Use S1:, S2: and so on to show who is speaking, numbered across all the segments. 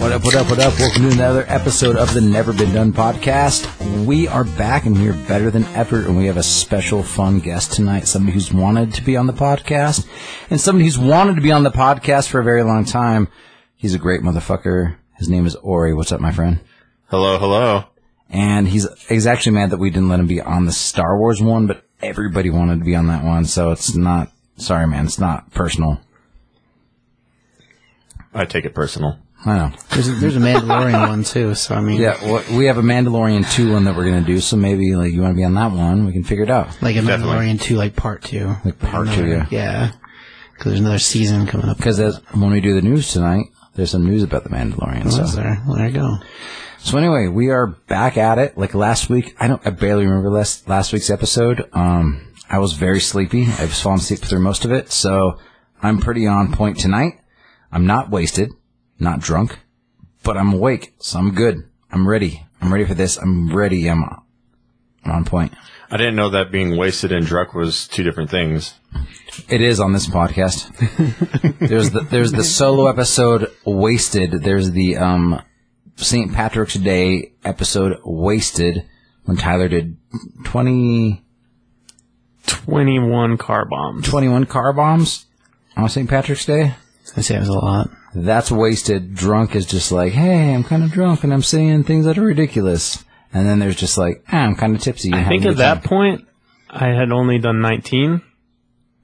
S1: What up, what up, what up? Welcome to another episode of the Never Been Done podcast. We are back and we're better than ever, and we have a special fun guest tonight somebody who's wanted to be on the podcast, and somebody who's wanted to be on the podcast for a very long time. He's a great motherfucker. His name is Ori. What's up, my friend?
S2: Hello, hello.
S1: And he's he's actually mad that we didn't let him be on the Star Wars one, but everybody wanted to be on that one, so it's not. Sorry, man, it's not personal.
S2: I take it personal.
S1: I know.
S3: There's a, there's a Mandalorian one too, so I mean,
S1: Yeah, what, we have a Mandalorian two one that we're gonna do, so maybe like you want to be on that one, we can figure it out.
S3: like a
S2: Definitely.
S3: Mandalorian two, like part two, like
S1: part two, yeah.
S3: yeah, because there's another season coming up.
S1: Because as- when we do the news tonight, there's some news about the Mandalorian.
S3: So
S1: So.
S3: there, well, there you go.
S1: so anyway, we are back at it. Like last week, I don't, I barely remember last last week's episode. Um, I was very sleepy. I've fallen asleep through most of it, so I'm pretty on point tonight. I'm not wasted, not drunk, but I'm awake, so I'm good. I'm ready. I'm ready for this. I'm ready. I'm, I'm on point.
S2: I didn't know that being wasted and drunk was two different things.
S1: It is on this podcast. there's the there's the solo episode wasted. There's the um St. Patrick's Day episode wasted when Tyler did 20,
S4: 21 car bombs.
S1: 21 car bombs on St. Patrick's Day.
S3: I say it was a lot.
S1: That's wasted. Drunk is just like, hey, I'm kind of drunk and I'm saying things that are ridiculous. And then there's just like, ah, I'm kind of tipsy. and
S4: I
S1: having
S4: think
S1: a
S4: at
S1: good
S4: that
S1: time."
S4: point, I had only done 19,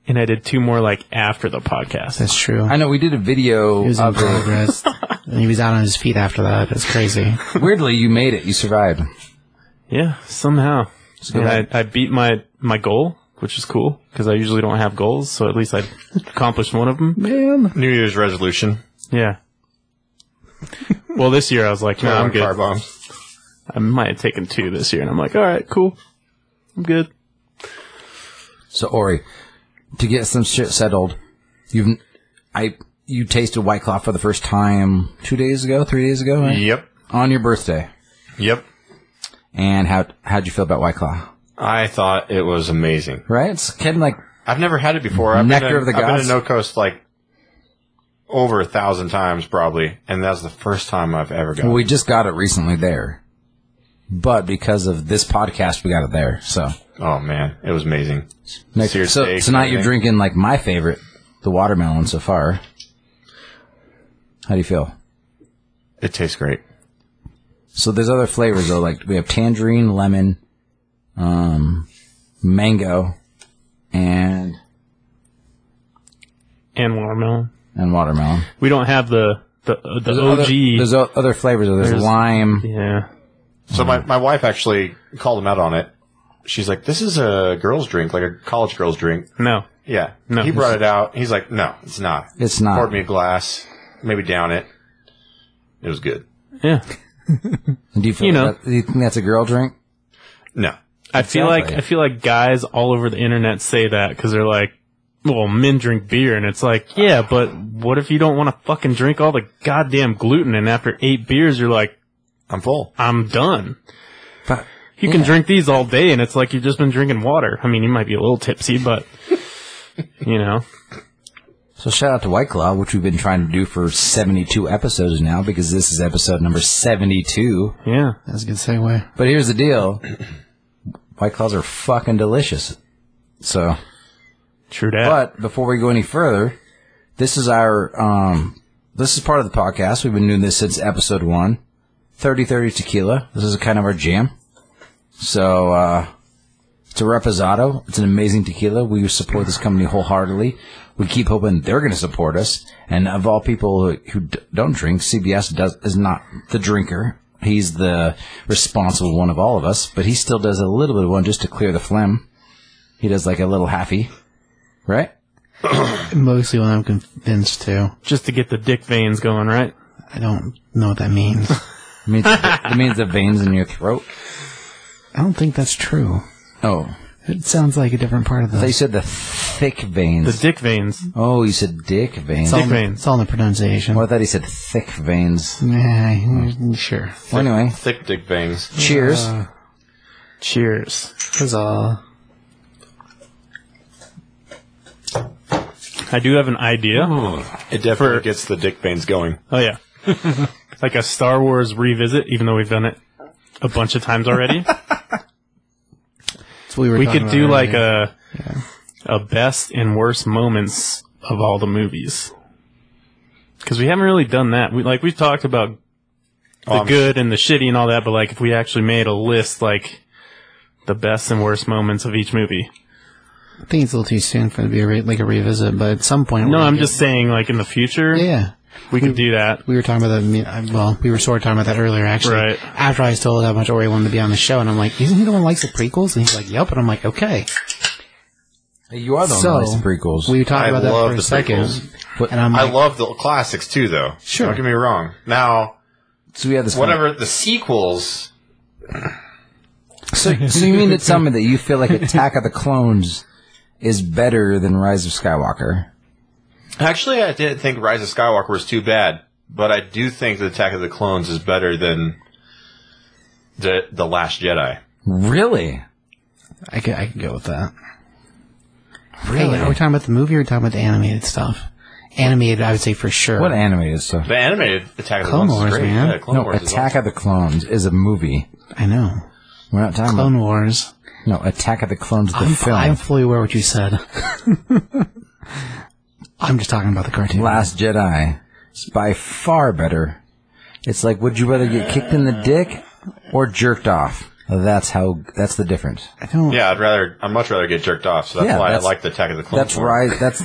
S4: and I did two more like after the podcast.
S3: That's true.
S1: I know we did a video
S3: He was in
S1: of it.
S3: progress. and he was out on his feet after that. That's crazy.
S1: Weirdly, you made it. You survived.
S4: Yeah, somehow. And I, I beat my, my goal, which is cool because I usually don't have goals, so at least I accomplished one of them.
S1: Man.
S2: New Year's resolution.
S4: Yeah. Well, this year I was like, no, I'm
S2: Car
S4: good.
S2: bomb.
S4: I might have taken two this year, and I'm like, all right, cool. I'm good.
S1: So Ori, to get some shit settled, you've I you tasted White Claw for the first time two days ago, three days ago, right?
S2: Yep.
S1: on your birthday.
S2: Yep.
S1: And how how'd you feel about White Claw?
S2: I thought it was amazing.
S1: Right, it's kind of like
S2: I've never had it before. I've
S1: Nectar
S2: been to,
S1: of the
S2: I've been
S1: gods.
S2: to No Coast like over a thousand times probably, and that's the first time I've ever gone.
S1: well, we just got it recently there, but because of this podcast, we got it there. So
S2: oh man, it was amazing.
S1: next,
S2: Seared
S1: so
S2: steak,
S1: tonight you're
S2: everything.
S1: drinking like my favorite, the watermelon so far. How do you feel?
S2: It tastes great.
S1: So there's other flavors though, like we have tangerine, lemon, um, mango, and
S4: And watermelon.
S1: and watermelon.
S4: We don't have the, the, uh, the
S1: Other-
S4: OG.
S1: there's o- other flavors. Though. There's,
S4: There's-
S1: lime.
S4: yeah.
S2: So my, my wife actually called him out on it. She's like, "This is a girl's drink, like a college girl's drink."
S4: No.
S2: Yeah.
S4: No.
S2: He brought it out. He's like, no, it's not.
S1: It's not.
S2: Poured me a glass, maybe down it. It was good.
S4: Yeah.
S1: Do you feel
S4: You know.
S1: that- do you think that's a girl drink?
S2: No.
S4: I feel
S1: Exactly.
S4: like I feel like guys all over the internet say that because they're like, "Well, men drink beer," and it's like, "Yeah, but what if you don't want to fucking drink all the goddamn gluten?" And after eight beers, you're like,
S2: I'm full.
S4: "I'm done."
S1: But
S4: You can drink these all day, and it's like you've just been drinking water. I mean, you might be a little tipsy, but you know,
S1: so shout out to White Claw, which we've been trying to do for 72 episodes now because this is episode number 72.
S4: yeah.
S3: That's a good segue.
S1: But here's the deal: White Claws are fucking delicious. So.
S4: True that.
S1: But before we go any further, this is our um, this is part of the podcast. We've been doing this since episode one. 30-30 tequila. This is kind of our jam. So uh, it's a reposado. It's an amazing tequila. We support this company wholeheartedly. We keep hoping they're going to support us. And of all people who, who d- don't drink, CBS does is not the drinker. He's the responsible one of all of us, but he still does a little bit of one just to clear the phlegm. He does like a little halfy, right?
S3: Mostly when I'm convinced to.
S4: just to get the dick veins going, right?
S3: I don't know what that means.
S1: It means, it means the veins in your throat.
S3: I don't think that's true.
S1: Oh,
S3: It sounds like a different part of the.
S1: I thought you said the thick
S4: The
S1: veins.
S4: dick veins.
S1: oh, you said dick veins.
S3: it's, all
S4: dick
S3: in the-
S4: veins.
S3: it's all in the pronunciation.
S1: Oh, I thought he said thick veins.
S3: Yeah, sure.
S1: Well, anyway,
S2: Thick dick bangs.
S1: cheers.
S3: Uh,
S4: Cheers.
S3: Huzzah.
S4: I do have an idea.
S2: It definitely gets the dick veins going.
S4: Oh yeah. like a Star Wars revisit, even though we've done it a bunch of times already.
S3: That's what we were
S4: we
S3: talking
S4: could
S3: about
S4: do
S3: earlier.
S4: like a a best and worst moments of all the movies because we haven't really done that. We like we've talked about the
S2: Um,
S4: good and the shitty and all that, but like if we actually made a list, like the best and worst moments of each movie.
S3: I think it's a little too soon for it to be a re- like a revisit, but at some point.
S4: No,
S3: we're
S4: I'm
S3: gonna
S4: just saying, like in the future,
S3: get- Yeah.
S4: we could do that.
S3: We were talking about that. me- I- Well, we were sort of talking about that earlier, actually.
S4: Right.
S3: After I was told how much Ori wanted to be on the show, and I'm like, "Isn't he the one who likes the prequels?" And he's like, "Yep." And I'm like, "Okay."
S1: Hey, you are the
S3: So,
S1: one that likes the prequels.
S3: We talked
S2: I
S3: about that
S2: love
S3: for a
S2: the
S3: second,
S2: prequels.
S1: But-
S3: and I'm
S2: I
S3: like,
S2: love the classics too, though.
S3: Sure.
S2: Don't get me wrong. Now,
S1: so we have this.
S2: whatever the sequels,
S1: So, so you mean to tell me that you feel like Attack of the Clones is better than Rise of Skywalker?
S2: actually, I didn't think Rise of Skywalker was too bad, but I do think the Attack of the Clones is better than the the Last Jedi.
S1: Really?
S3: I can, I can go with that. Really? are we talking about the movie or are we talking about the animated stuff? Animated, I would say for sure.
S1: What animated stuff?
S2: The animated Attack of the
S3: Clone
S2: Clones
S3: Wars,
S2: is great.
S3: man.
S2: Yeah, Clone
S1: No,
S2: Wars is
S1: Attack of the Clones is a movie.
S3: I know.
S1: We're not talking
S3: Clone Wars.
S1: about no Attack of the Clones, the
S3: I'm,
S1: film.
S3: I'm fully aware what you said. I'm just talking about the cartoon.
S1: Last Jedi is by far better. It's like, would you rather get kicked in the dick or jerked off? That's how. That's the difference.
S3: I don't.
S2: Yeah, I'd rather. I'd much rather get jerked off. So that's
S1: Yeah,
S2: why
S1: that's-
S2: I like the Attack of the Clones.
S1: That's
S2: more.
S1: right. That's.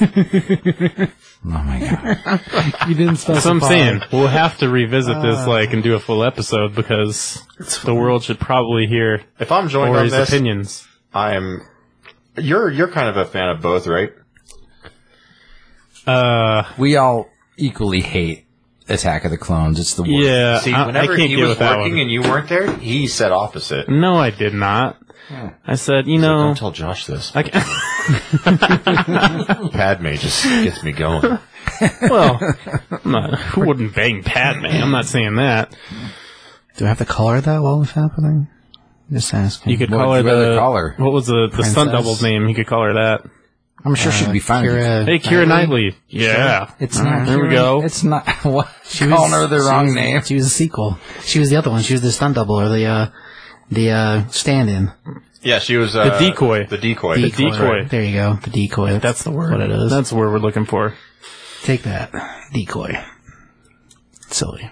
S1: oh my god!
S3: You didn't specify.
S4: So I'm saying we'll have to revisit
S3: Uh.
S4: this, like, and do a full episode because the world should probably hear
S2: If I'm joined
S4: Ori's
S2: on this,
S4: opinions.
S2: I'm. You're you're kind of a fan of both, right?
S4: Uh,
S1: We all equally hate Attack of the Clones. It's the worst.
S4: yeah,
S2: See,
S4: Uh, I, I
S2: whenever
S4: can't
S2: he
S4: get
S2: was
S4: with that one.
S2: working and you weren't there, he said opposite.
S4: No, I did not. I said, you
S2: Don't
S4: know,
S2: tell Josh this.
S4: I can-
S2: Padme just gets me going.
S4: well, I'm not, who wouldn't bang Padme? I'm not saying that.
S3: Do I have to color that while it's happening? Just asking.
S4: You could
S1: What
S4: call her
S1: would you rather
S4: the
S1: call her?
S4: what was the the stunt
S3: Princess?
S4: double's name? You could call her that.
S1: I'm sure she'd be fine. with it.
S3: Kira
S4: Hey, Kira Knightley. Yeah,
S1: It's not.
S4: There we
S1: Kira-
S4: go.
S1: It's not. What?
S3: She was-
S1: calling her the
S3: she
S1: wrong
S3: was-
S1: name.
S3: She was a sequel. She was the other one. She was the stunt double or the uh, the uh, stand-in.
S2: Yeah, she was uh,
S4: The decoy.
S2: The decoy.
S4: decoy.
S3: There you go. The decoy. That's,
S4: that's the word.
S3: What it is.
S4: That's the word we're looking for.
S3: Take that. Decoy. Silly.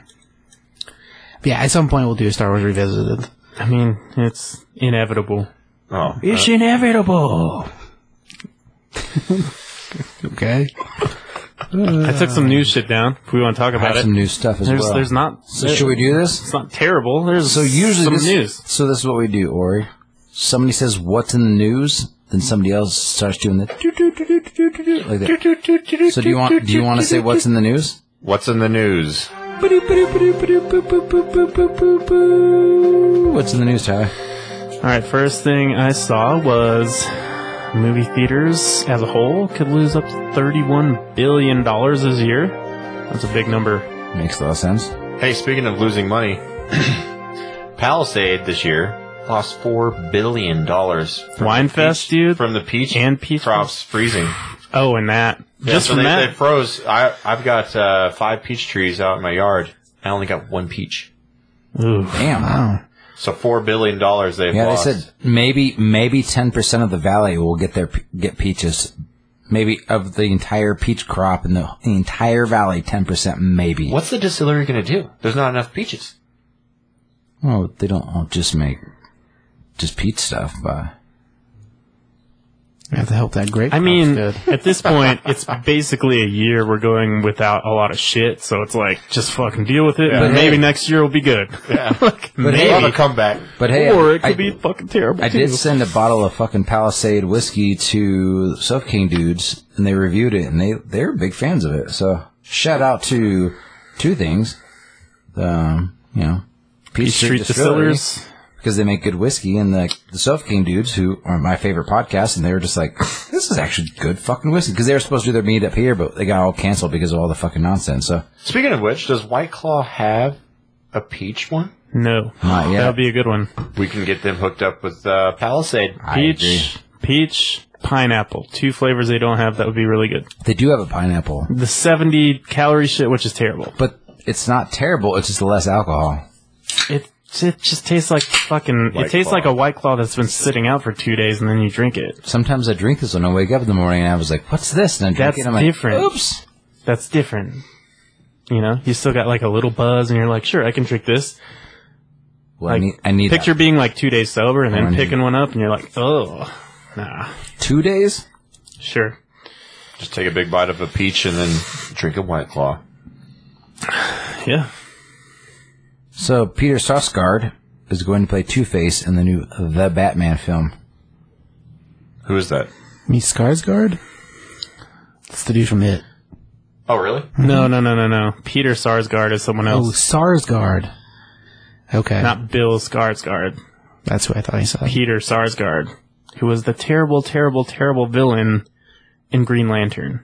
S3: But yeah, at some point we'll do Star Wars Revisited.
S4: I mean, it's inevitable.
S2: Oh,
S4: It's inevitable.
S3: Okay.
S4: I took some news shit down. If we want to talk
S1: I
S4: about
S1: have
S4: it,
S1: some new stuff as
S4: there's
S1: well.
S4: there's not.
S1: so should we do this?
S4: It's not terrible. There's
S1: So usually
S4: some
S1: this,
S4: news.
S1: So this is what we do, Ori. Somebody says what's in the news, then somebody else starts doing the doo doo doo doo doo doo doo like that. So do you want do you want to say what's in the news?
S2: what's in the news?
S1: What's in the news, Tyler?
S4: All right, first thing I saw was movie theaters as a whole could lose up to $31 billion this year. That's a big number.
S1: Makes a lot of sense.
S2: Hey, speaking of losing money, Palisade this year lost four billion dollars. from
S4: Wine
S2: the peach-
S4: fest, dude?
S2: from the peach
S4: And peach
S2: crops freezing.
S4: Oh, and that.
S2: Yeah,
S4: Just
S2: so
S4: from
S2: they,
S4: that.
S2: they froze. I I've got uh, five peach trees out in my yard. I only got one peach.
S4: Oof.
S1: Damn.
S3: Wow.
S2: So four billion dollars they've
S1: Yeah, they
S2: lost.
S1: said maybe maybe ten percent of the valley will get their p- get peaches. Maybe of the entire peach crop in the entire valley, ten percent maybe.
S2: What's the distillery going to do? There's not enough peaches.
S1: Oh, they don't all just make just peach stuff, but.
S3: We have to help that grape.
S4: I
S3: crop
S4: mean,
S3: good.
S4: at this point, it's basically a year we're going without a lot of shit, so it's like, just fucking deal with it,
S2: Yeah.
S4: but
S2: But
S4: maybe
S1: hey-
S4: next year will be good.
S2: Yeah.
S4: Like,
S1: hey-
S2: They'll have
S4: maybe.
S2: a comeback.
S1: But hey,
S4: or it
S1: uh, I,
S4: could be fucking terrible,
S1: I
S4: too.
S1: did send a bottle of fucking Palisade whiskey to Soap King dudes, and they reviewed it, and they they're big fans of it. So shout out to two things, um, you know, Peach
S4: Street,
S1: Distillery,
S4: Distillers.
S1: because they make good whiskey, and the the Soap King dudes who are my favorite podcast, and they were just like, this is actually good fucking whiskey because they were supposed to do their meetup here, but they got all canceled because of all the fucking nonsense. So
S2: Speaking of which, does White Claw have a peach one?
S4: No.
S1: Not yet.
S4: That would be a good one.
S2: We can get them hooked up with uh, Palisade.
S1: I agree.
S4: Peach, peach, pineapple. Two flavors they don't have that would be really good.
S1: they do have a pineapple,
S4: The 70 calorie shit, which is terrible.
S1: but it's not terrible. It's just less alcohol.
S4: It it just tastes like fucking.
S2: White
S4: it tastes
S2: Claw.
S4: like a white claw that's been sitting out for two days and then you drink it.
S1: Sometimes I drink this when I wake up in the morning and I was like, "What's this?" And I drink
S4: That's
S1: it. And I'm like,
S4: different.
S1: Oops.
S4: That's different. You know, you still got like a little buzz, and you're like, sure, I can drink this.
S1: Well, I
S4: Like,
S1: need, I need that.
S4: Picture being like two days sober and
S1: I
S4: then
S1: need-
S4: picking one up, and you're like, oh, nah,
S1: two days.
S4: sure.
S2: Just take a big bite of a peach and then drink a White Claw.
S4: Yeah.
S1: So Peter Sarsgaard is going to play Two Face in the new The Batman film.
S2: Who is that?
S3: Me Skarsgård? It's the dude from It.
S2: Oh, really?
S4: No, no, no, no, no. Peter Sarsgaard is someone
S3: Oh,
S4: else,
S3: Sarsgaard. Okay.
S4: not Bill Skarsgård.
S3: That's who I thought he said.
S4: Peter Sarsgaard, who was the terrible, terrible, terrible villain in Green Lantern.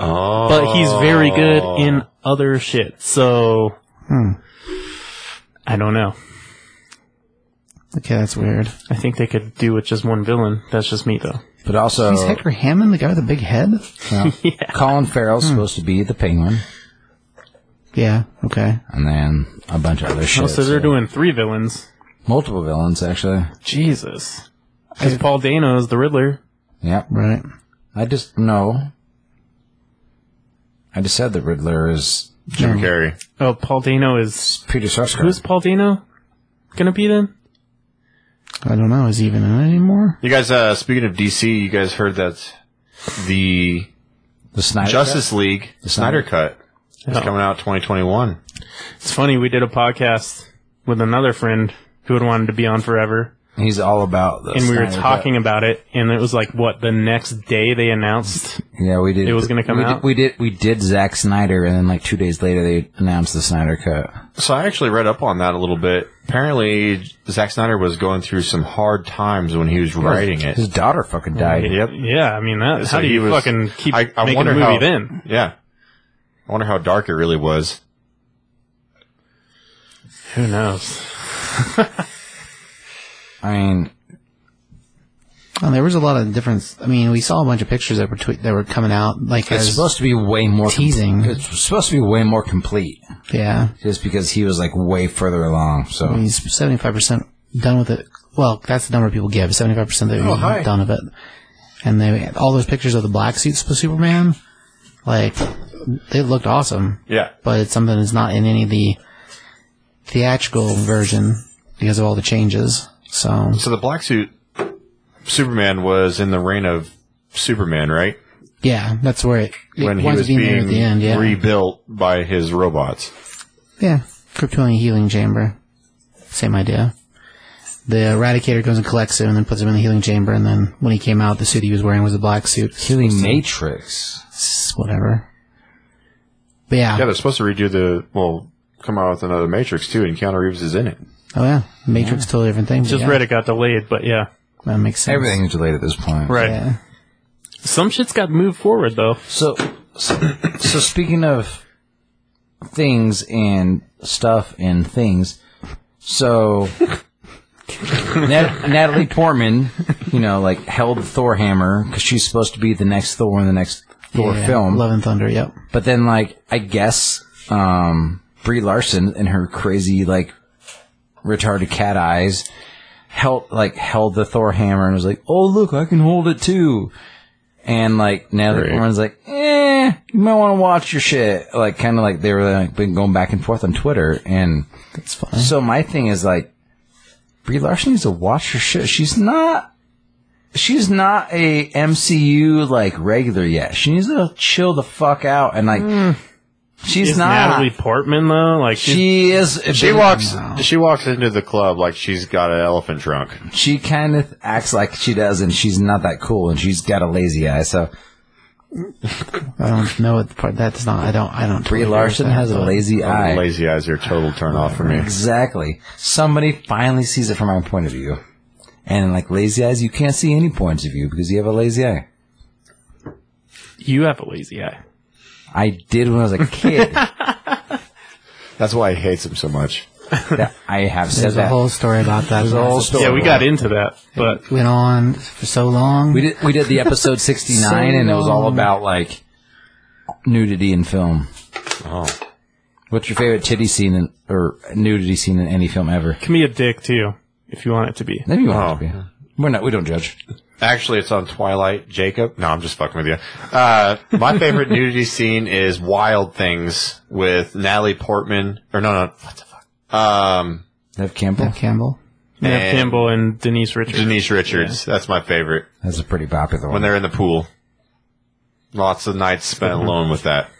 S2: Oh,
S4: But he's very good in other shit, so I don't know.
S3: Okay, that's weird.
S4: I think they could do with just one villain. That's just me, though.
S1: But also,
S3: He's Hector Hammond, the guy with the big head?
S1: well, Colin
S4: Hmm.
S1: Farrell's supposed to be the Penguin,
S3: Yeah, okay.
S1: and then a bunch of other shit.
S4: Oh, so they're doing three villains.
S1: multiple villains actually.
S4: Jesus. Because Paul Dano is the Riddler.
S1: Yep.
S3: Right.
S1: I just no. I just said that Riddler is
S2: Jim Carrey.
S4: Oh, Paul Dano is.
S1: Peter Sarsgaard.
S4: Who's Paul Dano gonna be then?
S3: I don't know. Is he even in it anymore?
S2: You guys, uh, speaking of DC, you guys heard that the
S1: the Snyder?
S2: Justice League the
S1: Snyder
S2: Snyder Cut is
S4: Oh.
S2: coming out 2021.
S4: It's funny, we did a podcast with another friend who had wanted to be on forever,
S1: Cut? He's all about the
S4: and we were
S1: Snyder Cut.
S4: talking about it, and it was like, what, the next day they announced?
S1: Yeah, we did.
S4: It was gonna come
S1: we did-
S4: out?
S1: we did. We did Zack Snyder, and then like two days later, they announced the Snyder Cut.
S2: So I actually read up on that a little bit. Apparently, Zack Snyder was going through some hard times when he was writing it.
S1: His daughter fucking died.
S2: Yep.
S4: Yeah, I mean, that,
S2: So
S4: how do
S2: he
S4: you
S2: was-
S4: fucking keep
S2: I- I
S4: making a
S2: wonder
S4: movie
S2: how-
S4: then?
S2: Yeah. I wonder how dark it really was.
S4: Who knows?
S1: I mean,
S3: Oh, there was a lot of difference. I mean, we saw a bunch of pictures that were tweet that were coming out. Like
S1: it's
S3: as-
S1: supposed to be way more com-
S3: teasing.
S1: it's supposed to be way more complete,
S3: yeah.
S1: just because he was like way further along. So
S3: I mean, he's seventy five percent done with it. Well, that's the number of people give seventy five percent that
S1: Oh, hi.
S3: are done with it. And they all those pictures of the black suits for Superman, like they looked awesome.
S2: Yeah.
S3: but it's something that's not in any of the theatrical version because of all the changes. So
S2: So the black suit Superman was in the reign of Superman, right?
S3: yeah, that's where it, it
S2: when he
S3: winds
S2: was
S3: up being, there
S2: being
S3: at the end. Yeah,
S2: rebuilt by his robots.
S3: yeah, Kryptonian healing chamber, same idea. The Eradicator goes and collects him, and then puts him in the healing chamber. And then when he came out, the suit he was wearing was a black suit.
S1: Healing Matrix.
S3: It's Whatever. But yeah,
S2: Yeah, they're supposed to redo the well, come out with another Matrix too, and Keanu Reeves is in it.
S3: oh yeah, Matrix, totally different thing. but
S4: Just
S3: yeah,
S4: read it got delayed, but yeah.
S3: That makes sense.
S1: Everything's delayed at this point.
S4: Right.
S3: Yeah.
S4: Some shit's got moved forward, though.
S1: So, so, so speaking of things and stuff and things, so Nat- Natalie Portman, you know, like held the Thor hammer because she's supposed to be the next Thor in the next Thor
S3: yeah.
S1: film.
S3: Love and Thunder. Yep.
S1: But then, like, I guess um, Brie Larson and her crazy, like, retarded cat eyes held, like, held the Thor hammer and was like, "Oh, look, I can hold it too." And like Natalie
S2: Right.
S1: Portman's like, "Eh, you might want to watch your shit." Like, kind of like they were like been going back and forth on Twitter. And
S3: That's fine.
S1: so my thing is like, Brie Larson needs to watch her shit. She's not. She's not a MCU like regular yet. She needs to chill the fuck out and like.
S2: Hmm.
S1: She's
S4: Is
S1: not.
S4: Natalie Portman though? Like she's
S1: she is.
S2: She walks she walks into the club like she's got an elephant trunk.
S1: She kind of acts like she does, and she's not that cool, and she's got a lazy eye. So
S3: I don't know what the part that's not. I don't. I don't.
S1: Brie
S3: totally agree
S1: Larson
S3: with that,
S1: has a
S3: but-
S1: lazy eye.
S2: Lazy eyes are a total turn off for me.
S1: Exactly. Somebody finally sees it from my point of view, and like lazy eyes, you can't see any points of view because you have a lazy eye.
S4: you have a lazy eye.
S1: I did when I was a kid.
S2: That's why he hates him so much.
S1: That- I have said
S3: There's
S1: that.
S3: a whole story about that. There's
S1: a whole
S2: Oh,
S1: story.
S4: Yeah, we got into that, but
S3: Went on for so long.
S1: We did we did the episode sixty nine,
S3: So
S1: and it was all
S3: long.
S1: about like nudity in film.
S2: Oh.
S1: What's your favorite titty scene in, or nudity scene in any film ever?
S4: Can be a dick too, if you want it to be.
S1: Maybe you want it to
S2: Oh.
S1: be. We're not. We don't judge.
S2: Actually, it's on Twilight. Jacob. No, I'm just fucking with you. Uh, my favorite nudity scene is Wild Things with Natalie Portman. Or no, no, what the fuck? Um,
S1: Nev Campbell.
S3: Nev Campbell.
S4: Nev
S2: And-
S4: Campbell and Denise Richards.
S2: Denise Richards. That's my favorite.
S1: That's a pretty popular
S2: When
S1: one.
S2: they're in the pool, lots of nights spent
S4: Mm-hmm.
S2: alone with that.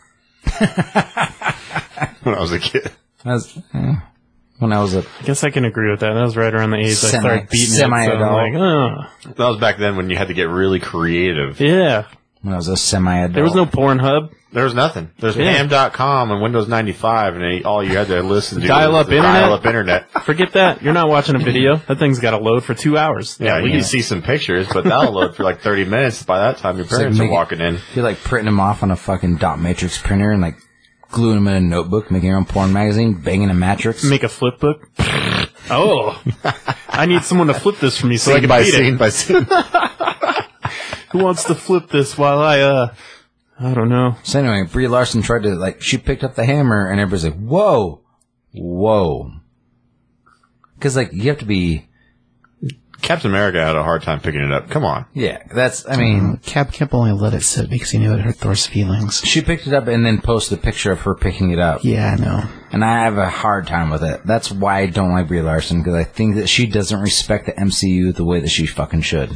S2: when I was a kid.
S1: That's, yeah. When I was a
S4: I guess I can agree with that. That was right around the age I
S1: Semi-
S4: started beating it. So
S1: semi-adult.
S4: I'm like, oh,
S2: That was back then when you had to get really creative.
S4: yeah.
S1: when I was a semi-adult.
S4: There was no Pornhub.
S2: There was nothing. There's
S4: Yeah.
S2: dot ham.com and Windows 95, and all you had to listen to
S4: Dial-up
S2: was the
S4: internet?
S2: Dial-up internet.
S4: Forget that. You're not watching a video. That thing's got to load for two hours.
S2: Yeah,
S4: At
S2: you can
S4: least.
S2: see some pictures, but that'll load for like 30 minutes. By that time, your
S1: like
S2: parents are
S1: making-
S2: walking in.
S1: You're like printing them off on a fucking dot matrix printer and like gluing them in a notebook, making your own porn magazine, banging a matrix.
S4: Make a flip book. oh, I need someone to flip this for me so I
S2: Scene
S4: can
S2: by
S4: beat it.
S2: scene by scene.
S4: Who wants to flip this while I uh, I don't know.
S1: So anyway, Brie Larson tried to like she picked up the hammer and everybody's like, "Whoa, whoa," because like you have to be
S2: Captain America had a hard time picking it up. Come on.
S1: yeah. That's I mean
S3: Cap Kemp only let it sit because he knew it hurt Thor's feelings.
S1: she picked it up and then posted a picture of her picking it up,
S3: Yeah, I know.
S1: and I have a hard time with it. That's why I don't like Brie Larson because I think that she doesn't respect the MCU the way that she fucking should.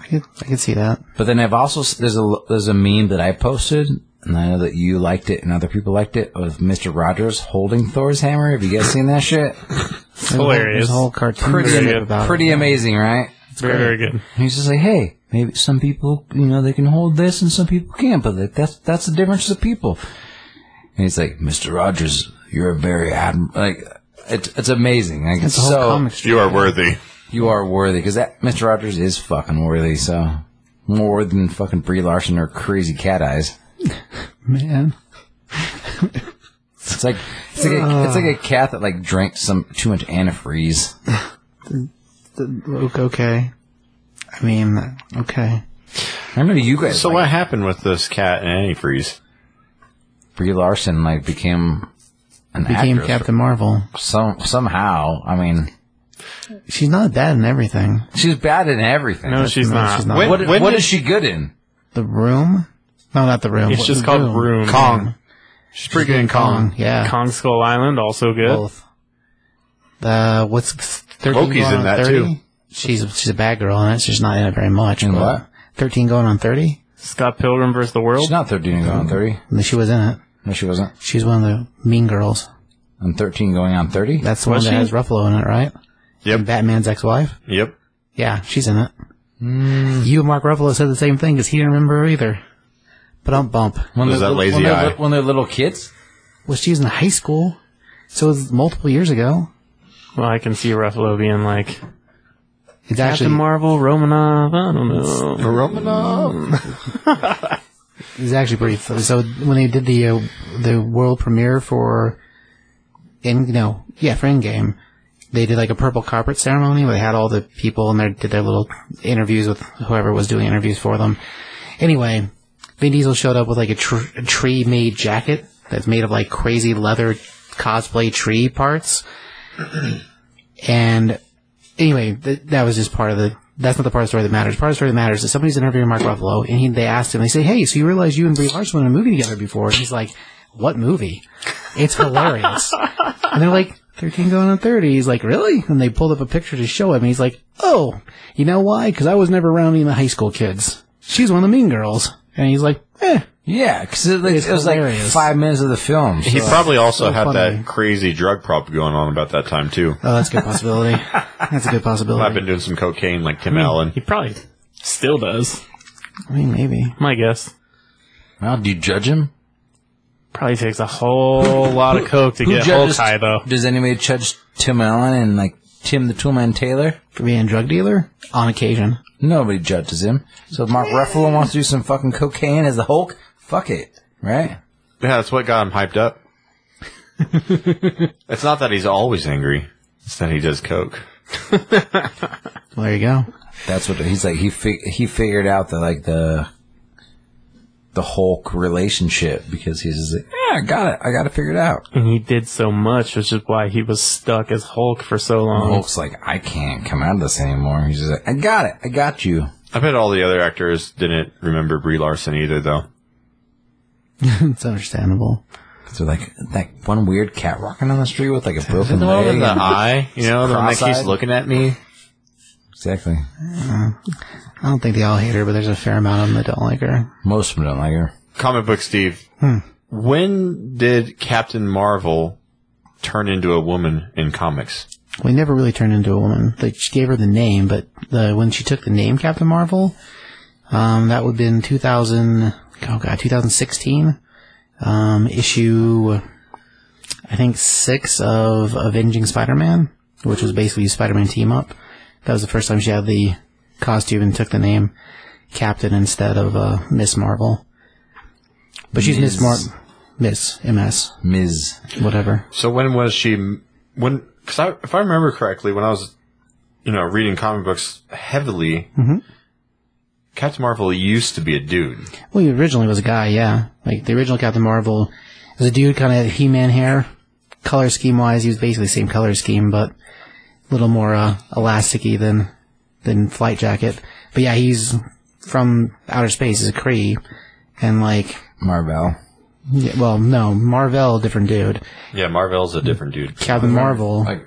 S3: I could, I could see that.
S1: But then I've also there's a there's a meme that I posted, and I know that you liked it and other people liked it of Mister Rogers holding Thor's hammer. Have you guys seen that shit?
S3: There's a whole-
S4: hilarious.
S3: There's a whole cartoon
S1: Pretty
S3: strip
S1: ama-
S3: about
S1: pretty
S3: it.
S1: amazing, right?
S4: It's very, very good.
S1: And he's just like, hey, maybe some people you know they can hold this and some people can't, but like, that's that's the difference of people. And he's like, Mister Rogers, you're a very adm-, like. It's, it's amazing. Like,
S3: It's
S1: it's
S3: a whole
S1: so
S3: comic strip.
S2: You are worthy.
S1: you are worthy because that Mister Rogers is fucking worthy. So more than fucking Brie Larson or crazy cat eyes.
S3: Man.
S1: It's like it's like, a, it's like a cat that like drank some too much antifreeze.
S3: Okay. I mean, okay.
S1: I remember you guys. So
S2: So
S1: like,
S2: what happened with this cat and antifreeze?
S1: Brie Larson like became an
S3: Became
S1: actress
S3: Captain Marvel.
S1: some somehow. I mean,
S3: She's not bad in everything.
S1: she's bad in everything.
S4: No, she's
S3: No,
S4: not.
S3: she's not.
S2: When-
S1: what what
S2: did-
S1: is she good in?
S3: The room? No, not the room.
S4: It's
S3: What-
S4: just
S3: the
S4: called Room.
S2: Kong. She's pretty good in Kong.
S3: Kong. Yeah.
S4: Kong Skull Island also good.
S3: Both. The what's thirteen
S2: Loki's
S3: going
S2: in
S3: on
S2: that,
S3: 30?
S2: too.
S3: She's she's a bad girl in it. She's not in it very much.
S1: In
S3: but
S1: what?
S3: Thirteen going on thirty.
S4: Scott Pilgrim versus the World.
S1: She's not thirteen going on thirty.
S3: And She was in it.
S1: No, she wasn't.
S3: She's one of the mean girls.
S1: I'm thirteen going on thirty.
S3: That's the
S4: Was
S3: one
S4: she?
S3: that has Ruffalo in it, right?
S2: Yep.
S3: Batman's ex-wife.
S2: Yep.
S3: Yeah, she's in it. You and Mark Ruffalo said the same thing because he didn't remember her either. But I'm bump.
S1: When
S2: There's
S1: they're
S2: that
S1: li- when
S2: lazy
S1: they're,
S2: eye.
S1: li- when they're little kids.
S3: Well, she was in high school, so it was multiple years ago.
S4: Well, I can see Ruffalo being like
S3: It's
S4: Captain
S3: actually
S4: Marvel, Romanov. I don't know.
S3: It's actually pretty. Fun. So when they did the uh, the world premiere for, in no, yeah, for Endgame, they did like a purple carpet ceremony where they had all the people and they did their little interviews with whoever was doing interviews for them. Anyway, Vin Diesel showed up with like a, tr- a tree made jacket that's made of like crazy leather cosplay tree parts, and anyway, th- that was just part of the. That's not the part of the story that matters. Part of the story that matters is somebody's interviewing Mark Ruffalo, and he, they asked him. They say, "Hey, so you realize you and Brie Larson were in a movie together before?" And he's like, "What movie?" It's hilarious. and they're like, 13 going on 30. He's like, really? And they pulled up a picture to show him. And he's like, oh, you know why? Because I was never around any of the high school kids. She's one of the mean girls. And he's like, eh,
S1: Yeah, because it, like,
S3: It's
S1: it was like
S3: hilarious.
S1: five minutes of the film.
S2: He
S1: so-
S2: probably also
S3: so
S2: had
S3: funny.
S2: that crazy drug prop going on about that time too.
S3: oh, that's a good possibility. that's a good
S2: I've
S3: possibility.
S2: been doing some cocaine like Tim Allen.
S4: He probably still does.
S3: I mean, maybe.
S4: My guess.
S1: well, do you judge him?
S4: Probably takes a whole lot of coke to
S1: Who
S4: get Hulk
S1: judges-
S4: high, though.
S1: Does anybody judge Tim Allen and like Tim the Toolman Taylor?
S3: For being a drug dealer? On occasion.
S1: Nobody judges him. So if Mark Ruffalo wants to do some fucking cocaine as the Hulk, fuck it, right?
S2: Yeah, that's what got him hyped up. it's not that he's always angry. It's that he does coke.
S3: Well, there you go.
S1: That's what he's like. He fi- he figured out that like the the Hulk relationship because he's just like, yeah, I got it. I got to figure it out.
S4: And he did so much, which is why he was stuck as Hulk for so
S3: Uh-huh.
S4: long.
S1: Hulk's like, I can't come out of this anymore. He's just like, I got it. I got you.
S2: I bet all the other actors didn't remember Brie Larson either, though.
S3: it's understandable.
S1: So like that one weird cat walking on the street with like a broken
S2: The one with
S1: leg.
S2: the eye, you know, the one that keeps
S1: Cross-eyed.
S2: looking at me.
S1: Exactly.
S3: I don't think they all hate her, but there's a fair amount of them that don't like her.
S1: Most of them don't like her.
S2: Comic book Steve.
S1: Hmm.
S2: When did Captain Marvel turn into a woman in comics?
S3: We never really turned into a woman. They just gave her the name, but the, when she took the name Captain Marvel, um, that would have been 2000, oh god, 2016, um, issue, I think six of Avenging Spider-Man, which was basically a Spider-Man team up. That was the first time she had the costume and took the name Captain instead of, uh, Miss Marvel. But she's Miss Mar- Miss, MS,
S1: Ms.
S3: whatever.
S2: So when was she? When? Because I, if I remember correctly, when I was, you know, reading comic books heavily,
S1: Mm-hmm.
S2: Captain Marvel used to be a dude.
S3: Well, he originally was a guy, yeah. Like the original Captain Marvel was a dude, kind of He-Man hair, color scheme wise, he was basically the same color scheme, but a little more uh, elasticy than than Flight Jacket. But yeah, he's from outer space. He's a Kree, and like,
S1: Marvel.
S3: yeah, well, no, Marvel, different dude.
S2: Yeah, Marvel's a different dude.
S3: Captain Marvel,
S1: Like,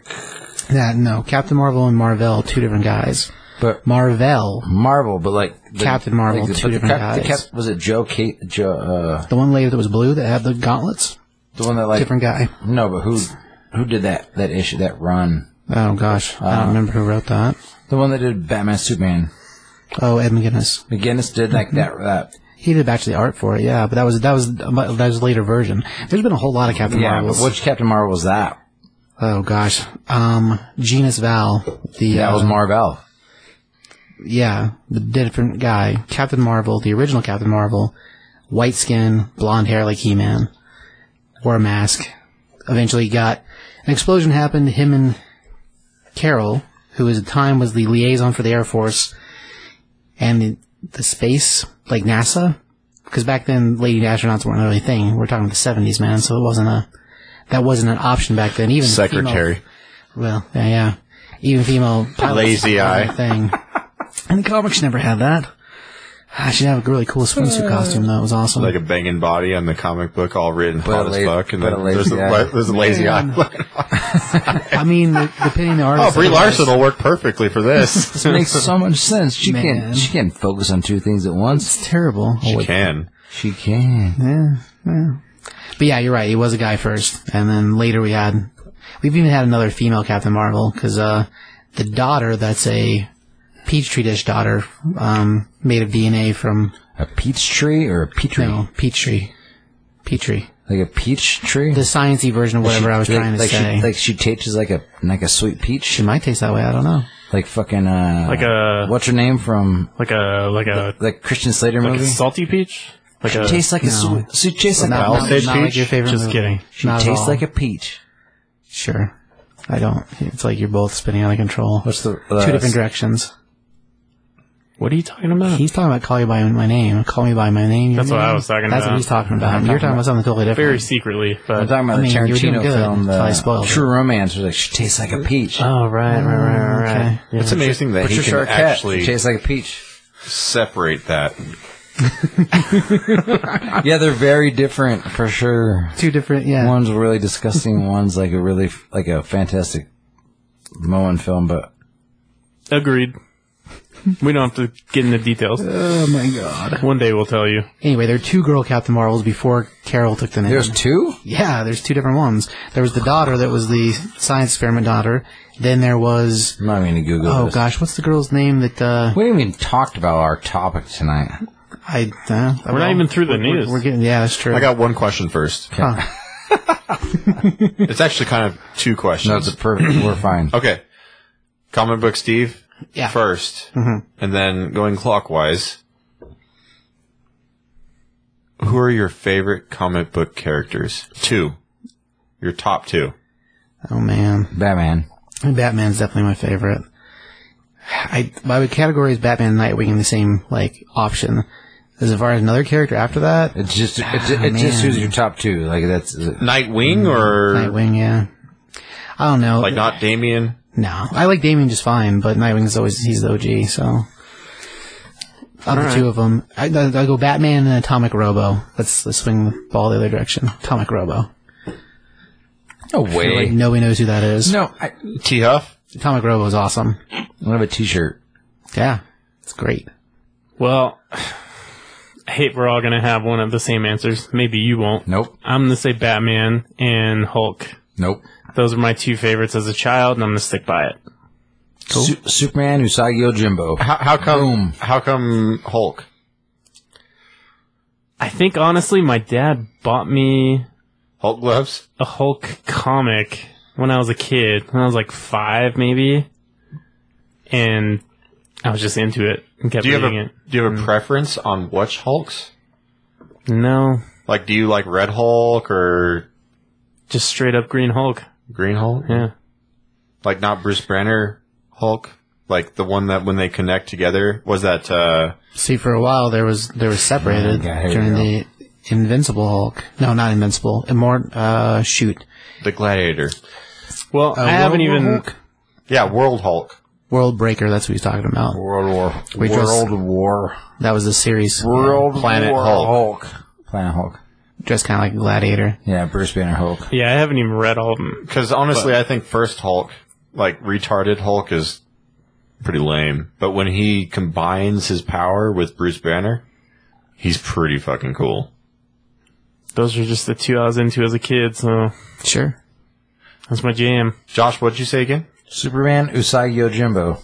S3: yeah, no, Captain Marvel and Marvel, two different guys.
S1: but
S3: Marvel,
S1: Marvel, but like the-
S3: Captain Marvel,
S1: the-
S3: two
S1: but the
S3: different
S1: Cap- the
S3: guys.
S1: Cap- was it Joe? Kate, Joe, uh,
S3: the one lady that was blue that had the gauntlets,
S1: the one that like
S3: different guy.
S1: no, but who who did that that issue that run?
S3: Oh gosh, I
S1: Uh,
S3: don't remember who wrote that.
S1: The one that did Batman Superman.
S3: Oh, Ed McGuinness.
S1: McGinnis did like that
S3: Mm-hmm.
S1: that
S3: He did actually art for it, yeah. But that was that was that was a later version. There's been a whole lot of Captain
S1: yeah.
S3: Marvels.
S1: But which Captain Marvel was that?
S3: oh gosh, um, Genus Val, the
S1: That
S3: uh,
S1: was Marvel.
S3: yeah, the different guy, Captain Marvel, the original Captain Marvel, white skin, blonde hair like He-Man, wore a mask. Eventually, got an explosion happened. Him and Carol, who at the time was the liaison for the Air Force and the, the space, like NASA, because back then lady astronauts weren't really a thing. We're talking the seventies, man. So it wasn't a that wasn't an option back then. Even female-
S2: Secretary.
S3: well, yeah, yeah. Even female pilots
S2: Lazy
S3: wasn't
S2: eye.
S3: a thing. And the comics never had that. Ah, She had a really cool swimsuit costume. That was awesome.
S2: Like a banging body on the comic book, all written hot
S1: a
S2: as
S1: la-
S2: fuck, and
S1: but
S2: then
S1: a lazy
S2: there's, a,
S1: eye.
S2: la- there's a lazy
S3: Man.
S2: eye.
S3: I mean, the- depending on the artist.
S2: oh, Brie
S3: it
S2: Larson
S3: was-
S2: will work perfectly for this.
S1: Makes so much sense. She
S3: Man.
S1: can't she can't focus on two things at once.
S3: It's terrible. Oh,
S2: she can.
S1: She can.
S3: Yeah, yeah. But yeah, you're right. He was a guy first, and then later we had, we've even had another female Captain Marvel because uh, the daughter that's a Peachtree Dish daughter, um, made of DNA from
S1: A peach tree or a petri?
S3: no Peachtree, Peachtree,
S1: Like a peach tree?
S3: the sciencey version of whatever I was
S1: like,
S3: trying to
S1: like
S3: say.
S1: She, like she tastes like a like a sweet peach.
S3: It might taste that way. I don't know.
S1: Like fucking uh
S4: Like a
S1: what's her name from
S4: like a like a
S1: like Christian Slater
S4: like
S1: movie?
S4: a salty peach. Like a
S1: she tastes like a sweet she tastes like
S2: I'll
S1: a
S2: not- say peach.
S3: like your favorite.
S4: Just
S3: movie.
S4: kidding.
S1: she
S3: not at
S1: tastes
S3: all.
S1: like a peach.
S3: Sure. I don't. It's like you're both spinning out of control.
S1: What's the uh,
S3: Two different directions.
S4: What are you talking about?
S3: He's talking about call you by my name. Call me by my name. your
S4: That's what
S3: name.
S4: I was talking
S3: That's
S4: about.
S3: what he's talking about. You're talking about something totally
S4: Very
S3: different.
S4: secretly,
S1: I'm
S4: but
S1: talking about
S3: I mean,
S1: the
S3: you were doing
S1: Tarantino
S3: good
S1: film
S3: until I
S1: the
S3: spoiled Uh, it.
S1: True Romance was like she tastes like a peach.
S4: oh right, right, right, right. right.
S3: okay.
S4: Yeah.
S2: It's amazing that he
S1: Patricia
S2: can
S1: Arquette
S2: actually
S1: she tastes like a peach.
S2: separate that.
S1: Yeah, they're very different for sure.
S3: Two different. Yeah.
S1: One's really disgusting. One's like a really like a fantastic Moen film, but
S4: Agreed. We don't have to get into details.
S3: Oh my god.
S4: One day we'll tell you.
S3: Anyway, there are two girl Captain Marvels before Carol took the name.
S1: there's two.
S3: yeah, there's two different ones. There was the daughter that was the science experiment daughter. Then there was
S1: I'm not going to Google.
S3: oh
S1: this.
S3: gosh, what's the girl's name that uh,
S1: We haven't even talked about our topic tonight.
S3: I uh,
S4: We're not even through the news.
S3: We're getting yeah, that's true.
S2: I got one question first.
S3: Huh.
S2: It's actually kind of two
S1: No,
S2: questions.
S1: it's perfect. We're fine.
S2: Okay. Comic book Steve
S3: Yeah.
S2: 1st
S1: Mm-hmm.
S2: and then going clockwise. Who are your favorite comic book characters? Two. Your top two.
S3: Oh man.
S1: Batman.
S3: Batman's definitely my favorite. I I would categorize Batman and Nightwing in the same like option. As far as another character after that,
S1: It's just it, ju- it just
S3: man.
S1: who's your top two. Like that's uh,
S2: Nightwing
S1: Mm-hmm.
S2: or
S3: Nightwing, yeah. I don't know.
S2: Er, like not Damien?
S3: no, I like Damien just fine, but Nightwing's always he's the OG. So, out of the two of them, I, I'll I'll go Batman and Atomic Robo. Let's let's swing the ball the other direction. Atomic Robo.
S1: no
S3: Like
S1: way.
S3: nobody knows who that is.
S1: No, I,
S2: T Huff?
S3: Atomic Robo is awesome.
S1: I have a T-shirt.
S3: Yeah, it's great.
S4: Well, I hate we're all gonna have one of the same answers. Maybe you won't.
S1: Nope,
S4: I'm gonna say Batman and Hulk.
S1: nope.
S4: Those are my two favorites as a child, and I'm gonna stick by it.
S1: Su- Superman Usagi Ojimbo.
S2: How, how come?
S1: Boom.
S2: How come Hulk?
S4: I think honestly, my dad bought me
S2: Hulk gloves?
S4: a Hulk comic when I was a kid, when I was like five maybe, and I was just into it and kept
S2: Do you have
S4: reading
S2: a Do you have
S1: Mm-hmm.
S2: a preference on which Hulks?
S4: it. No,
S2: Like, do you like Red Hulk or
S4: just straight up Green Hulk.
S2: Green Hulk?
S4: Yeah,
S2: Like not Bruce Banner Hulk? Like the one that when they connect together was that? uh
S3: See, for a while there was there was separated
S1: Yeah, here we
S3: during
S1: go.
S3: the Invincible Hulk. No, not Invincible. Immort. Uh, shoot.
S2: The Gladiator.
S4: well,
S3: Uh,
S4: I haven't
S3: World War
S4: even.
S3: Hulk?
S2: Yeah, World Hulk.
S3: World Breaker. That's what he's talking about.
S1: World War.
S3: We just-
S1: World War.
S3: That was the series.
S1: World
S2: Planet
S1: War
S2: Hulk.
S1: Hulk. Planet Hulk.
S3: Dressed kind of like Gladiator.
S1: Yeah, Bruce Banner Hulk.
S4: Yeah, I haven't even read all of them.
S2: Because honestly, I think first Hulk, like retarded Hulk, is pretty lame. But when he combines his power with Bruce Banner, he's pretty fucking cool.
S4: Those were just the two I was into as a kid, so
S3: Sure.
S4: that's my jam.
S2: Josh, what'd you say again?
S1: Superman Usagi Ojimbo.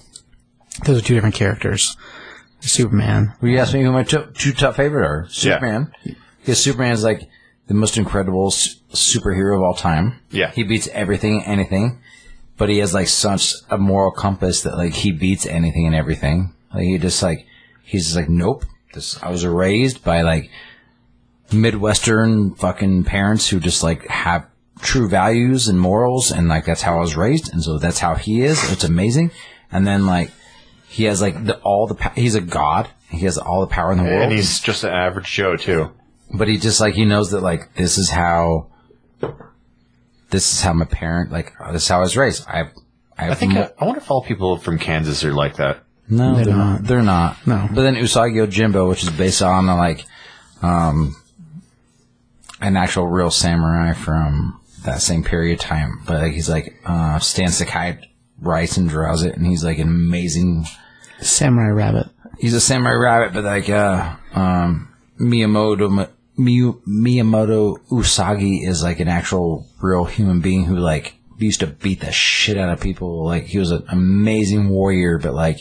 S3: Those are two different characters. Superman.
S1: Well, you asked me who my to- two top favorite are. Superman. Because Superman is like the most incredible s- superhero of all time.
S2: Yeah.
S1: He beats everything, and anything. But he has like such a moral compass that like he beats anything and everything. Like he just like, he's just like, nope. This, I was raised by like Midwestern fucking parents who just like have true values and morals and like that's how I was raised. And so that's how he is. It's amazing. And then like, he has like the, all the pa- he's a god. He has all the power in the world,
S2: And he's just an average Joe too.
S1: but he just like he knows that like this is how this is how my parent like this is how I was raised. I I,
S2: I think
S1: mo-
S2: I, I wonder if all people from Kansas are like that.
S1: no, they're, not.
S3: not.
S1: They're not.
S3: No.
S1: But then Usagi Ojimbo, which is based on a, like um an actual real samurai from that same period of time, but like he's like uh Stan Sakai writes and draws it, and he's like an amazing
S3: Samurai Rabbit.
S1: he's a samurai rabbit, but like uh, um, Miyamoto Mi- Miyamoto Usagi is like an actual real human being who like used to beat the shit out of people. Like he was an amazing warrior, but like.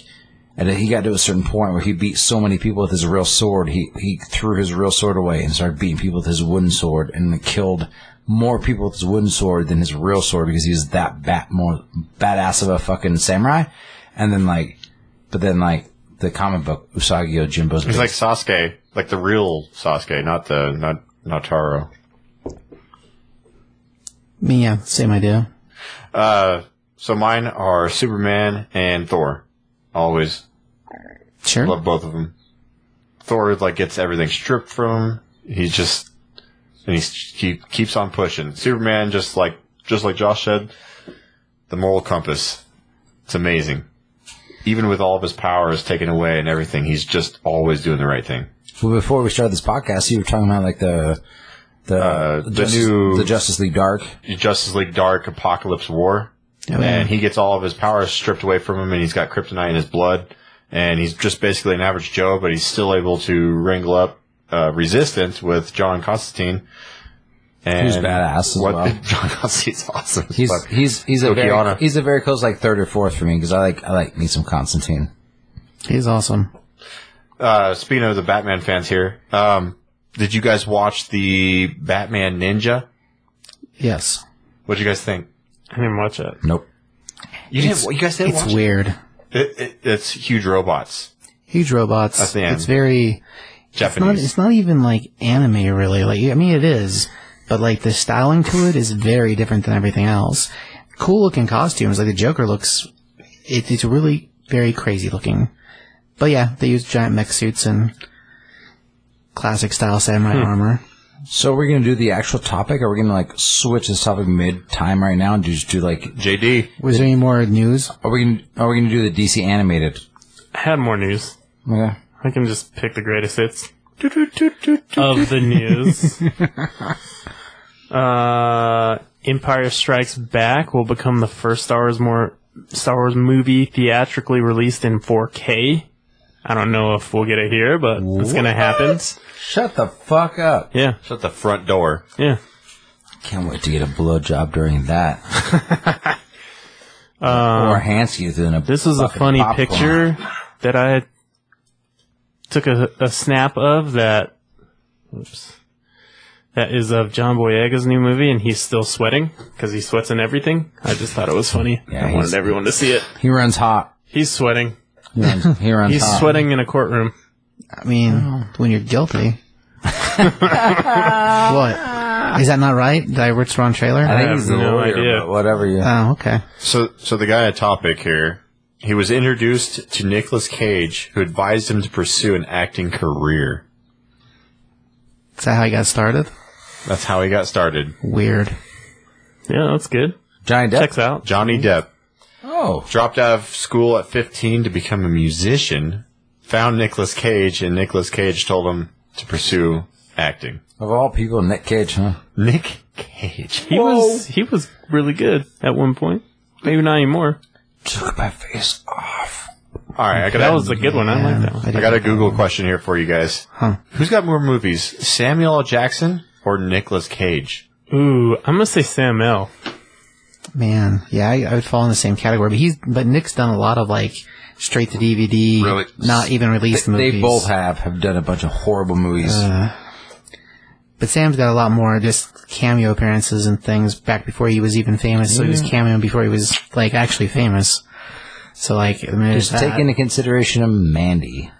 S1: And then he got to a certain point where he beat so many people with his real sword. He he threw his real sword away and started beating people with his wooden sword, and killed more people with his wooden sword than his real sword because he was that bat more badass of a fucking samurai. And then like, but then like the comic book Usagi Ojimbo's
S2: He's like Sasuke, like the real Sasuke, not the not not Taro.
S3: I mean, yeah, same idea.
S2: Uh, so mine are Superman and Thor. Always
S3: Sure.
S2: Love both of them. Thor like gets everything stripped from him. He just and he s- keep, keeps on pushing. Superman just like just like Josh said, the moral compass. It's amazing. Even with all of his powers taken away and everything, he's just always doing the right thing.
S1: Well, before we started this podcast, you were talking about like the the
S2: Uh, the
S1: Justice,
S2: new-
S1: the Justice League Dark.
S2: Justice League Dark Apocalypse War.
S3: Oh, yeah.
S2: And he gets all of his powers stripped away from him and he's got kryptonite in his blood. And he's just basically an average Joe, but he's still able to wrangle up uh, resistance with John Constantine. And
S1: Who's badass as well.
S2: John Constantine's awesome. as
S1: He's
S2: fuck.
S1: he's he's a very
S2: Okeana.
S1: he's a very close like third or fourth for me because I like I like me some Constantine.
S3: He's awesome.
S2: uh, speaking of the Batman fans here, um, did you guys watch the Batman Ninja?
S3: Yes.
S2: What'd you guys think?
S4: I didn't watch it.
S1: Nope.
S2: You, didn't, you guys didn't
S3: It's
S2: watch
S3: weird.
S2: it? It, it? It's huge robots.
S3: Huge robots.
S2: That's the end.
S3: It's very. It's not,
S2: Japanese.
S3: it's not even like anime, really. Like, I mean, it is, but like the styling to it is very different than everything else. Cool looking costumes, like the Joker looks. It, it's really very crazy looking. But yeah, they use giant mech suits and classic style samurai
S4: Hmm.
S3: armor.
S1: So we're gonna do the actual topic, or we're gonna like switch this topic mid time right now and just do like?
S2: JD.
S3: Was there any more news?
S1: Are we gonna are we gonna do the DC animated?
S4: I had more news.
S1: Okay.
S4: I can just pick the greatest hits of the news. uh, Empire Strikes Back will become the first Star Wars more Star Wars movie theatrically released in 4K. I don't know if we'll get it here, but it's gonna happen.
S1: Shut the fuck up!
S4: Yeah,
S2: Shut the front door.
S4: yeah.
S1: Can't wait to get a blowjob during that. or Hansky doing a.
S4: Um, This is a
S1: fucking
S4: funny
S1: popcorn.
S4: picture that I took a, a snap of that. Oops. That is of John Boyega's new movie, and he's still sweating because he sweats in everything. I just thought it was funny.
S1: Yeah,
S4: I
S1: he's-
S4: wanted everyone to see it.
S1: He runs hot.
S4: He's sweating.
S1: He runs, he runs
S4: He's
S1: hot.
S4: sweating in a courtroom.
S3: I mean, when you're guilty. what? Is that not right? Did I watch the wrong trailer?
S1: I think
S4: have
S1: he's the
S4: no
S1: lawyer,
S4: idea.
S1: but whatever. You.
S3: oh, okay.
S2: So, so the guy at topic here, he was introduced to Nicolas Cage, who advised him to pursue an acting career.
S3: Is that how I got started?
S2: That's how he got started.
S3: Weird.
S4: Yeah, that's good.
S1: Johnny Depp.
S4: Checks out.
S2: Johnny Depp
S1: Oh,
S2: dropped out of school at 15 to become a musician. Found Nicolas Cage, and Nicolas Cage told him to pursue acting.
S1: of all people, Nick Cage, huh?
S2: Nick Cage.
S4: He was he was really good at one point. Maybe not anymore.
S1: Took my face off.
S2: All right, I got
S4: That was a good one. I like that one.
S2: I got a Google question here for you guys. Who's got more movies, Samuel L. Jackson or Nicolas Cage?
S4: Ooh, I'm gonna say Sam L.
S3: Man, yeah, I, I would fall in the same category. But he's, but Nick's done a lot of like straight to DVD,
S2: Really?
S3: not even released
S1: They
S3: movies. Uh,
S1: both have have done a bunch of horrible movies.
S4: Uh,
S3: But Sam's got a lot more just cameo appearances and things back before he was even famous. So he was cameoing before he was like actually famous. So like, I mean, there's
S1: Just
S3: that.
S1: take into consideration of Mandy.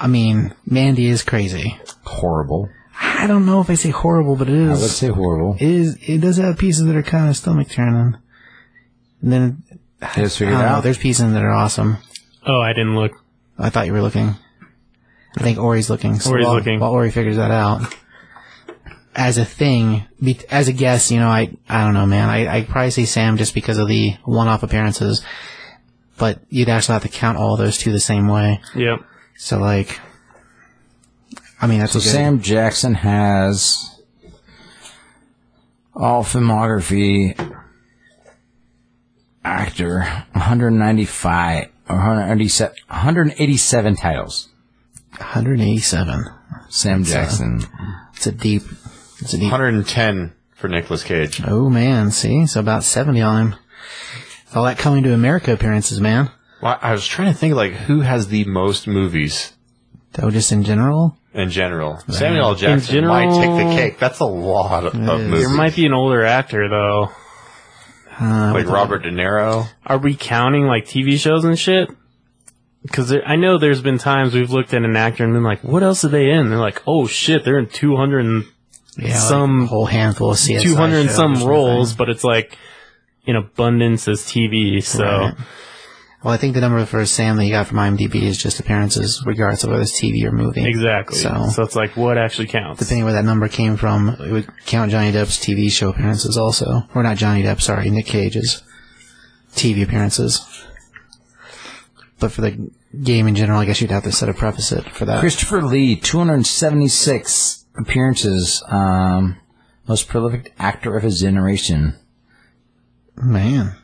S3: I mean, Mandy is crazy.
S1: Horrible.
S3: I don't know if I say horrible, but it
S1: I would
S3: is.
S1: say horrible.
S3: It is. It does have pieces that are kind of stomach turning. And then
S1: Just
S3: I
S1: figured
S3: don't know.
S1: out.
S3: There's pieces that are awesome.
S4: Oh, I didn't look.
S3: I thought you were looking. I think Ori's looking. So
S4: Ori's
S3: while,
S4: looking.
S3: While Ori figures that out, as a thing, be- as a guess, you know, I I don't know, man. I I probably say Sam just because of the one-off appearances, but you'd actually have to count all those two the same way.
S4: Yep.
S3: So like, I mean, that's
S1: So
S3: a good,
S1: Sam Jackson has all filmography actor 195 or 187, 187 titles.
S3: 187.
S1: Sam Jackson.
S3: It's a deep. It's a deep.
S2: 110 for Nicolas Cage.
S3: Oh man, see, so about 70 on him. It's all that coming to America appearances, man.
S2: Well, I was trying to think like who has the most movies
S3: Though just in general,
S2: in general. Samuel L. Jackson
S4: general-
S2: might take the cake. That's a lot of, of
S3: is.
S2: movies.
S4: There might be an older actor though.
S3: uh,
S2: like Robert De Niro.
S4: Are we counting like TV shows and shit? Because I know there's been times we've looked at an actor and been like, "What else are they in?" They're like, "Oh shit, they're in 200 and
S3: yeah, like
S4: some
S3: a whole handful of CSI
S4: 200 and
S3: shows
S4: some
S3: or something.
S4: roles," but it's like in abundance as TV. So
S3: Right. Well, I think the number for Sam that you got from IMDb is just appearances, regardless of whether it's TV or movie.
S4: exactly.
S3: So-
S4: So. it's like, what actually counts?
S3: Depending where that number came from, it would count Johnny Depp's TV show appearances also, or not Johnny Depp, sorry, Nick Cage's TV appearances. But for the game in general, I guess you'd have to set a preface it for that.
S1: Christopher Lee, 276 appearances, um, most prolific actor of his generation.
S3: Man.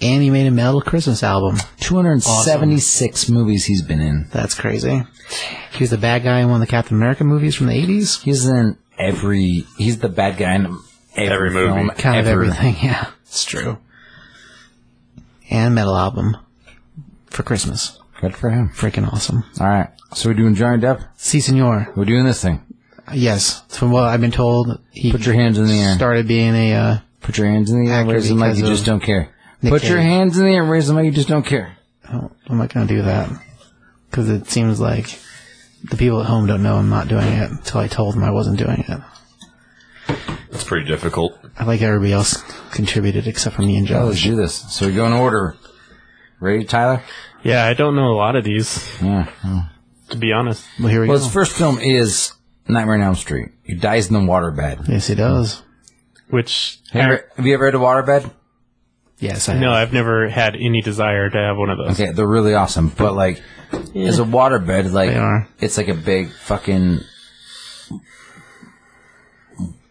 S3: And he made a metal Christmas album.
S1: 276 movies he's been in.
S3: That's crazy. He was the bad guy in one of the Captain America movies from the 80s.
S1: He's in every, he's the bad guy in every,
S2: Every movie.
S1: film
S3: Kind
S1: ever.
S3: of everything, yeah. It's true. And metal album for Christmas.
S1: Good for him.
S3: Freaking awesome.
S1: All right. So we're doing Johnny Depp.
S3: Si, senor.
S1: We're doing this thing.
S3: Yes. From what I've been told, he
S1: Put your hands in the air.
S3: started being a, uh,
S1: Put your hands in the air.
S3: Actor
S1: Raise them like
S3: because
S1: you just
S3: of
S1: don't care.
S3: Nick
S1: Put your
S3: Cage.
S1: hands in the air. Raise them like you just don't care.
S3: oh, I'm not going to do that. Because it seems like the people at home don't know I'm not doing it until I told them I wasn't doing it.
S2: That's pretty difficult.
S3: I like everybody else contributed except for me and
S1: Yeah, let's
S3: Josh.
S1: do this. So we go in order. Ready, Tyler?
S4: yeah, I don't know a lot of these.
S1: Yeah.
S4: to be honest.
S3: Well, here we
S1: Well,
S3: go.
S1: his first film is Nightmare on Elm Street. He dies in the waterbed.
S3: yes, he does.
S4: Which
S1: Have you- have you ever had a waterbed?
S3: Yes, I
S4: no,
S3: have.
S4: I've never had any desire to have one of those.
S1: Okay, they're really awesome, but like, as a waterbed, like
S3: They are.
S1: it's like a big fucking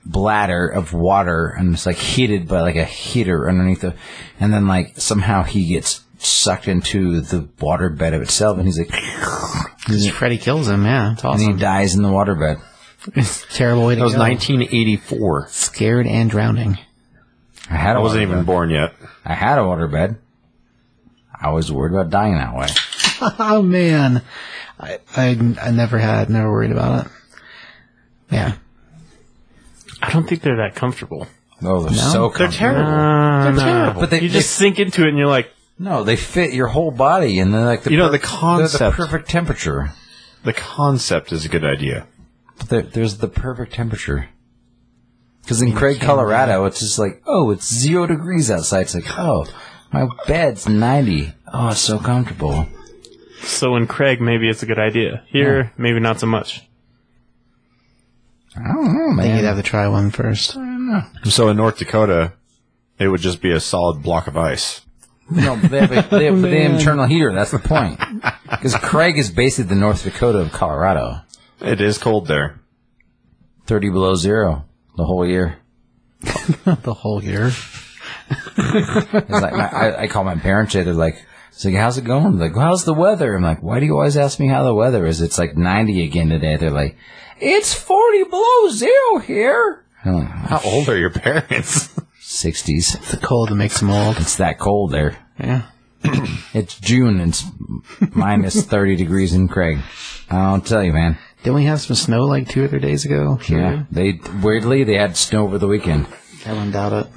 S1: bladder of water, and it's like heated by like a heater underneath the, and then like somehow he gets sucked into the waterbed of itself, and he's like,
S3: Freddy kills him. Yeah, it's
S1: and he
S3: awesome.
S1: dies in the waterbed.
S3: It's a terrible way to
S2: That was
S3: go.
S2: 1984.
S3: Scared and drowning.
S1: I had.
S2: I
S1: a
S2: wasn't
S1: waterbed.
S2: even born yet.
S1: I had a waterbed. I was worried about dying that way.
S3: Oh man, I, I I never had. Never worried about it. Yeah,
S4: I don't think they're that comfortable.
S1: Oh, they're so
S2: They're
S1: comfortable.
S2: terrible.
S4: Uh, no.
S2: terrible.
S1: But they,
S4: you just sink into it and you're like,
S1: no, they fit your whole body, and they're like the
S2: You know, the
S1: They're the
S2: concept-
S1: perfect temperature.
S2: The concept is a good idea.
S1: But there, there's the perfect temperature. Because in Craig, Colorado, it's just like, oh, it's zero degrees outside. It's like, oh, my bed's 90. Oh, it's so comfortable.
S4: so in Craig, maybe it's a good idea. Here, maybe not so much.
S1: I don't know,
S3: I think
S1: man.
S3: you'd have to try one first.
S2: So in North Dakota, it would just be a solid block of ice.
S1: No, they have, a, they have the internal heater. That's the point. Because Craig is basically the North Dakota of Colorado.
S2: It is cold there.
S1: 30 below zero the whole year.
S3: the whole year.
S1: It's like my, I, I call my parents. They're like, it's like, how's it going? They're like, how's the weather? I'm like, why do you always ask me how the weather is? It's like 90 again today. They're like, it's 40 below zero here. I'm like,
S2: How old are your parents?
S1: 60s.
S3: The cold that makes them old.
S1: It's that cold there.
S3: Yeah.
S1: It's June. It's minus 30 degrees in Craig. I'll tell you, man.
S3: Didn't we have some snow like two or three days ago?
S1: Yeah. They, weirdly, they had snow over the weekend.
S3: I wouldn't doubt it.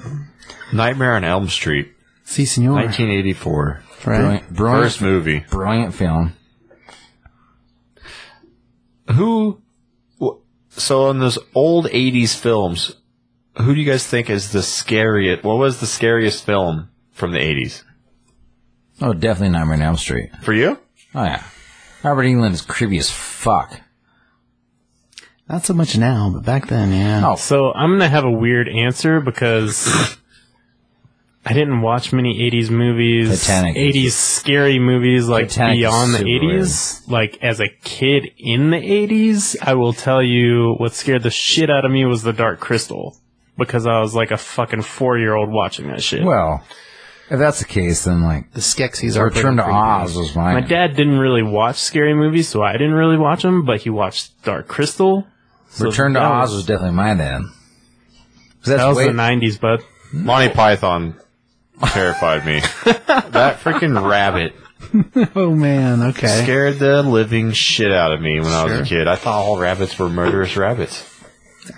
S2: Nightmare on Elm Street,
S3: Si, senor.
S2: 1984.
S3: Right.
S1: Brilliant, brilliant,
S2: First movie.
S1: brilliant film.
S2: Who? wh- So on those old '80s films, who do you guys think is the scariest? What was the scariest film from the '80s
S1: Oh, definitely Nightmare on Elm Street.
S2: for you?
S1: Oh, yeah. Robert England is creepy as fuck.
S3: Not so much now, but back then, yeah.
S1: Oh.
S4: So I'm gonna have a weird answer because I didn't watch many '80s movies,
S1: Titanic.
S4: '80s scary movies like
S1: Titanic is
S4: beyond the
S1: super
S4: '80s. Like as a kid in the '80s, I will tell you what scared the shit out of me was The Dark Crystal because I was like a fucking four year old watching that shit.
S1: Well, if that's the case, then like
S3: The Skeksis
S1: the
S3: are
S1: Return to
S3: pretty
S1: Oz was mine.
S4: My dad didn't really watch scary movies, so I didn't really watch them. But he watched Dark Crystal. so
S1: Return to
S4: that
S1: Oz
S4: was-
S1: was definitely mine then. 'Cause That's
S4: That was
S1: way-
S4: the '90s, bud.
S2: Monty Python terrified me. that freaking rabbit
S3: creepy. Oh man, okay.
S2: scared the living shit out of me when I was a kid. I thought all rabbits were murderous rabbits.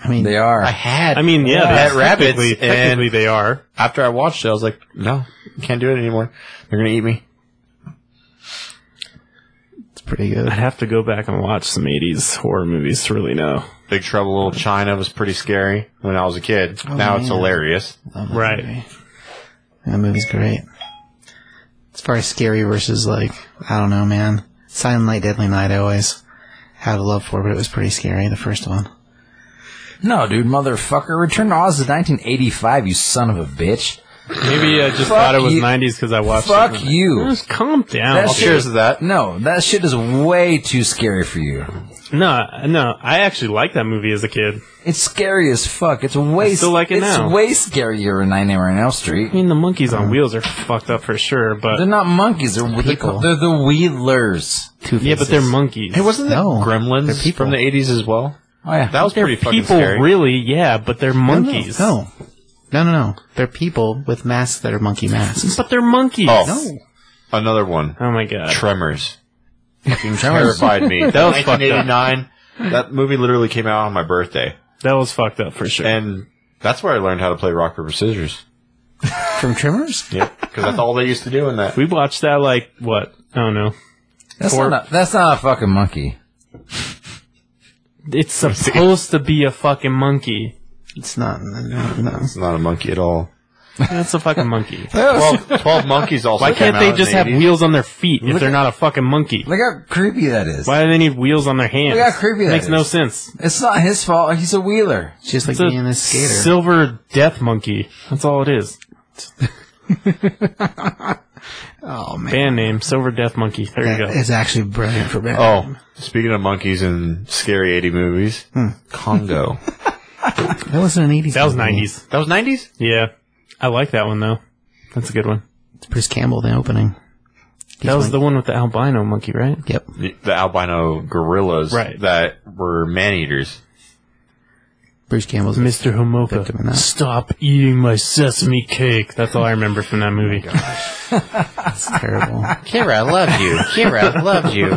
S3: I mean,
S1: they are.
S2: I had.
S4: I mean, yeah,
S2: I had
S4: they-
S2: rabbits,
S4: technically- technically
S2: and
S4: they are.
S2: after I watched it, I was like, no, can't do it anymore. They're gonna eat me.
S3: it's pretty good.
S4: I'd have to go back and watch some 80s horror movies to really know.
S2: Big Trouble in Little China was pretty scary when I was a kid.
S4: Oh,
S2: now it's
S3: man.
S2: hilarious.
S3: Love that
S4: Right.
S3: movie. That movie's great. As far as scary versus like, I don't know, man. Silent Night, Deadly Night, I always had a love for, but it was pretty scary. The first one.
S1: no, dude, motherfucker. Return to Oz is 1985. You son of a bitch.
S4: Maybe I just thought it was
S1: you.
S4: 90s because I watched
S1: Fuck
S4: it.
S1: you.
S4: Just calm down.
S1: That's-
S2: Well, cheers to that.
S1: No, that shit is way too scary for you.
S4: No, no, I actually liked that movie as a kid.
S1: It's scary as fuck. It's way.
S4: I still like it
S1: it's
S4: now.
S1: way scarier in Nightmare on Elm Street.
S4: I mean, the monkeys on wheels are fucked up for sure,
S1: They're
S4: but
S1: not monkeys. They're
S3: People.
S1: They're, they're the Wheelers.
S3: Two
S4: yeah, but they're monkeys.
S2: Hey, wasn't that
S3: No, they're
S2: Gremlins
S3: people.
S2: from the eighties as well?
S1: Oh yeah,
S2: That was
S4: They're
S2: pretty fucking
S4: people,
S2: scary.
S4: really, yeah, but they're monkeys.
S3: No, no, no, no. They're people with masks that are monkey masks.
S4: But they're monkeys.
S2: Oh.
S3: No,
S2: Another one,
S4: Oh my god.
S2: Tremors,
S1: Tremors.
S2: terrified me.
S4: That was fucked up.
S2: 1989. That movie literally came out on my birthday,
S4: That was fucked up for sure.
S2: and that's where I learned how to play rock paper scissors.
S3: from Tremors.
S2: Yeah, because that's all they used to do in that.
S4: we watched that like, what? I don't know.
S1: That's not, a, that's not a fucking monkey.
S4: It's supposed to be a fucking monkey.
S3: It's not. No, no.
S2: It's not a monkey at all.
S4: That's a fucking monkey.
S2: 12, 12 Monkeys also
S4: Why
S2: came
S4: can't
S2: out
S4: they
S2: in
S4: just
S2: the
S4: have
S2: 80s.
S4: wheels on their feet if they're not a fucking monkey?
S1: Look how creepy that is.
S4: Why do they need wheels on their hands?
S1: Look how creepy that
S4: Makes no
S1: is.
S4: sense.
S1: It's not his fault. He's a wheeler.
S3: It's just like
S4: It's a
S3: being a skater.
S4: silver death monkey. That's all it is.
S3: oh man,
S4: Band name, Silver Death Monkey. There you
S3: that
S4: go.
S3: is actually brilliant for Ben.
S2: Oh, speaking of monkeys and scary 80 movies, Congo.
S3: that was an eighties.
S4: That was 90s.
S2: that was 90s?
S4: Yeah. I like that one, though. That's a good one.
S3: Bruce Campbell the opening.
S4: That was the one with the albino monkey, right?
S3: Yep.
S2: The albino gorillas
S4: Right.
S2: that were man eaters.
S3: Bruce Campbell's
S4: Mr.
S3: Victim in
S4: Homoka.
S3: that.
S4: Stop eating my sesame cake. That's all I remember from that movie.
S3: terrible.
S2: Kira, I love you. Kira, I love you.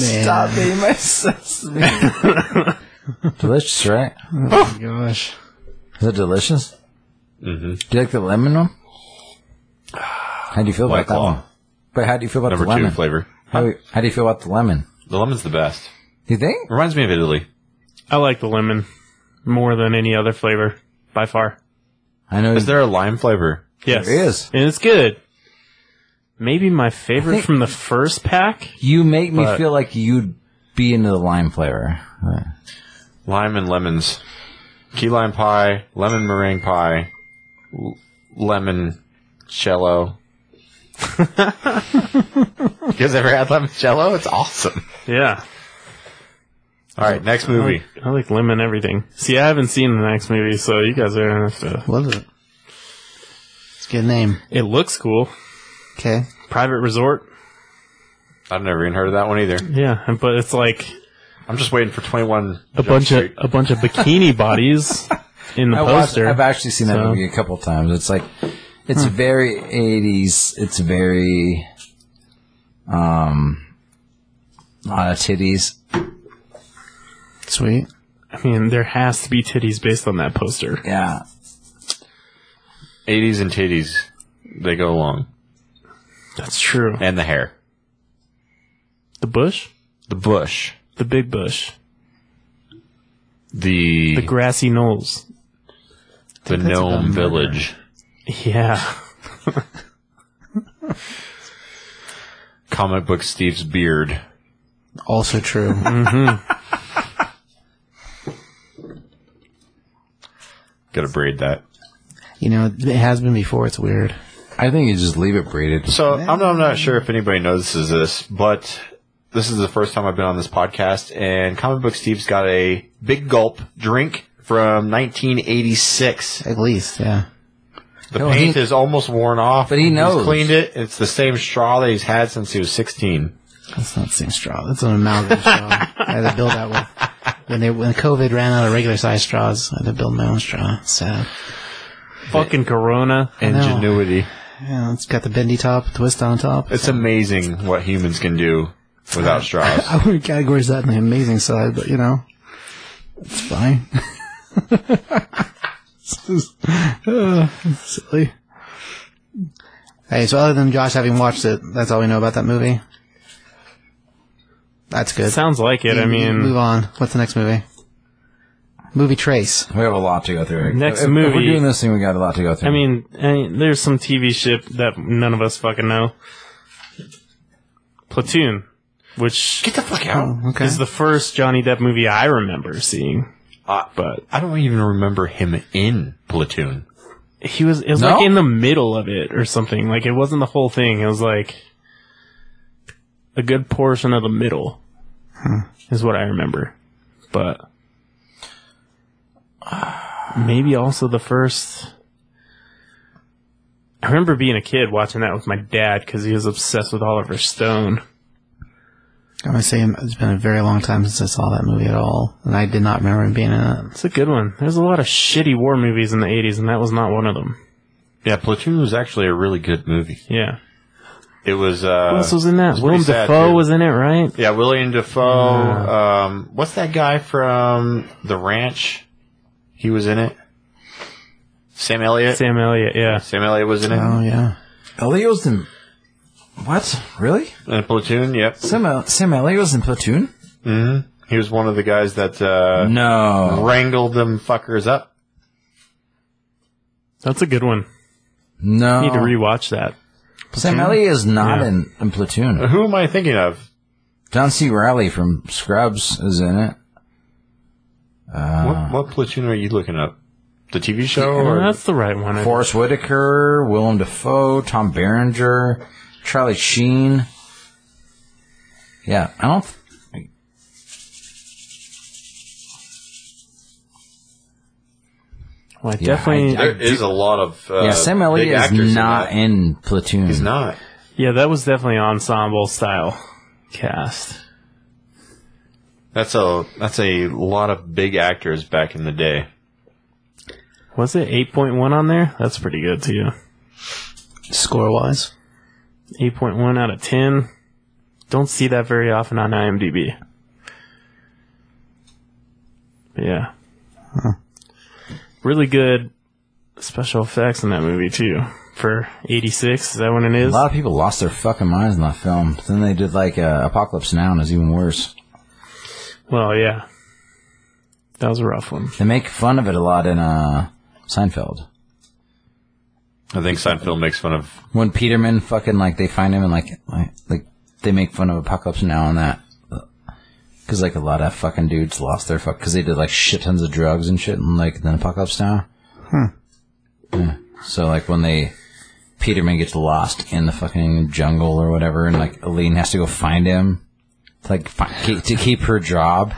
S3: Man.
S1: being my sesame. delicious, right?
S3: Oh my gosh.
S1: Is it delicious? Mm-hmm. Do you like the lemon one? How do you feel
S2: White
S1: about that
S2: Claw.
S1: one? But how do you feel about
S2: Number
S1: the lemon?
S2: two flavor.
S1: How, do you- how do you feel about the lemon?
S2: The lemon's the best.
S1: Do you think?
S2: Reminds me of Italy.
S4: I like the lemon more than any other flavor, by far.
S1: I know
S2: Is there a lime flavor?
S4: Yes.
S1: There is.
S4: And it's good. Maybe my
S1: I
S4: favorite
S1: think-
S4: from the first pack?
S1: you make me
S4: but-
S1: feel like you'd be into the lime flavor. Uh,
S2: Lime and lemons. Key lime pie, lemon meringue pie, l- lemon cello. you guys ever had lemon cello? It's awesome.
S4: Yeah.
S2: All right, next movie.
S4: I like lemon everything. See, I haven't seen the next movie, so you guys are going to have to.
S3: What is it? It's a good name.
S4: It looks cool.
S3: Okay.
S4: Private Resort.
S2: I've never even heard of that one either.
S4: Yeah, and- but it's like
S2: I'm just waiting for 21.
S4: a bunch of a bunch of bikini bodies in the
S1: I watched,
S4: poster.
S1: I've actually seen that
S4: so- Hmm.
S1: movie a couple times. It's like, it's very 80s. It's very, um, lot of titties.
S3: Sweet.
S4: I mean, there has to be titties based on that poster.
S1: Yeah.
S2: 80s and titties. They go along.
S4: That's true.
S2: And the hair.
S4: The bush,
S2: The bush.
S4: the big bush,
S2: The
S4: the
S2: the,
S4: grassy knolls.
S3: that's about
S2: gnome
S3: murder.
S2: village.
S4: Yeah,
S2: Comic book Steve's beard.
S3: Also true.
S2: Gotta braid that.
S3: you know, it has been before. It's weird.
S1: I think you just leave it braided.
S2: So I'm, I'm not sure if anybody notices this, but this is the first time I've been on this podcast, and Comic Book Steve's got a big gulp drink from 1986.
S3: At least, yeah.
S2: The
S1: No,
S2: paint
S1: Oh, he-
S2: is almost worn off.
S1: But he
S2: He's
S1: knows.
S2: cleaned it. It's the same straw that he's had since he was 16.
S3: That's not the same straw. That's an amalgam straw. I had to build that with. When they when COVID ran out of regular size straws, I had to build my own straw. Sad.
S4: fucking Corona.
S3: know.
S2: Ingenuity.
S3: Yeah, it's got the bendy top, twist on top.
S2: It's amazing what humans can do without straws.
S3: I wouldn't categorize that in the amazing side, but you know, it's fine. It's just- uh, it's silly. Hey, so other than Josh having watched it, that's all we know about that movie. That's good.
S4: Sounds like it. I
S3: move
S4: mean,
S3: on. What's the next movie? Movie Trace.
S1: We have a lot to go through.
S4: Next
S1: If- if
S4: movie.
S1: we're doing this thing, we got a lot to go through.
S4: I mean, I mean, there's some TV shit that none of us fucking know. Platoon, which
S2: Get the fuck out.
S3: Okay.
S4: is the first Johnny Depp movie I remember seeing.
S2: I, Uh,
S4: But
S2: I don't even remember him in Platoon.
S4: he was it was
S1: No?
S4: like in the middle of it or something. Like it wasn't the whole thing. It was like a good portion of the middle
S2: Hmm.
S4: is what I remember. But maybe also the first. I remember being a kid watching that with my dad because he was obsessed with Oliver Stone.
S3: I'm gonna say it's been a very long time since I saw that movie at all, and I did not remember him being in it.
S4: It's a good one. There's a lot of shitty war movies in the 80s, and that was not one of them.
S2: Yeah, Platoon was actually a really good movie.
S4: Yeah.
S2: It was. Uh,
S4: Who else was in that?
S2: it's pretty
S4: Willem
S2: sad,
S4: Dafoe
S2: dude.
S4: was in it, right?
S2: Yeah, William Defoe. um, what's that guy from The Ranch? He was in it. Sam Elliott. Sam,
S4: Sam Uh-huh. Elliott, yeah.
S2: Elliott was in it.
S3: Oh yeah,
S1: Elliot was in. What? Really?
S2: In Platoon, yep.
S1: Sam, El- Sam Elliott was in Platoon?
S2: He was one of the guys that uh,
S4: Mm-hmm.
S1: No.
S2: wrangled them fuckers up.
S4: That's a good one.
S1: No.
S4: Need to rewatch that.
S1: Sam Elliott is not
S4: Yeah. Uh-huh.
S1: in, in Platoon.
S2: Who am I thinking of?
S1: John C. Riley from Scrubs is in it.
S4: Uh.
S2: what, what platoon are you looking up? The TV show?
S4: Well,
S2: Or
S4: Oh, that's the right one. I-
S1: Forrest Whitaker, Willem Dafoe, Tom Berenger, Charlie Sheen. Yeah, I don't. th-
S4: well, I definitely.
S2: there is a lot of uh,
S1: yeah, Sam
S2: big
S1: Elliott
S2: actors
S1: is
S2: in
S1: not
S2: that.
S1: in Platoon.
S2: He's not.
S4: yeah, that was definitely ensemble style cast.
S2: That's a that's a lot of big actors back in the day.
S4: Was it 8.1 on there? That's pretty good too.
S3: Score wise,
S4: 8.1 out of 10. Don't see that very often on IMDb. But yeah. Really good special effects in that movie too. For 86, is that when it
S1: A
S4: is?
S1: lot of people lost their fucking minds in that film. But then they did like uh, Apocalypse Now, and it's even worse.
S4: Well, yeah. That was a rough one.
S1: They make fun of it a lot in uh, Seinfeld.
S2: I think Seinfeld makes fun of
S1: When Peterman fucking like they find him and like like, like they make fun of Apocalypse Now and that. Because like a lot of fucking dudes lost their fuck because they did like shit tons of drugs and shit and like then Apocalypse Now.
S3: Hmm.
S1: Yeah. So like when they Peterman gets lost in the fucking jungle or whatever and like Aline has to go find him to like fi- keep, to keep her job.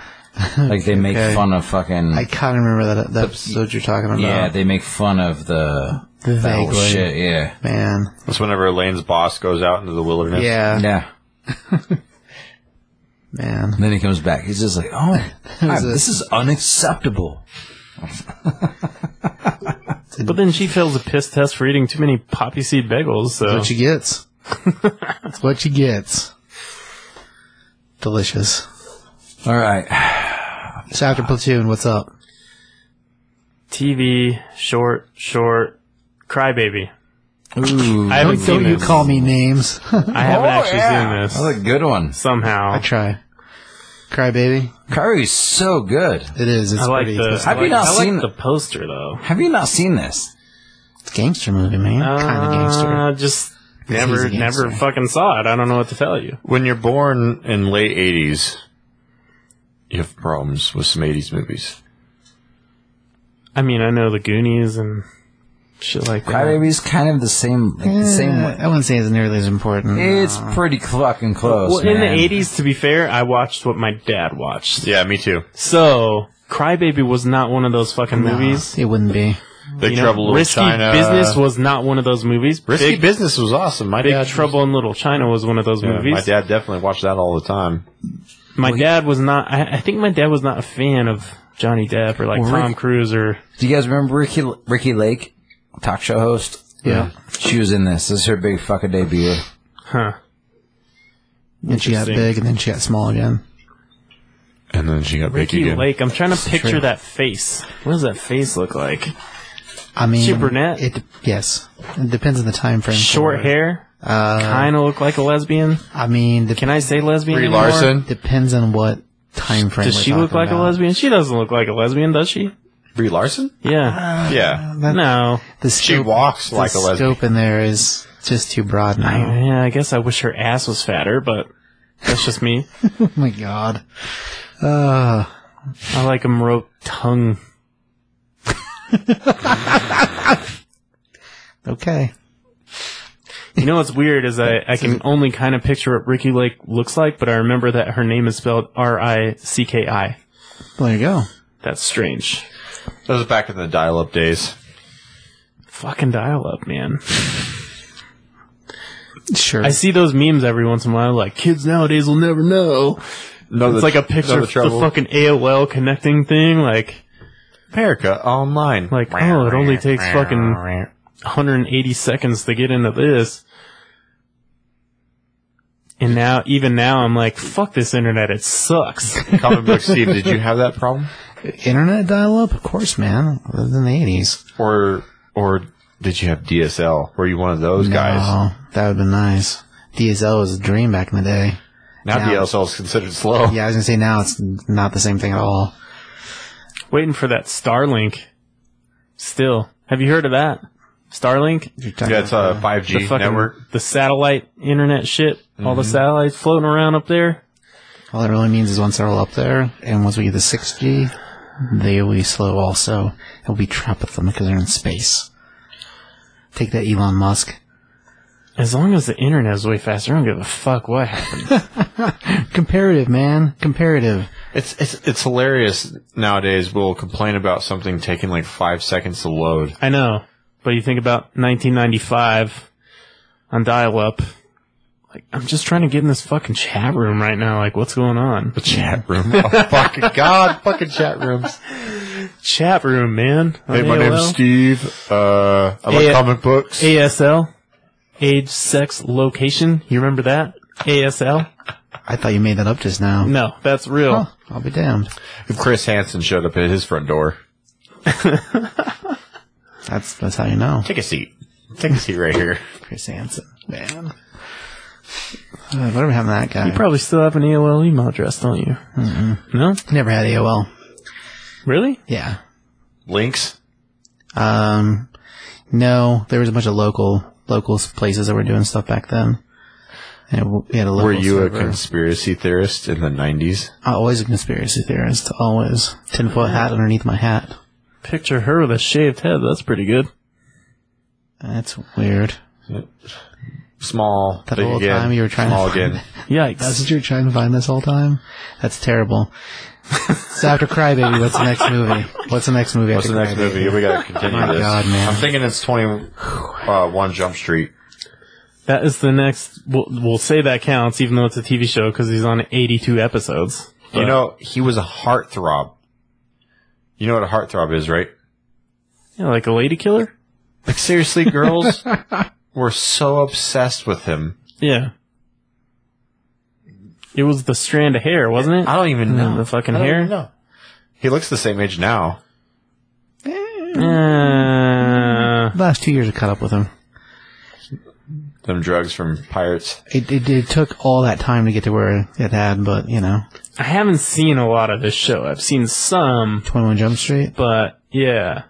S1: Like they make
S3: Okay.
S1: fun of fucking
S3: I kind of remember that that episode you're talking about.
S1: yeah they make fun of the that whole
S3: Vaguely.
S1: shit yeah
S3: man.
S2: that's whenever Elaine's boss goes out into the wilderness.
S3: Yeah,
S1: yeah.
S3: man.
S1: And then he comes back. He's just like, oh,
S3: was
S1: I-
S3: it.
S1: this is unacceptable.
S4: But then she fails a piss test for eating too many poppy seed
S3: That's
S4: bagels, so
S3: what she gets. That's what she gets. Delicious.
S1: All right.
S3: So after platoon, what's up?
S4: TV, short, short, crybaby.
S1: Ooh.
S4: I haven't
S3: Don't,
S4: seen
S3: don't you
S4: this.
S3: call me names.
S4: I haven't
S1: Oh,
S4: actually
S1: yeah.
S4: seen
S1: That's
S4: this.
S1: a good one.
S4: Somehow.
S3: I try. Cry baby.
S1: Curry's so good.
S3: It is. It's
S4: I like
S3: pretty.
S4: the.
S3: It's,
S4: I
S1: Have you
S4: like,
S1: not
S4: I like
S1: seen-
S4: the poster though?
S1: Have you not seen this?
S3: a gangster movie, man. kind of gangster.
S4: Uh, just
S3: He's a
S4: never,
S3: gangster.
S4: never fucking saw it. I don't know what to tell you.
S2: When you're born in late '80s, you have problems with some '80s movies.
S4: I mean, I know the Goonies and shit like that.
S1: Crybaby's kind of the same, like the same
S3: Eh,
S1: way.
S3: I wouldn't say it's nearly as important.
S4: Eh.
S1: It's pretty fucking close.
S4: well, in
S1: man.
S4: the '80s, to be fair, I watched what my dad watched.
S2: Yeah, me too.
S4: So, Crybaby was not one of those fucking
S3: No,
S4: movies.
S3: It wouldn't be.
S2: Big
S4: You know,
S2: Trouble in Little
S4: Risky
S2: China.
S4: Business was not one of those movies.
S2: Risky
S4: Big,
S2: Business was awesome. My
S4: Big
S2: dad
S4: Trouble in Little China was one of those
S2: Yeah,
S4: movies.
S2: my dad definitely watched that all the time.
S4: My dad was not. I, I think my dad was not a fan of Johnny Depp or like
S1: Well,
S4: Tom
S1: Rick-
S4: Cruise or
S1: Do you guys remember Ricky, Ricky Lake, talk show host?
S3: Yeah.
S1: She was in this. This is her big fucking debut.
S4: huh.
S3: And she got
S4: Interesting.
S3: big, and then she got small again.
S2: And then she got
S4: Ricky
S2: Ricky again.
S4: Lake. I'm trying to picture that face. What does that face look like?
S3: I mean,
S4: She a brunette?
S3: It yes. It depends on the time frame. for
S4: Short
S3: it.
S4: hair.
S3: Uh,
S4: kind of look like a lesbian.
S3: I mean, dep-
S4: Can I say lesbian?
S2: Brie
S4: anymore?
S2: Larson.
S3: depends on what time frame.
S4: Does
S3: we're
S4: she look
S3: talking
S4: like
S3: about.
S4: a lesbian? She doesn't look like a lesbian, does she?
S2: Brie Larson?
S4: Yeah.
S2: Yeah.
S4: Uh,
S3: That-
S4: no.
S3: The
S2: She
S3: scope,
S2: walks
S3: the
S2: like a lesbian.
S3: scope in there is just too broad now.
S4: Yeah, I guess I wish her ass was fatter, but that's just me.
S3: Oh my god. Uh,
S4: I like a rope tongue.
S3: okay.
S4: You know what's weird is I, I can only kind of picture what Ricky Lake looks like, but I remember that her name is spelled R I C K I.
S3: Well, there you go.
S4: That's strange.
S2: That was back in the dial-up days.
S4: Fucking dial up, man.
S3: Sure.
S4: I see those memes every once in a while, like kids nowadays will never know.
S2: No,
S4: It's like a picture of the fucking AOL connecting thing, like
S2: America online.
S4: Like, oh, it only takes fucking 180 seconds to get into this. And now, even now, I'm like, fuck this internet, it sucks.
S2: Comic book Steve, did you have that problem?
S3: Internet dial-up, of course, man. Other than the eighties,
S2: Or or did you have DSL? Were you one of those guys?
S3: Oh, that would have been nice. DSL was a dream back in the day.
S2: Now
S3: No.
S2: DSL is considered slow.
S3: Yeah, I was gonna say now it's not the same thing at all.
S4: Waiting for that Starlink. Still. Have you heard of that? Starlink?
S3: You're talking
S2: Yeah, it's uh, a
S3: about,
S2: 5G
S4: the fucking
S2: network.
S4: the satellite internet shit. All the satellites floating around up there.
S3: all it really means is once they're all up there, and once we get the 6G, they will be slow also. It'll be trapped with them because they're in space. Take that, Elon Musk.
S4: As long as the internet is way faster, I don't give a fuck what happened.
S3: Comparative, man. Comparative.
S2: It's it's it's hilarious nowadays. We'll complain about something taking like five seconds to load.
S4: I know, but you think about 1995 on dial-up. Like, I'm just trying to get in this fucking chat room right now. Like, what's going on?
S2: The chat room. Oh fucking god! Fucking chat rooms.
S4: Chat room, man. on
S2: Hey, my name's
S4: AOL.
S2: Steve. Uh, I like
S4: Hey, uh,
S2: comic books.
S4: ASL. Age, sex, location. You remember that? ASL?
S3: I thought you made that up just now.
S4: No, that's real.
S3: Huh, I'll be damned.
S2: If Chris Hansen showed up at his front door,
S3: That's that's how you know.
S2: take a seat. Take a seat right here.
S3: Chris Hansen. Man. Uh, whatever happened to that guy?
S4: You probably still have an AOL email address, don't you?
S2: Mm-hmm.
S4: No?
S3: Never had AOL.
S4: Really?
S3: Yeah.
S2: Links.
S3: Um, no, there was a bunch of local local places that were doing stuff back then. And w- we had a local
S2: Were you a
S3: server.
S2: conspiracy theorist in the '90s?
S3: Uh, always a conspiracy theorist. Always tinfoil hat underneath my hat.
S4: Picture her with a shaved head. That's pretty good.
S3: That's weird.
S2: Small.
S3: That
S2: big
S3: whole
S2: again,
S3: time you were trying to
S2: small
S3: find-
S2: again.
S4: Yikes.
S3: That's what you're trying to find this whole time. That's terrible. so after Crybaby, what's the next movie? What's the next movie?
S2: What's the
S3: after
S2: next
S3: Crybaby?
S2: movie? We gotta continue
S3: My
S2: this.
S3: God, man.
S2: I'm thinking it's 21 uh, One Jump Street.
S4: That is the next. We'll, we'll say that counts, even though it's a TV show, because he's on 82 episodes.
S2: You know, he was a heartthrob. You know what a heartthrob is, right?
S4: Yeah, like a lady killer?
S2: Like seriously, girls were so obsessed with him.
S4: Yeah. It was the strand of hair, wasn't it?
S2: I don't even know
S4: The fucking
S2: I don't
S4: hair?
S2: even know. He looks the same age now.
S4: Uh,
S3: The last two years I caught up with him.
S2: Them drugs from pirates.
S3: It, it, it took all that time to get to where it had, but you know,
S4: I haven't seen a lot of this show. I've seen some,
S3: 21 Jump Street.
S4: but yeah.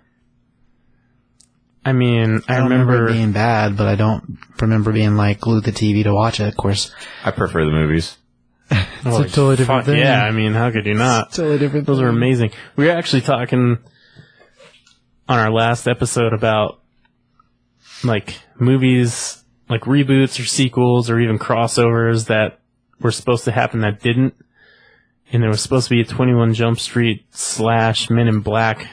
S4: I mean, I,
S3: I don't remember,
S4: remember.
S3: it being bad, but I don't remember being like glued to TV to watch it. Of course,
S2: I prefer the movies.
S3: it's
S4: like, Oh, fuck Yeah, I mean, how could you not?
S3: totally different.
S4: Uh, Those are amazing. We were actually talking on our last episode about like movies, like reboots or sequels or even crossovers that were supposed to happen that didn't. And there was supposed to be a 21 Jump Street slash Men in Black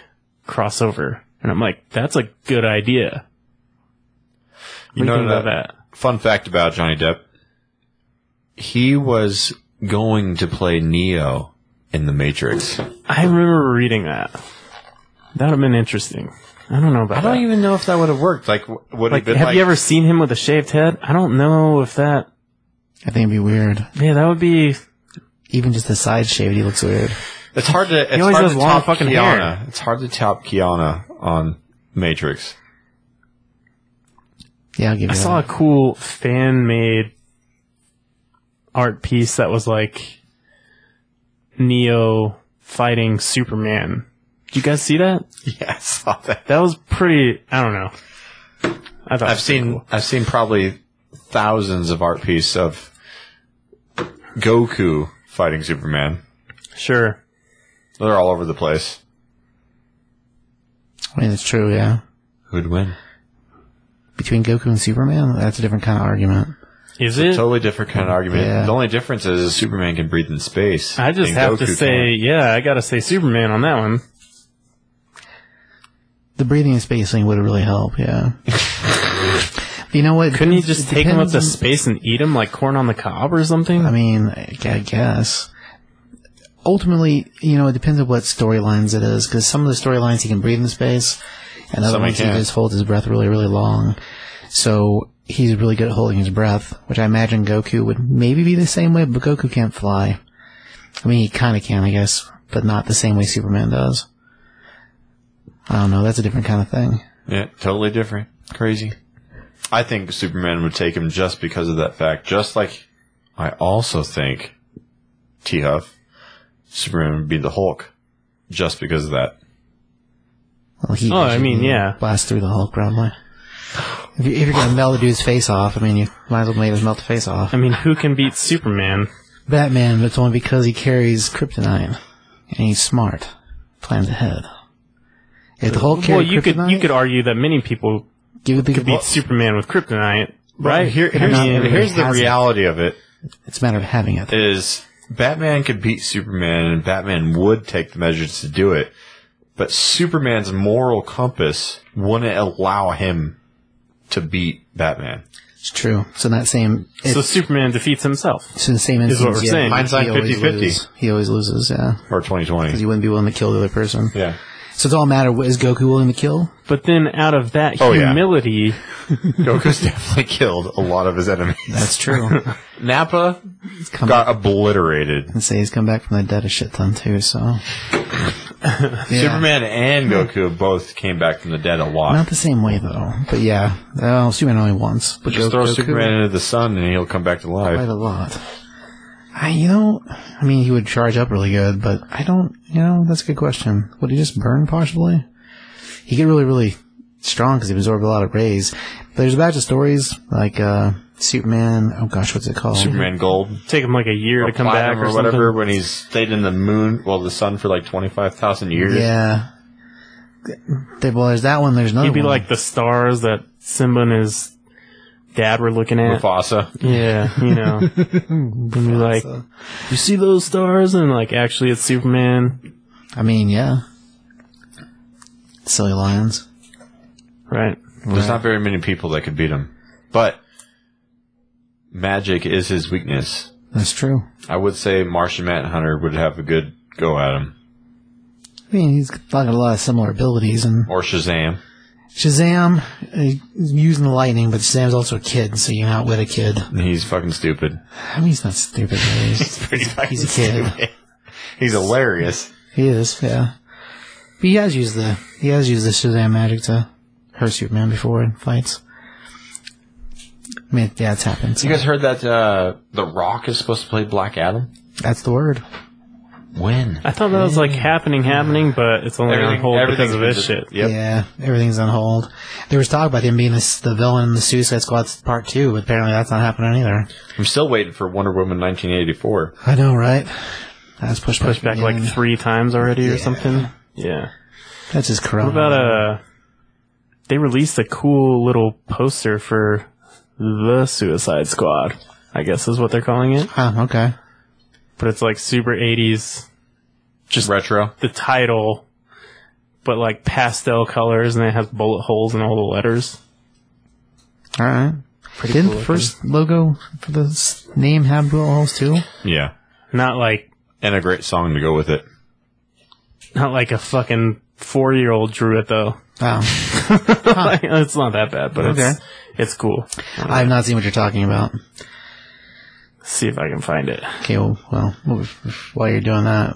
S4: crossover. And I'm like, that's a good idea.
S2: You
S4: What do
S2: know
S4: you think about
S2: that-
S4: that?
S2: Fun fact about Johnny Depp. He was going to play Neo in The Matrix.
S4: I remember reading that. That would have been interesting. I don't know about
S2: I don't
S4: that.
S2: even know if that would have worked. Like, w- would
S4: like,
S2: it have been
S4: have
S2: like,
S4: you ever seen him with a shaved head? I don't know if that
S3: I think it'd be weird.
S4: Yeah, that would be.
S3: Even just the side shave, he looks weird.
S2: It's hard to. It's
S4: always
S2: hard
S4: has
S2: to
S4: long
S2: top
S4: fucking
S2: Kiana.
S4: hair.
S2: It's hard to top Kiana on Matrix.
S3: Yeah, I'll give you
S4: I
S3: that.
S4: saw a cool fan made art piece that was like Neo fighting Superman. Did you guys see that?
S2: Yeah, I saw that.
S4: That was pretty. I don't know. I thought
S2: I've seen. I've seen probably thousands of art piece of Goku fighting Superman.
S4: sure.
S2: They're all over the place.
S3: I mean, it's true. Yeah,
S2: Who'd win?
S3: between Goku and Superman, that's a different kind of argument.
S4: Is it?
S2: Totally different kind of argument.
S3: Yeah.
S2: The only difference is Superman can breathe in space.
S4: I just
S2: and
S4: have to
S2: Goku
S4: say,
S2: can't.
S4: yeah, I gotta say Superman on that one.
S3: The breathing in space thing would really help. Yeah. But you know what?
S4: Couldn't you
S3: It
S4: just take him up
S3: depends
S4: to
S3: on- Uh,
S4: space and eat him like corn on the cob or something?
S3: I mean, I gu- I guess. Ultimately, you know, it depends on what storylines it is, because some of the storylines he can breathe in space, and other
S2: Some he
S3: ones he
S2: can't.
S3: just holds his breath really, really long. So he's really good at holding his breath, which I imagine Goku would maybe be the same way, but Goku can't fly. I mean, he kind of can, I guess, but not the same way Superman does. I don't know. That's a different kind of thing.
S2: Yeah, totally different. Crazy. I think Superman would take him just because of that fact. Just like I also think T Huff, Superman would be the Hulk just because of that.
S3: Well, he,
S4: Oh, I mean,
S3: he
S4: yeah.
S3: blast through the Hulk probably. If, you, if you're gonna melt a dude's face off, I mean, you might as well make him melt the face off.
S4: I mean, who can beat Superman?
S3: Batman, but it's only because he carries kryptonite and he's smart, plans ahead. If the Hulk
S4: Well,
S3: carried
S4: you could
S3: kryptonite,
S4: you could argue that many people
S3: give it the
S4: beat Superman with kryptonite, right?
S2: Here,
S3: But
S2: here's,
S3: not everybody
S2: here's the
S3: has it.
S2: reality of it:
S3: It's a matter of having it.
S2: is Batman could beat Superman, and Batman would take the measures to do it, but Superman's moral compass wouldn't allow him to beat Batman.
S3: It's true. So in that same, it,
S4: so
S3: so,
S4: Superman defeats himself.
S3: in the same
S4: is
S3: instance,
S4: what we're
S3: yeah,
S4: saying.
S2: Mine's like
S3: he always
S2: 50-50.
S3: loses. He always loses, yeah,
S2: Or
S3: because
S2: 2020.
S3: he wouldn't be willing to kill the other person.
S2: Yeah.
S3: So it's all a matter: of, is Goku willing to kill?
S4: But then out of that
S2: Oh, yeah.
S4: humility,
S2: Goku's definitely killed a lot of his enemies.
S3: That's true.
S2: Nappa
S3: he's come
S2: got
S3: back
S2: obliterated.
S3: and say he's come back from the dead a shit ton too. So Yeah.
S2: Superman and Goku both came back from the dead a lot.
S3: Not the same way though, but yeah. Well, Superman only once, but
S2: Just
S3: Go-
S2: throw
S3: Goku
S2: Superman into the sun and he'll come back to
S3: quite
S2: life.
S3: a lot. I, you know, I mean, he would charge up really good, but I don't. You know, that's a good question. Would he just burn possibly? He get really, really strong because he absorbed a lot of rays. There's a batch of stories like uh Superman. Oh gosh, what's it called?
S2: Superman Gold
S4: take him like a year to come back
S2: platinum
S4: or,
S2: whatever
S4: something.
S2: when he's stayed in the moon, well, the sun for like twenty five thousand years.
S3: Yeah. There, well, there's that one. There's another
S4: He'd be
S3: one.
S4: like the stars that Simba and his dad were looking at.
S2: Mufasa.
S4: Yeah, you know, and be like, you see those stars, and like actually it's Superman,
S3: I mean, yeah. Silly lions.
S4: right?
S2: There's not very many people that could beat him, but magic is his weakness.
S3: That's true.
S2: I would say Martian Manhunter would have a good go at him,
S3: I mean, he's got a lot of similar abilities, and
S2: or Shazam.
S3: Shazam uh, using the lightning, but Shazam's also a kid, so you outwit a kid.
S2: He's fucking stupid.
S3: I mean, he's not stupid. but He's, he's a kid.
S2: He's hilarious.
S3: He is, yeah. But he has used the he has used the Shazam magic to hurt Superman before in fights. I mean, yeah, it's happened. so
S2: You guys heard that uh, The Rock is supposed to play Black Adam?
S3: That's the word.
S2: When?
S4: I thought that was like happening, happening, but it's only on hold because of this shit.
S2: Yep.
S3: Yeah, everything's on hold. There was talk about him being this, the villain in the Suicide Squad Part Two, but apparently that's not happening either.
S2: I'm still waiting for Wonder Woman 1984.
S3: I know, right? That's pushed
S4: Pushed back like
S3: again.
S4: three times already or something. Yeah.
S3: That's just corona.
S4: What about uh they released a cool little poster for the Suicide Squad, I guess is what they're calling it.
S3: Huh, Ah, okay.
S4: But it's like super eighties
S2: Just retro.
S4: the title but like pastel colors and it has bullet holes in all the letters.
S3: All right.
S4: Pretty
S3: Didn't
S4: cool
S3: the first logo for the s- name have bullet holes too?
S2: Yeah.
S4: not like
S2: And a great song to go with it.
S4: not like a fucking four year old drew it though.
S3: Oh,
S4: Like, it's not that bad, but it's
S3: Okay.
S4: it's cool.
S3: I have not seen what you're talking about.
S4: Let's see if I can find it.
S3: Okay, well, well, well, while you're doing that,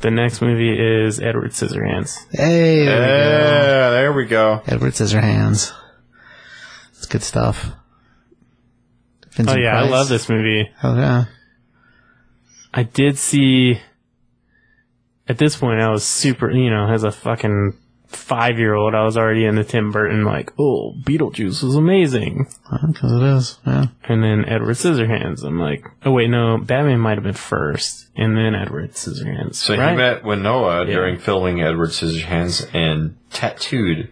S4: The next movie is Edward Scissorhands.
S3: hey,
S2: Yeah,
S3: there
S2: there
S3: we go.
S2: we go.
S3: Edward Scissorhands. It's good stuff.
S4: Oh
S3: Vincent
S4: yeah, I
S3: Price.
S4: love this movie.
S3: Oh yeah,
S4: I did see. At this point, I was super. You know, as a fucking five-year-old, I was already into Tim Burton. Like, oh, Beetlejuice was amazing.
S3: because it is. Yeah,
S4: And then Edward Scissorhands. I'm like, oh wait, no, Batman might have been first, and then Edward Scissorhands.
S2: So
S4: right?
S2: he met Winnoa
S4: Yeah.
S2: during filming Edward Scissorhands and tattooed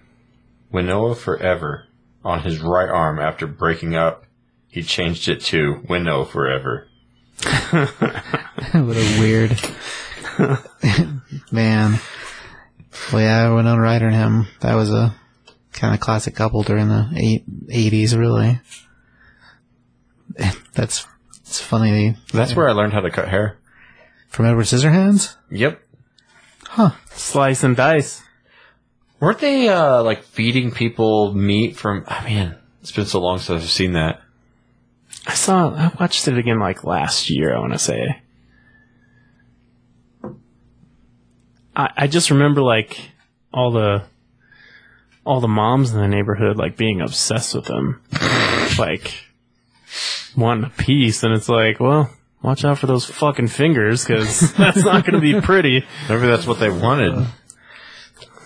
S2: Winnoa Forever on his right arm after breaking up. He changed it to Winnow Forever.
S3: what a weird man. Well, yeah, Winona Ryder and him. That was a kind of classic couple during the eight, 80s, really. That's it's funny
S2: That's where I learned how to cut hair.
S3: from Edward Scissorhands.
S2: Yep.
S4: Slice and dice.
S2: Weren't they uh, like feeding people meat from? I mean, it's been so long since I've seen that.
S4: I saw. I watched it again like last year. I want to say. I I just remember like all the all the moms in the neighborhood like being obsessed with them, like wanting a piece, and it's like, well, watch out for those fucking fingers because that's not going to be pretty.
S2: Maybe that's what they wanted.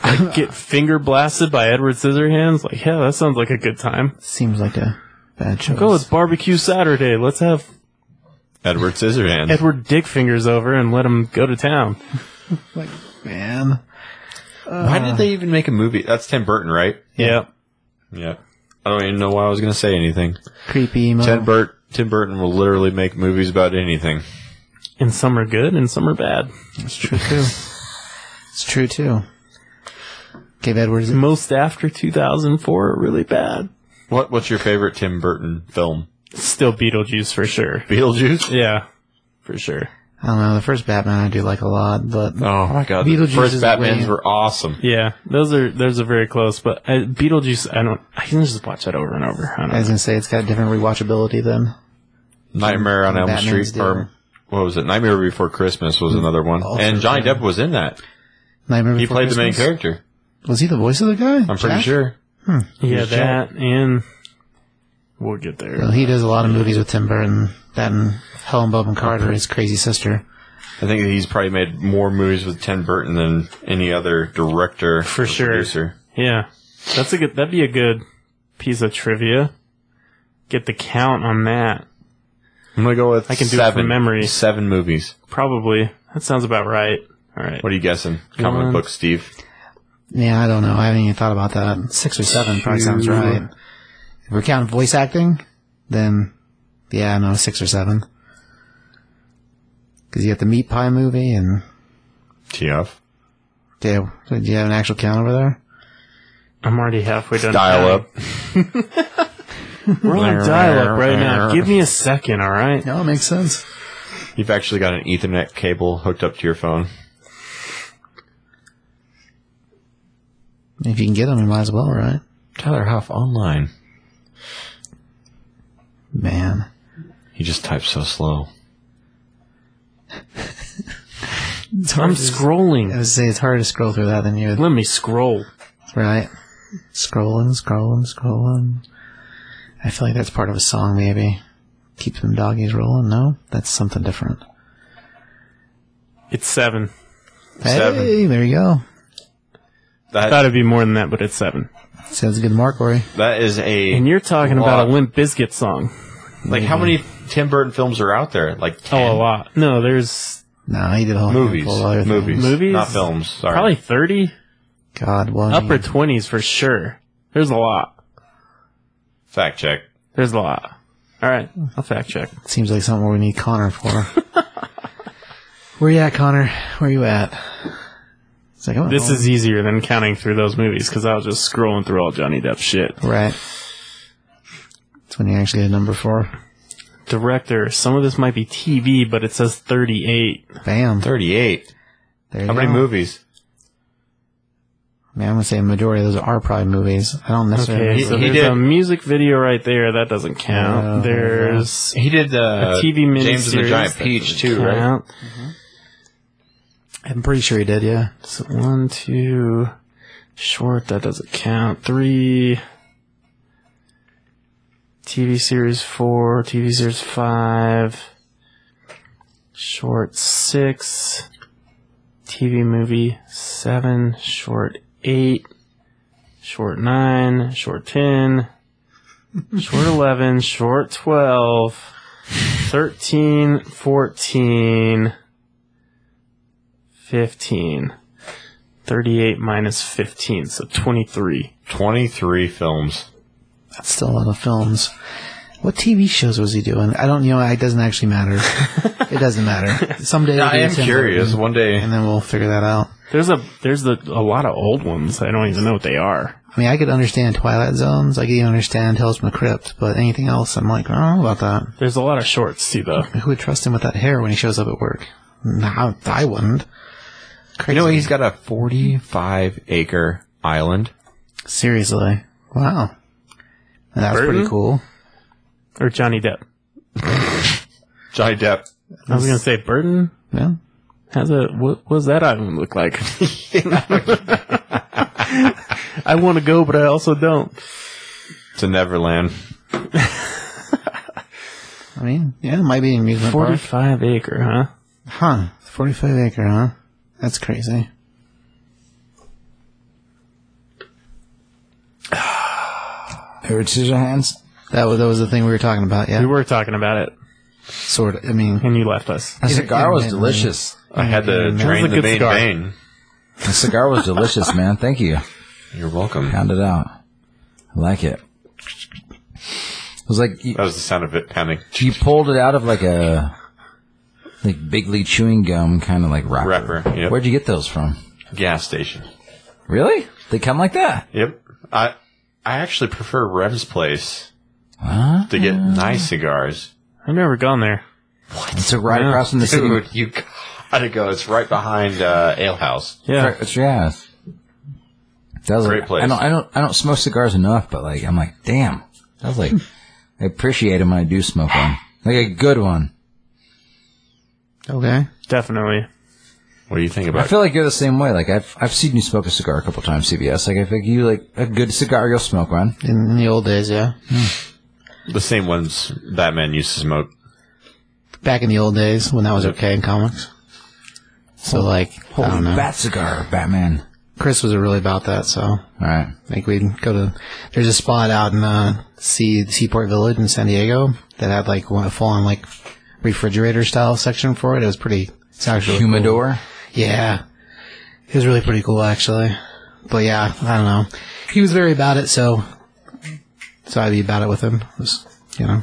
S4: Like, get finger blasted by Edward Scissorhands. Like, yeah, that sounds like a good time.
S3: Seems like a bad choice.
S4: Go, it's barbecue Saturday. Let's have
S2: Edward Scissorhands.
S4: Edward Dick Fingers over and let him go to town.
S3: like, man.
S2: why did they even make a movie? That's Tim Burton, right?
S4: Yeah.
S2: Yeah. I don't even know why I was going to say anything.
S3: Creepy emo.
S2: Tim Burt, Tim Burton will literally make movies about anything.
S4: And some are good and some are bad.
S3: It's true too. It's true too. Give Edwards
S4: Most after 2004 are really bad.
S2: What What's your favorite Tim Burton film?
S4: Still Beetlejuice for sure.
S2: Beetlejuice.
S4: Yeah, for sure.
S3: I don't know. The first Batman I do like a lot, but
S2: Oh my god! The
S3: Beetlejuice
S2: first
S3: is
S2: Batman's
S3: way-
S2: were awesome.
S4: Yeah, those are those are very close. But I, Beetlejuice, I don't. I can just watch that over and over. I don't
S3: I was gonna say it's got different rewatchability than
S2: Nightmare on Elm
S3: Batman's
S2: Street, or
S3: different.
S2: what was it? Nightmare Before Christmas was another one,
S3: Also
S2: and Johnny
S3: Batman.
S2: Depp was in that.
S3: Nightmare
S2: He
S3: Before
S2: played the main
S3: Christmas.
S2: character.
S3: Was he the voice of the guy?
S2: I'm pretty sure.
S4: yeah,
S2: Here's
S4: that and we'll get there.
S3: Well, he does a lot of movies with Tim Burton. That and Helen Bob and Carter, his crazy sister.
S2: I think he's probably made more movies with Tim Burton than any other director
S4: For
S2: or
S4: sure.
S2: Producer.
S4: Yeah, that's a good. That'd be a good piece of trivia. Get the count on that.
S2: I'm gonna go with
S4: I can do it
S2: seven
S4: from memory.
S2: Seven movies.
S4: Probably. That sounds about right. All right.
S2: What are you guessing? Comic
S4: One.
S2: book, Steve.
S3: Yeah, I don't know. I haven't even thought about that. Six or seven probably sounds
S4: Two.
S3: right. If we're counting voice acting, then yeah, no, six or seven. Because you got the meat pie movie, and
S2: TF.
S3: yeah, do you have an actual count over there?
S4: I'm already halfway done.
S2: Dial up.
S4: We're on dial up right now. Give me a second. All right.
S3: No, it makes sense.
S2: You've actually got an Ethernet cable hooked up to your phone.
S3: If you can get them, you might as well, right?
S2: Tyler Huff online.
S3: Man,
S2: He just types so slow.
S3: it's hard
S4: I'm
S3: to- I
S4: scrolling.
S3: would say it's harder to scroll through that than you would
S4: Let me scroll.
S3: Right. Scrolling, scrolling, scrolling. I feel like that's part of a song, maybe. Keep them doggies rolling. No, that's something different.
S4: It's seven.
S3: Hey,
S2: Seven.
S3: there you go.
S4: I
S2: That
S4: thought it'd be more than that, but it's seven.
S3: Sounds a good mark, Corey.
S2: that is a
S4: And you're talking
S2: lot.
S4: about a Limp Bizkit song.
S2: like how many Tim Burton films are out there? Like
S4: Oh,
S2: 10
S4: a lot. No, there's
S3: No, he did a whole
S2: movies,
S3: handful of other
S2: Oh, movies,
S3: things.
S4: Movies?
S2: not films. Sorry,
S4: probably 30,
S3: God, one
S4: upper 20s for sure. There's a lot.
S2: fact check.
S4: There's a lot. All right, I'll fact check.
S3: seems like something we need Connor for. Where you at, Connor? Where you at? It's like, oh,
S4: This is easier than counting through those movies because I was just scrolling through all Johnny Depp shit.
S3: right. That's when you actually get a number four.
S4: Director, some of this might be TV, but it says 38.
S3: Bam.
S2: Thirty-eight.
S3: There you
S2: How many
S3: go.
S2: movies?
S3: I mean, I'm gonna say a majority of those are probably movies. I don't necessarily.
S4: Okay,
S2: He-
S4: so
S2: he
S4: there's
S2: did-
S4: a music video right there. That doesn't count.
S3: No,
S4: there's
S2: He did uh,
S4: a TV miniseries.
S2: James and the Giant
S4: that
S2: Peach
S4: doesn't
S2: too, right?
S4: count.
S3: I'm pretty sure he did, yeah.
S4: So one, two, short, that doesn't count. Three, TV series four, TV series five, short six, TV movie seven, short eight, short nine, short ten, short eleven, short twelve, thirteen, fourteen, fifteen. 38 minus 15, so 23.
S2: Twenty-three films.
S3: That's still a lot of films. What TV shows was he doing? I don't you know. It doesn't actually matter. it doesn't matter. Someday it'll
S2: I
S3: be
S2: am
S3: Tim
S2: curious.
S3: Burton,
S2: One day,
S3: and then we'll figure that out.
S4: There's a there's a, a lot of old ones. I don't even know what they are.
S3: I mean, I could understand Twilight Zones. I could even understand Tales from the Crypt, but anything else, I'm like, I don't know about that.
S4: There's a lot of shorts too, though.
S3: Who would trust him with that hair when he shows up at work? No, I wouldn't.
S2: you
S3: Crazy.
S2: know he's got a forty-five acre island.
S3: seriously. Wow. And that was
S4: Burton?
S3: pretty cool.
S4: Or Johnny Depp.
S2: Johnny Depp.
S4: I was gonna say Burton.
S3: Yeah.
S4: How's a what what does that island look like? I want to go, but I also don't.
S2: to Neverland.
S3: I mean, yeah, it might be an amusement park.
S4: Forty-five acre, huh?
S3: Huh. 45 acre, huh? That's crazy.
S1: Edward Scissorhands.
S3: That was that was the thing we were talking about.
S4: We
S3: Yeah,
S4: were talking about it,
S3: sort of. I mean,
S4: and you left us.
S1: The cigar was
S3: Yeah, man.
S1: delicious.
S2: I had to
S4: was a
S2: drain the
S4: good
S2: main
S4: cigar.
S2: vein.
S1: The cigar was delicious, man. Thank you.
S2: You're welcome.
S1: Pound it out. I like it. It was like you,
S2: That was the sound of it pounding.
S1: you pulled it out of like a like bigly chewing gum kind of like wrapper.
S2: Wrapper, yep.
S1: Where'd you get those from?
S2: Gas station.
S1: Really? They come like that?
S2: Yep. I I actually prefer Rem's place
S1: Huh?
S2: to get nice cigars.
S4: I've never gone there.
S1: It's a right
S4: Yeah.
S1: across from the city.
S2: Dude, you gotta go. It's right behind uh, Ale House.
S4: Yeah,
S1: It's yeah. That was
S2: Great
S1: like,
S2: place.
S1: I don't, I don't, I don't smoke cigars enough, but like, I'm like, damn. I was like, I appreciate them when I do smoke one, like a good one.
S3: okay.
S4: definitely.
S2: What do you think
S1: I
S2: about?
S1: feel like you're the same way. Like I've, I've seen you smoke a cigar a couple times, CBS. Like I think you like a good cigar, you'll smoke one.
S3: In, in the old days, yeah.
S2: the same ones that man used to smoke.
S3: Back in the old days when that was okay in comics. So like, I
S1: Holy
S3: don't know.
S1: bat cigar, Batman.
S3: Chris was really about that, so
S1: All right.
S3: Like we'd go to there's a spot out in uh sea Seaport Village in San Diego that had like one full on like refrigerator style section for it. It was pretty it's actually
S1: Humidor.
S3: Yeah. It was really pretty cool actually. But yeah, I don't know. He was very about it so so I'd be about it with him. It was you know.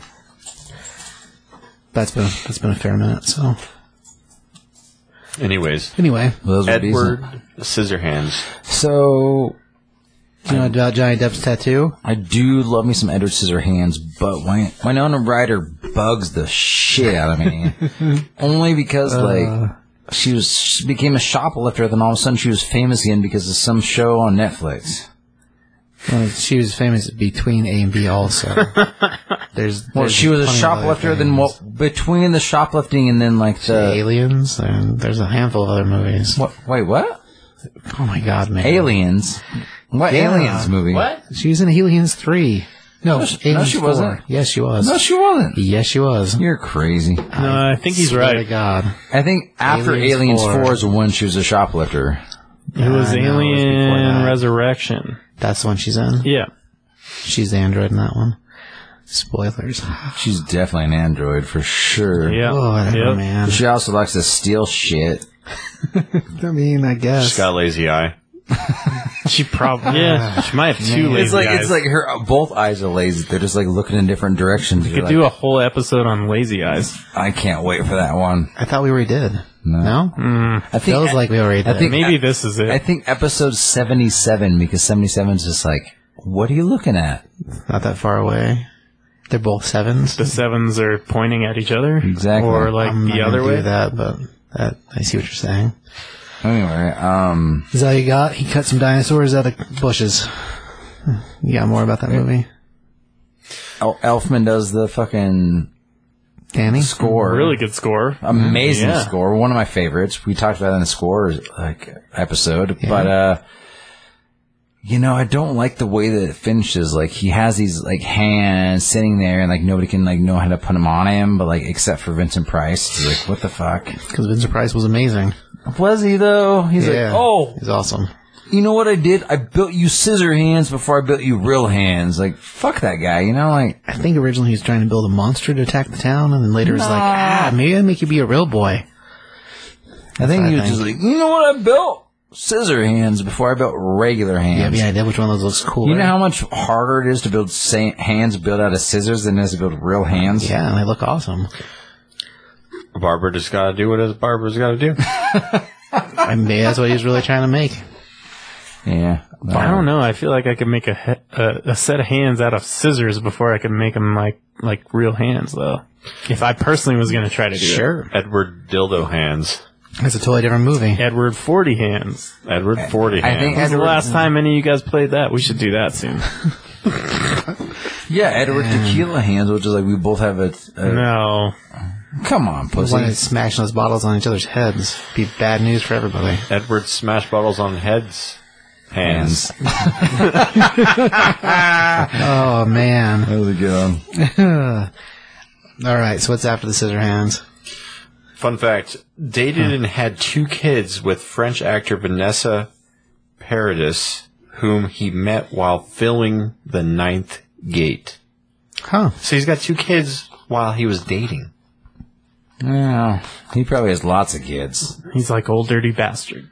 S3: That's been that's been a fair minute, so
S2: Anyways,
S3: anyway,
S1: Well, those were decent.
S2: Edward Scissorhands.
S1: So
S3: you know about Johnny Depp's tattoo?
S1: I do love me some Edward Scissorhands, but Win- Winona Ryder bugs the shit out of me. Only because,
S3: Uh.
S1: like, she was she became a shoplifter, then all of a sudden she was famous again because of some show on Netflix.
S3: Well, she was famous between A and B also. there's,
S1: Well,
S3: there's
S1: she was a
S3: plenty of other
S1: shoplifter, then
S3: things.
S1: what? Between the shoplifting and then, like, the.
S3: Aliens, and there's a handful of other movies.
S1: What, wait, what?
S3: Oh my god, man!
S1: Aliens? What
S3: Yeah.
S1: Aliens movie?
S3: She was in Aliens three. No,
S1: No,
S3: Aliens
S1: sh- no, she
S3: 4.
S1: wasn't.
S3: Yes, she was.
S1: No, she wasn't.
S3: yes, she was.
S1: You're crazy.
S4: No, I think he's
S3: Swear to
S4: right.
S3: God,
S1: I think after
S3: Aliens
S1: Aliens,
S3: 4.
S1: 4 is when she was a shoplifter.
S4: It was
S3: I know, it was before
S4: Alien
S3: that.
S4: Resurrection.
S3: that's the one she's in.
S4: Yeah,
S3: She's the android in that one. Spoilers.
S1: She's definitely an android for sure.
S4: yeah,
S3: Oh, whatever,
S4: Yep.
S3: man.
S1: She also likes to steal shit.
S3: I mean, I guess.
S2: Just got a lazy eye.
S4: She
S3: Ah,
S4: probably yeah. She might have two lazy
S1: It's like
S4: eyes.
S1: it's like her both eyes are lazy. They're just like looking in different directions.
S4: could do a whole episode on lazy eyes.
S1: I can't wait for that one.
S3: I thought we already did. No,
S4: Mm-hmm.
S1: I think
S3: feels like we already did.
S1: I think
S4: Hmm, Maybe this is
S1: I
S4: it.
S1: think episode seventy seven because seventy seven is just like what are you looking at
S3: not that far away. They're both sevens.
S4: The sevens are pointing at each other,
S1: exactly?
S4: or like
S3: I'm not
S4: the
S3: gonna
S4: other
S3: do
S4: way.
S3: that, but that, I see what you're saying.
S1: anyway, um,
S3: Is that all you got? He cut some dinosaurs out of bushes. Hmm. You got more about that movie,
S1: El- Elfman does the fucking
S3: Danny?
S1: score.
S4: Really good score.
S1: amazing
S4: Yeah.
S1: score one of my favorites we talked about it in the score like episode but uh you know i don't like the way that it finishes like he has these like hands sitting there and like nobody can like know how to put them on him but like except for vincent price he's like what the fuck
S3: Because Vincent Price was amazing.
S1: was he though he's
S3: Yeah.
S1: like oh
S3: He's awesome.
S1: you know what i did i built you scissor hands before i built you real hands like fuck that guy you know like
S3: I think originally he was trying to build a monster to attack the town, and then later he's like, ah, maybe I'll make you be a real boy.
S1: i think
S3: what
S1: he was
S3: I think.
S1: just like you know what i built scissor hands before i built regular hands
S3: You have any idea which one of those looks cooler?
S1: You know how much harder it is to build sa- hands built out of scissors than it is to build real hands?
S3: yeah, and they look awesome.
S2: A barber just gotta do what a barber's gotta do.
S3: I mean, maybe that's what he was really trying to make.
S1: Yeah.
S4: I don't know. I feel like I could make a, he- a a set of hands out of scissors before I could make them like like real hands though. If I personally was going to try to do
S3: Sure.
S2: Edward Dildo Hands.
S3: That's a totally different movie.
S4: it, Edward Forty Hands.
S2: Edward Forty
S1: I
S2: Hands.
S1: think
S4: When's the
S1: Edward.
S4: last time any of you guys played that? We should do that soon.
S1: yeah, Edward Tequila hands, which is like we both have a. a
S4: no,
S1: Come on,
S3: The one
S1: pussy.
S3: that's smashing those bottles on each other's heads. Be bad news for everybody.
S2: Edward smash bottles on heads. Hands.
S1: Hands.
S3: Oh, man.
S1: That was a good one.
S3: All right, so what's after the scissor hands?
S2: Fun fact: dated and had two kids with French actor Vanessa Paradis, whom he met while filming The Ninth Gate.
S3: Huh.
S2: So he's got two kids while he was dating.
S1: Yeah, he probably has lots of kids.
S4: He's like old dirty bastard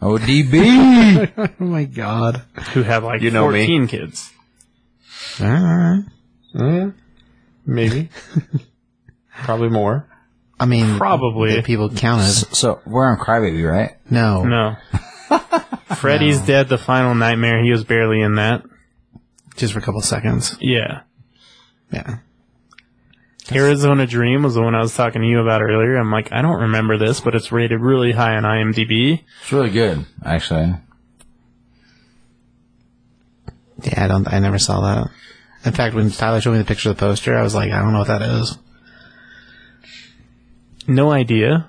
S1: ODB.
S3: oh my god.
S4: who had like
S2: You know me.
S4: 14 kids.
S3: Alright.
S2: Mm, maybe. Probably more.
S3: I mean,
S4: Probably.
S3: that people count as
S1: so we're on Crybaby, right?
S3: no.
S4: No. Freddy's Dead, The Final Nightmare. He was barely in that.
S3: just for a couple seconds.
S4: Yeah.
S3: Yeah,
S4: Arizona Dream was the one I was talking to you about earlier. I'm like, I don't remember this, but it's rated really high on IMDb.
S1: It's really good, actually.
S3: yeah. I don't. I never saw that. In fact, when Tyler showed me the picture of the poster, I was like, I don't know what that is.
S4: No idea.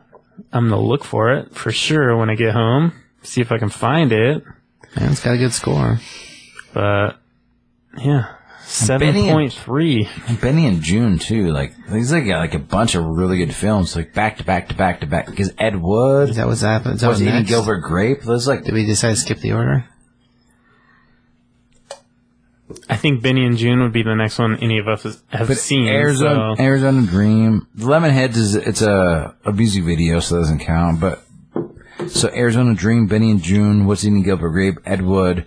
S4: I'm gonna look for it for sure when I get home. See if I can find it.
S3: Man, it's got a good score.
S4: But yeah, seven
S1: betting it-
S4: point three.
S1: And Benny and June too. Like he's like got like a bunch of really good films, like back to back to back to back. Because Ed
S3: Is
S1: Wood
S3: that what's happening? Is that
S1: was
S3: what's
S1: eating
S3: next?
S1: Gilbert Grape. Those like
S3: Did we decide to skip the order?
S4: I think Benny and June would be the next one any of us has- have
S1: but
S4: seen.
S1: Arizona
S4: so-
S1: Arizona Dream. Lemonheads is it's a abusive video, so it doesn't count. But so Arizona Dream, Benny and June, What's Eating Gilbert Grape, Ed Wood,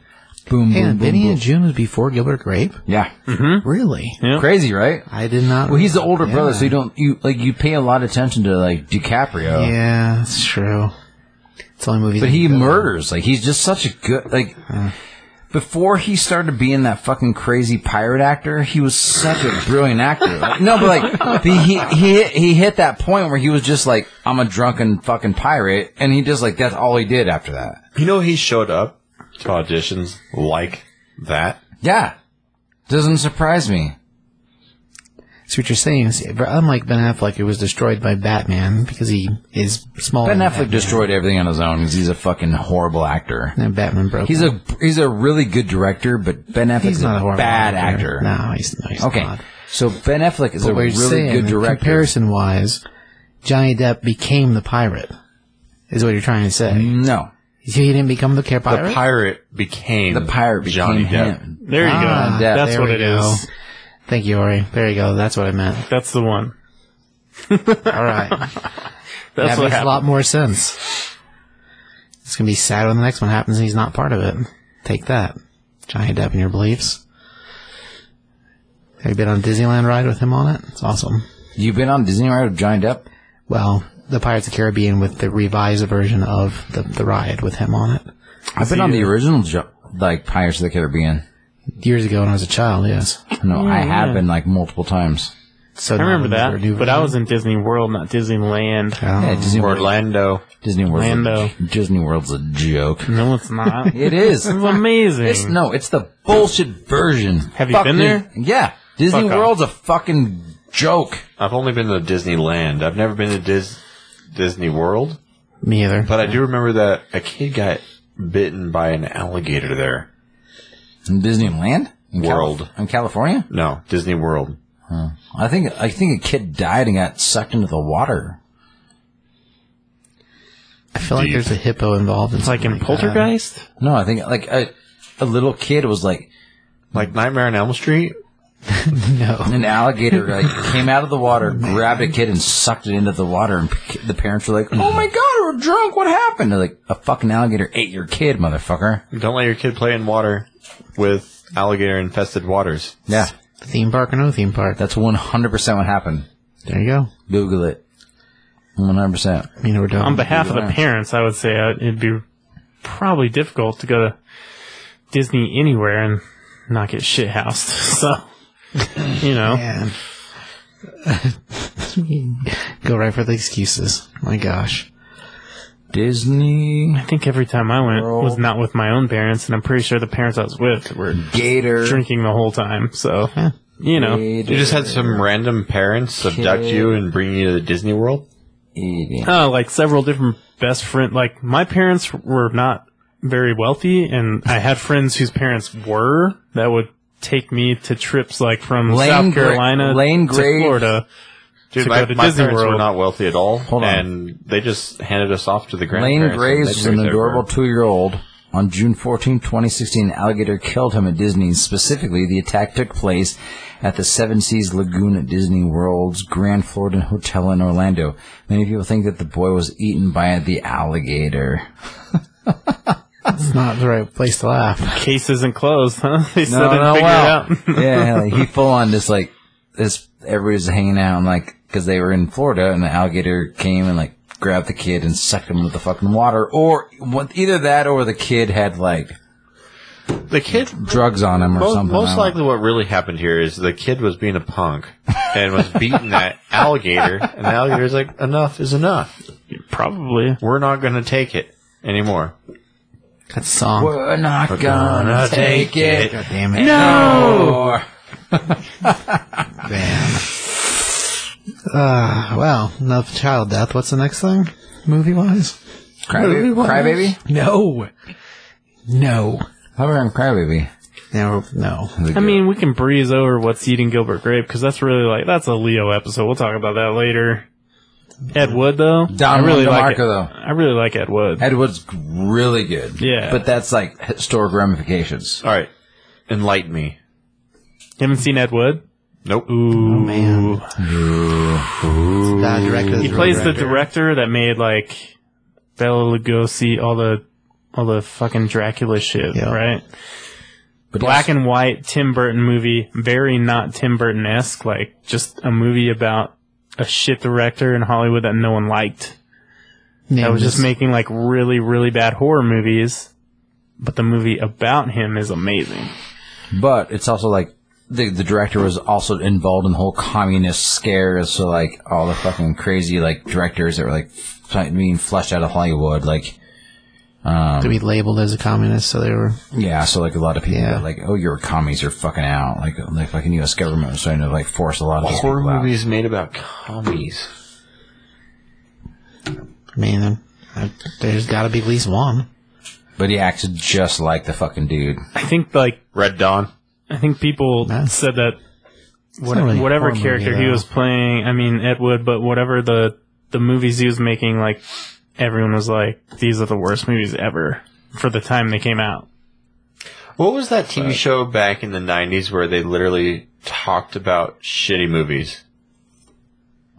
S1: Boom
S3: Hey,
S1: Boom Boom.
S3: Benny
S1: boom.
S3: and June was before Gilbert Grape.
S1: yeah,
S3: Hmm? Really?
S4: Yeah.
S1: crazy, right?
S3: I did not.
S1: Well, he's the older brother,
S3: Yeah.
S1: so you don't you like you pay a lot of attention to like DiCaprio.
S3: Yeah, that's true. It's the only movie.
S1: But
S3: that
S1: he
S3: did.
S1: murders. Like he's just such a good like. Before he started being that fucking crazy pirate actor, he was such a brilliant actor. Like, no, but like the, he he hit, he hit that point where he was just like, I'm a drunken fucking pirate, and he just like that's all he did after that.
S2: You know, he showed up to auditions like that.
S1: Yeah, doesn't surprise me.
S3: So what you're saying is, but unlike Ben Affleck, who was destroyed by Batman because he is small.
S1: Ben
S3: and
S1: Affleck destroyed everything on his own because he's a fucking horrible actor.
S3: And Batman broke.
S1: He's
S3: him.
S1: a he's a really good director, but Ben Affleck's
S3: He's not a
S1: a
S3: horrible
S1: bad actor.
S3: No, he's, no, he's
S1: Okay.
S3: not.
S1: So Ben Affleck is
S3: But
S1: a
S3: we're
S1: really
S3: saying,
S1: good director.
S3: Comparison wise, Johnny Depp became the pirate. Is what you're trying to say?
S4: Mm-hmm.
S1: no.
S3: He didn't become the care pirate.
S2: The pirate became
S1: The pirate became
S2: Johnny Depp.
S1: him.
S4: There you go.
S3: Ah,
S1: yeah,
S4: That's
S3: there
S4: what
S3: we
S4: it is.
S3: go. Thank you, Ori. There you go. That's what I meant.
S4: That's the one.
S3: All right, that
S4: That's
S3: makes
S4: what
S3: a
S4: happened.
S3: lot more sense. It's gonna be sad when the next one happens and he's not part of it. Take that, Johnny Depp and your beliefs. Have you been on a Disneyland ride with him on it? It's awesome.
S1: You've been on Disney Ride with Johnny Depp?
S3: Well, the Pirates of the Caribbean with the revised version of the, the ride with him on it.
S1: I've been on the original jo- like Pirates of the Caribbean.
S3: Years ago when I was a child, yes.
S1: No, I have been like multiple times.
S3: So
S4: I remember that, but I was in Disney World, not Disneyland.
S1: Yeah, Disney World.
S2: Orlando.
S1: Disney World.
S4: Orlando.
S1: Disney World's a joke.
S4: No, it's not.
S1: It is.
S4: It's amazing.
S1: It's no, it's the bullshit version.
S4: Have you
S1: Fuck
S4: been
S1: Dis-
S4: there?
S1: Yeah. Disney
S4: Fuck off.
S1: World's a fucking joke.
S2: I've only been to Disneyland. I've never been to Dis- Disney World,
S3: me either.
S2: but I do remember that a kid got bitten by an alligator there.
S1: In Disneyland? In Calif-
S2: World.
S1: in California?
S2: No, Disney World.
S1: I think I think a kid died and got sucked into the water.
S3: I feel like
S2: Deep.
S3: there's a hippo involved. In
S4: It's like in Poltergeist.
S1: No, I think like a a little kid was like
S2: Like Nightmare on Elm Street.
S3: No.
S1: an alligator like came out of the water,
S2: Oh,
S1: grabbed a kid and sucked it into the water, and p- the parents were like, "Oh my god, we're drunk. What happened?" They're like, "A fucking alligator ate your kid, motherfucker."
S2: Don't let your kid play in water with alligator infested waters.
S1: Yeah,
S3: Theme park or no theme park?
S1: that's one hundred percent what happened.
S3: There you go.
S1: Google it. One hundred percent.
S3: You know we're doing.
S4: On behalf of the parents, I would say uh, it'd be probably difficult to go to Disney anywhere and not get shit housed. So, you know,
S3: Man. Go right for the excuses. My gosh.
S1: Disney
S4: I think every time I went was not with my own parents, and I'm pretty sure the parents I was with were
S1: Gator.
S4: drinking the whole time. So, you know,
S1: Gator
S2: You just had some random parents abduct you and bring you to Disney World.
S1: eating.
S4: uh, like several different best friend. Like my parents were not very wealthy, and I had friends whose parents were that would take me to trips like from
S1: Lane
S4: South
S1: Gra-
S4: Carolina
S1: Lane
S4: to
S1: Graves.
S4: Florida.
S2: Dude,
S4: To
S2: my,
S4: go to
S2: my
S4: Disney
S2: parents were
S4: World.
S2: not wealthy at all,
S1: Hold on.
S2: and they just handed us off to the
S1: Lane
S2: grandparents. and
S1: Graves
S2: they
S1: was
S2: took
S1: an
S2: us
S1: adorable
S2: everywhere.
S1: two year old On June 14, 2016, an alligator killed him at Disney. Specifically, the attack took place at the Seven Seas Lagoon at Disney World's Grand Floridian Hotel in Orlando. Many people think that the boy was eaten by the alligator.
S3: It's not the right place to laugh.
S4: Case isn't closed, huh? They still didn't figure it out.
S1: yeah, like, he full on just like this. Everybody's hanging out and like because they were in Florida and the alligator came and like grabbed the kid and sucked him into the fucking water, or what- either that or the kid had like
S2: The kid,
S1: drugs on him or
S2: most,
S1: something. I
S2: most
S1: don't
S2: likely, what really happened here is the kid was being a punk and was beating that alligator, and the alligator's like, "Enough is enough.
S4: Probably.
S2: We're not going to take it anymore."
S3: That song.
S1: know. We're not gonna, take it.
S3: God damn it.
S1: No.
S3: Damn. Uh, well, enough child death. What's the next thing? Movie wise?
S1: Crybaby. Crybaby.
S3: No. No.
S1: How about Crybaby?
S3: No. No.
S4: I mean, we can breeze over what's eating Gilbert Grape because that's really like that's a Leo episode. We'll talk about that later. Ed Wood though,
S1: Don
S4: I really
S1: DeMarco
S4: like it.
S1: though.
S4: I really like Ed Wood.
S1: Edward's really good.
S4: Yeah.
S1: But that's like historic ramifications.
S2: All right, enlighten me.
S4: Haven't seen Ed Wood?
S2: Nope.
S4: Ooh,
S3: Oh, man. That director.
S4: he plays the director that made like Bela Lugosi, all the all the fucking Dracula shit,
S3: Yeah.
S4: right?
S1: But
S4: Black
S1: yes,
S4: and white Tim Burton movie, very not Tim Burton esque, like just a movie about a shit director in Hollywood that no one liked.
S3: Name
S4: that was just
S3: this-
S4: making like really really bad horror movies but the movie about him is amazing
S1: but it's also like the, the director was also involved in the whole communist scare. So like all the fucking crazy like directors that were like f- being flushed out of Hollywood. Like
S3: to
S4: um,
S3: be labeled as a communist, so they were.
S1: yeah, so like a lot of people
S3: Yeah.
S1: that like oh your commies are fucking out. Like the fucking U.S. government was trying to like force a lot of these
S2: Horror
S1: people out.
S2: movies made about commies.
S3: I mean, uh, uh, there's got to be at least one.
S1: But he acted just like the fucking dude.
S4: i think like
S2: Red Dawn.
S4: i think people
S3: That's-
S4: said that what,
S3: not really uh, a
S4: whatever
S3: horror
S4: character
S3: movie,
S4: he
S3: though.
S4: was playing i mean ed wood but whatever the the movies he was making like everyone was like these are the worst movies ever for the time they came out
S2: What was that TV show back in the '90s where they literally talked about shitty movies?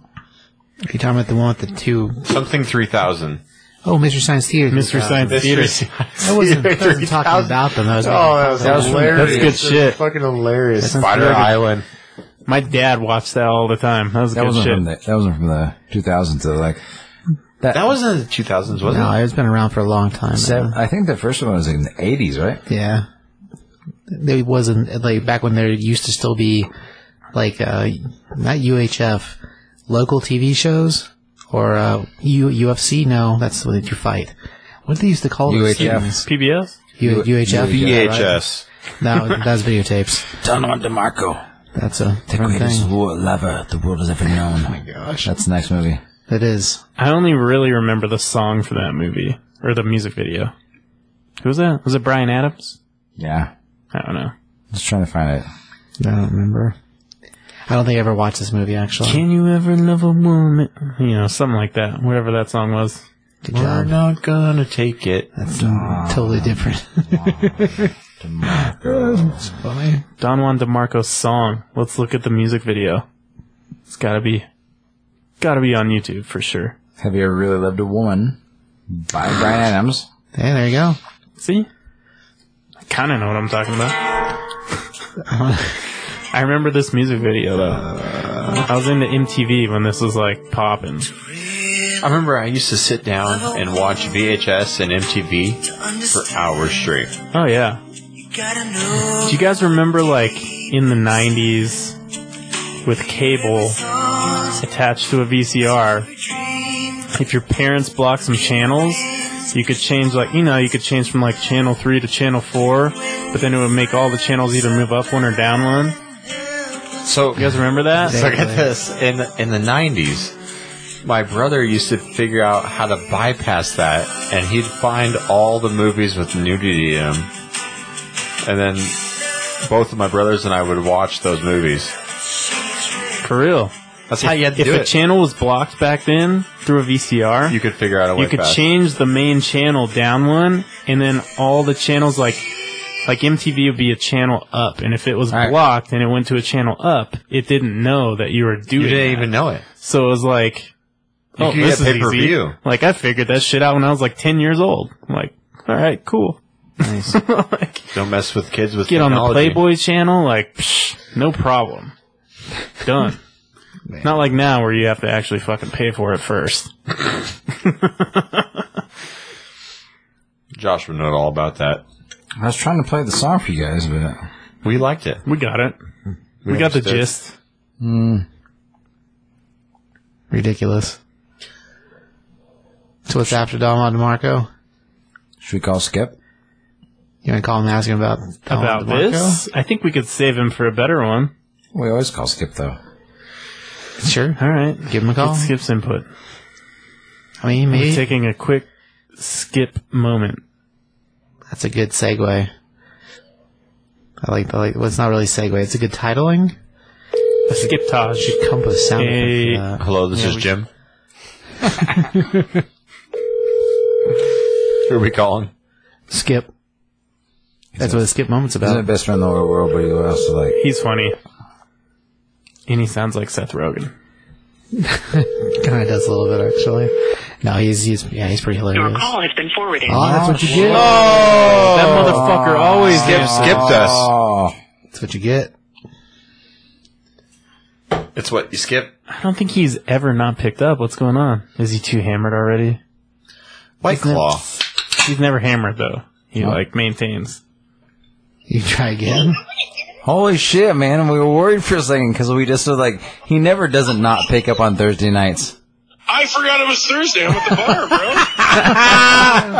S3: Are you talking about the one with the two oh
S2: Something 3000.
S3: Mystery Science Theater. uh,
S4: mr science theater
S3: I wasn't, that wasn't talking about them. That was oh,
S1: That was hilarious.
S4: That's good That's shit.
S2: Fucking hilarious.
S3: sounds
S2: Spider
S3: pretty good.
S2: Island.
S4: my dad watched that all the time that was
S1: That
S4: good
S1: wasn't
S4: shit
S1: from the that wasn't from the 2000s. Though. Like
S2: That was in the 2000s, wasn't
S3: no, it's been around for a long time. uh,
S1: seven, I think the first one was in the 80s, right?
S3: Yeah. They wasn't like back when there used to still be like uh not UHF local TV shows or uh U- UFC no that's what you fight. What did they used to call those
S1: UHF.
S3: things?
S4: pbs
S3: U- UHF.
S2: it?
S3: yeah, right?
S2: VHS.
S3: No, that's videotapes.
S1: Donovan DeMarco.
S3: That's a
S1: The
S3: different
S1: greatest
S3: thing.
S1: war lover the world has ever known. Oh my
S2: gosh.
S1: That's the next movie.
S3: It is.
S4: I only really remember the song for that movie or the music video. Who was that? Was it Brian Adams?
S1: Yeah.
S4: I don't know.
S1: Just trying to find it.
S3: I don't remember. I don't think I ever watched this movie actually.
S4: Can you ever love a woman? You know, something like that. Whatever that song was.
S3: Good
S2: We're
S3: job.
S2: not gonna take it.
S3: That's totally different.
S1: DeMarco.
S3: Funny.
S4: Don Juan DeMarco's song. Let's look at the music video. It's gotta be, gotta be on YouTube for sure.
S1: Have you ever really loved a woman? By Brian Adams.
S3: Hey, there you go.
S4: See? I kinda know what I'm talking about. I remember this music video though. I was into MTV when this was like poppin'.
S2: I remember I used to sit down and watch VHS and MTV for hours straight.
S4: Oh yeah. Do you guys remember like in the 90s with cable attached to a VCR if your parents blocked some channels you could change like you know you could change from like channel 3 to channel 4 but then it would make all the channels either move up one or down one.
S2: So
S4: You guys remember that?
S2: look at this. In the, in the 90s, my brother used to figure out how to bypass that, and he'd find all the movies with nudity in them. And then both of my brothers and I would watch those movies.
S4: For real.
S2: That's how you had to
S4: If
S2: do
S4: a
S2: it.
S4: channel was blocked back then through a VCR,
S2: you could figure out a way
S4: you could
S2: fast.
S4: change the main channel down one and then all the channels like like MTV would be a channel up, and if it was
S1: Right.
S4: blocked and it went to a channel up, it didn't know that you were doing.
S2: You didn't
S4: that.
S2: even know it.
S4: So it was like,
S2: You
S4: oh,
S2: could
S4: this
S2: get
S4: is easy.
S2: pay-per-view.
S4: Like I figured that shit out when I was like ten years old. I'm like, all right, cool. like,
S2: Don't mess with kids with
S4: get on the
S2: technology.
S4: Playboy channel, like, psh, no problem. Done. Not like now where you have to actually fucking pay for it first.
S2: Josh would know all about that.
S1: I was trying to play the song for you guys, but
S2: We liked it.
S4: We got it. We, got the
S2: Hmm. understood.
S4: gist.
S3: Ridiculous. So what's after Don Juan DeMarco?
S1: should we call Skip?
S3: You want to call him and ask him about Don Juan
S4: About this, I think we could save him for a better one.
S1: We always call Skip though.
S3: DeMarco? Sure.
S4: All right.
S3: Give him a call.
S4: Get Skip's input.
S3: I mean,
S4: We're
S3: maybe
S4: taking a quick skip moment.
S3: that's a good segue. I like the like. Well, it's not really segue. It's a good titling.
S4: A skiptage.
S3: Should come up with a sound effect for
S4: Hey.
S3: that.
S2: Hello, this is Jim. Who are we calling?
S3: Skip. That's what a skip moment's
S1: Isn't it
S3: about.
S1: best friend in the whole world, but you also like
S4: He's funny. And he sounds like Seth Rogen.
S3: Kind of does a little bit actually. No, he's he's yeah, he's pretty
S5: Your
S3: hilarious.
S5: call has been forwarded.
S3: Oh, that's what you get.
S2: Oh,
S4: That motherfucker always
S2: Skip skipped us.
S1: Oh
S3: That's what you get.
S2: It's what you skip.
S4: I don't think he's ever not picked up. What's going on? Is he too hammered already?
S2: White Claw.
S4: He's never hammered though. He like maintains.
S3: You try again.
S1: Holy shit, man. And we were worried for a second because we just were like, he never doesn't not pick up on Thursday nights.
S6: I forgot it was Thursday. I'm at the bar,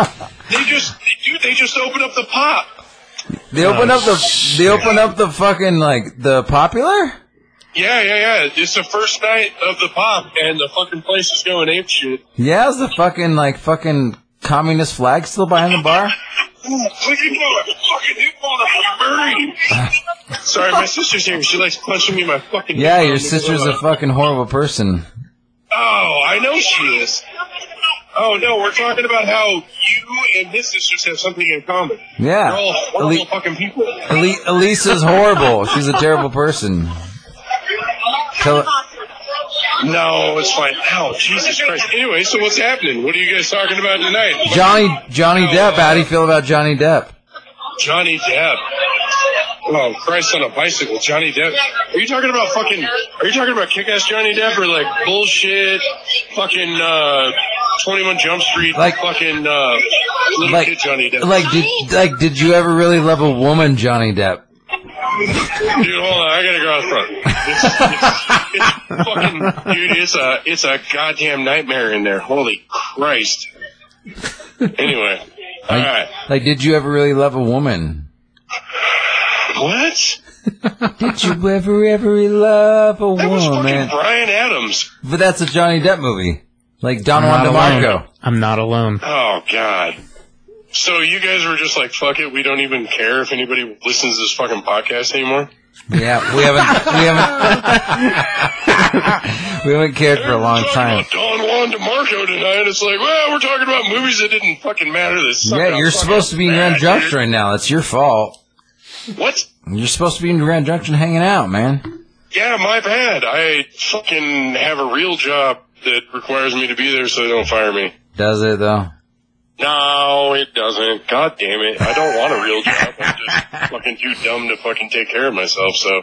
S6: bro. they just, dude, they just opened up the pop. Oh,
S1: They open up the, they open up the fucking, like, the popular?
S6: Yeah, yeah, yeah. It's the first night of the pop, and the fucking place is going ape shit.
S1: Yeah, is the fucking, like, fucking communist flag still behind the bar?
S6: Ooh, click it, mother- fucking hit motherfucker, Murray. Sorry, my sister's here. She likes punching me in my fucking.
S1: Yeah,
S6: neck.
S1: your sister's a fucking horrible person.
S6: Oh, I know she is. Oh no, we're talking about how you and his sisters have something in common. They're
S1: Yeah.
S6: all horrible
S1: Elise,
S6: fucking people.
S1: Elise, Elise is horrible. She's a terrible person. Tell,
S6: No, it's fine. Ow, Jesus Christ. Anyway, so what's happening? What are you guys talking about tonight?
S1: Johnny, Johnny Depp, how do you feel about Johnny Depp?
S6: Johnny Depp. Oh, Christ on a bicycle, Johnny Depp. Are you talking about fucking? Are you talking about kick-ass Johnny Depp or like bullshit, fucking uh, Twenty One Jump Street,
S1: Like-
S6: fucking uh, little
S1: like-
S6: kid Johnny Depp?
S1: Like, did, like, did you ever really love a woman, Johnny Depp?
S6: Dude, hold on, I gotta go out front. It's, it's, it's fucking, dude, it's a it's a goddamn nightmare in there. Holy Christ. Anyway, all right.
S1: Like, did you ever really love a woman?
S6: What?
S1: Did you ever, ever love a
S6: That was fucking
S1: woman?
S6: Brian Adams.
S1: But that's a Johnny Depp movie. Like Don Juan DeMarco.
S4: I'm not alone.
S6: Oh God. So you guys were just like, fuck it, we don't even care if anybody listens to this fucking podcast anymore.
S1: Yeah, we haven't, we haven't, we haven't cared for a long
S6: We're
S1: time.
S6: talking About Don Juan DeMarco tonight. It's like, well, we're talking about movies that didn't fucking matter. That suck
S1: Yeah,
S6: how
S1: you're
S6: fucking
S1: supposed to be in Grand
S6: bad,
S1: Junction right now. That's your fault.
S6: dude. What?
S1: You're supposed to be in Grand Junction hanging out, man.
S6: Yeah, my bad. I fucking have a real job that requires me to be there, so they don't fire me.
S1: Does it though?
S6: No, it doesn't. God damn it! I don't want a real job. I'm just fucking too dumb to fucking take care of myself. So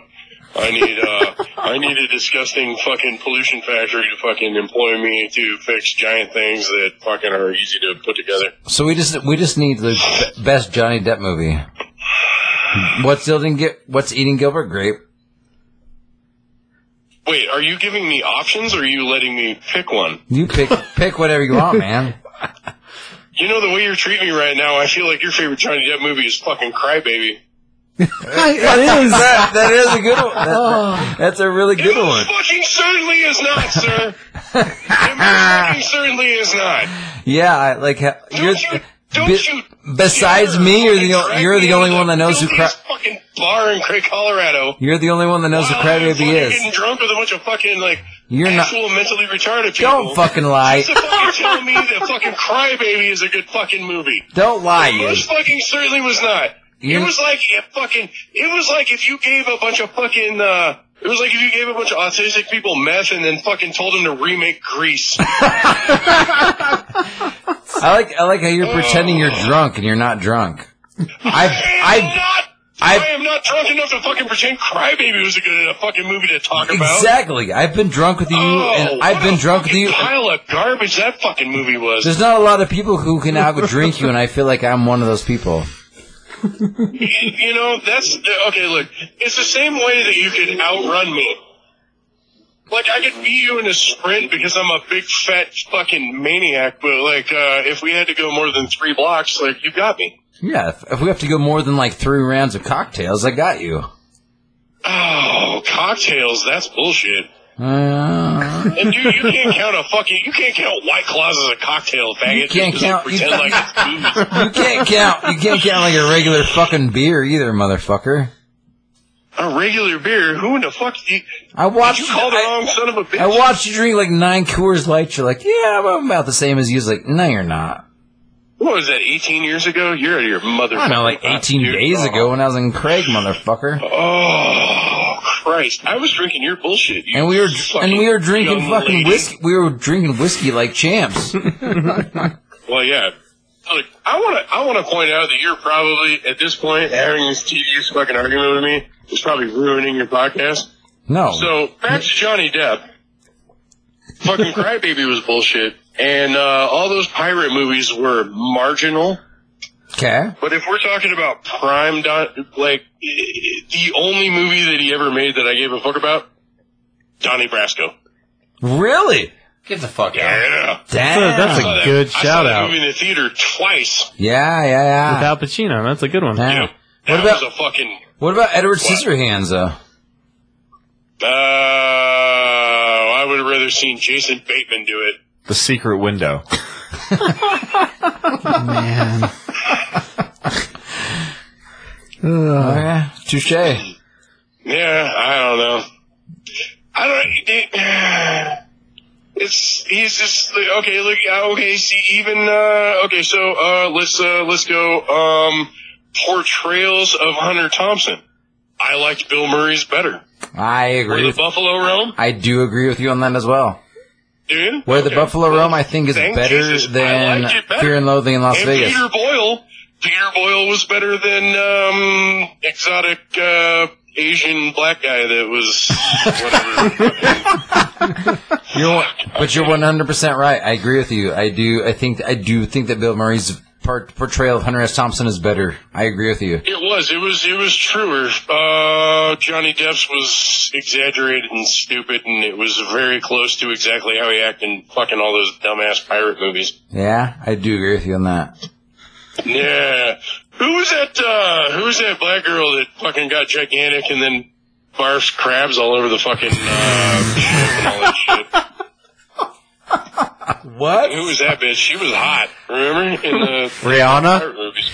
S6: I need uh, I need a disgusting fucking pollution factory to fucking employ me to fix giant things that fucking are easy to put together.
S1: So we just, we just need the be- best Johnny Depp movie. What's eating, Gil- what's eating Gilbert Grape?
S6: Wait, are you giving me options, or are you letting me pick one?
S1: You pick, pick whatever you want, man.
S6: You know the way you're treating me right now. I feel like your favorite Johnny Depp movie is fucking Crybaby.
S1: that is that, that is a good one. That- that- that's a really good one.
S6: It fucking certainly is not, sir. it most fucking certainly is not.
S1: Yeah, I like ha-
S6: Don't
S1: you're,
S6: you Don't
S1: Be-
S6: you
S1: besides
S6: dare
S1: me, you're the
S6: fucking
S1: o-
S6: drag
S1: you're
S6: me
S1: the
S6: into
S1: only
S6: that
S1: one that knows who
S6: filthiest
S1: cra-
S6: fucking bar in Cray, Colorado.
S1: You're the only one that knows who
S6: Wow,
S1: Crabby
S6: you're
S1: Baby
S6: fucking
S1: is.
S6: Getting drunk with a bunch of fucking like
S1: You're not-
S6: actual mentally retarded people.
S1: Don't fucking lie.
S6: So fucking tell me that fucking Crybaby is a good fucking movie.
S1: Don't lie, you.
S6: Most fucking certainly was not.
S1: You-
S6: It was like if fucking. It was like if you gave a bunch of fucking. uh It was like if you gave a bunch of autistic people meth and then fucking told them to remake Grease.
S1: I like I like how you're pretending you're
S6: Oh.
S1: drunk and you're not drunk.
S6: I'm
S1: I
S6: not.
S1: I-
S6: I, am not drunk enough to fucking pretend Crybaby was a good enough fucking movie to talk
S1: I
S6: about.
S1: exactly. I've been drunk with you
S6: Oh,
S1: and
S6: what
S1: I've been
S6: a
S1: drunk with
S6: fucking
S1: you.
S6: Pile of garbage that fucking movie was.
S1: There's not a lot of people who can have a drink you, and I feel like I'm one of those people.
S6: you, you know, that's okay. Look, it's the same way that you can outrun me. Like I could beat you in a sprint because I'm a big fat fucking maniac. But like, uh, if we had to go more than three blocks, like you got me.
S1: Yeah, if, if we have to go more than like three rounds of cocktails, I got you.
S6: Oh, cocktails. That's bullshit.
S1: Uh,
S6: And dude, you can't count a fucking. You can't count white claws as a cocktail, faggot.
S1: can't
S6: Just
S1: count- you
S6: Pretend
S1: can't-
S6: like it's booze.
S1: you can't count. You can't count like a regular fucking beer either, motherfucker.
S6: a regular beer. Who in the fuck? You,
S1: I watched.
S6: you called the
S1: I-
S6: wrong son of a bitch.
S1: I watched you drink like nine Coors Lights. You're like, yeah, I'm about the same as you. It's like, no, you're not.
S6: What was that? 18 years ago? You're your mother.
S1: I don't know, like 18 days ago when I was in Craig, motherfucker.
S6: Oh Christ! I was drinking your bullshit. you
S1: And we were
S6: fucking
S1: and we were drinking
S6: young
S1: fucking
S6: lady.
S1: whiskey. We were drinking whiskey like champs.
S6: Well, yeah. Look, I want to I want to point out that you're probably at this point having this tedious fucking argument with me is probably ruining your podcast.
S1: No,
S6: So back to Johnny Depp. Fucking Crybaby was bullshit, and uh, all those pirate movies were marginal.
S1: okay.
S6: But if we're talking about prime, Don, like the only movie that he ever made that I gave a fuck about, Donnie Brasco.
S1: Really?
S5: Get the fuck out.
S6: Yeah,
S1: Damn.
S4: So that's
S6: I saw
S4: a
S6: that-
S4: good
S6: I saw
S4: shout
S6: that
S4: out.
S6: Movie in the theater twice.
S1: yeah, yeah, yeah.
S4: Without Pacino, that's a good one.
S1: Yeah.
S6: Yeah.
S1: What
S6: That
S1: about-
S6: was a fucking?
S1: What about Edward
S6: What?
S1: Scissorhands though?
S6: Uh, I would have rather seen Jason Bateman do it.
S2: The secret window.
S3: Man.
S4: Uh-huh.
S1: Oh yeah, touche.
S6: Yeah, I don't know. I don't. It, it's he's just like, okay. Look, uh, okay. See, even uh, okay. So uh, let's uh, let's go. Um, portrayals of Hunter Thompson. I liked Bill Murray's better.
S1: I
S6: Where
S1: agree.
S6: the
S1: With,
S6: Buffalo Roam,
S1: I do agree with you on that as well.
S6: dude.
S1: Where the
S6: Okay.
S1: Buffalo Roam, I think, is
S6: Thank
S1: better
S6: Jesus, I
S1: than
S6: liked it better.
S1: Fear and Loathing in Las
S6: and
S1: Vegas.
S6: Peter Boyle. Peter Boyle was better than um, exotic uh, Asian black guy that was whatever.
S1: You're, but you're 100 percent right. I agree with you. I do. I think. I do think that Bill Murray's part, portrayal of Hunter S. Thompson is better. I agree with you.
S6: It was. It was. It was truer. Uh, Johnny Depp's was exaggerated and stupid, and it was very close to exactly how he acted in fucking all those dumbass pirate movies.
S1: Yeah, I do agree with you on that.
S6: Yeah. Who was that? Uh, who was that black girl that fucking got gigantic and then barfs crabs all over the fucking uh, ship and all that shit?
S1: What?
S6: Who was that bitch? She was hot. Remember in the
S4: Rihanna?
S6: pirate movies?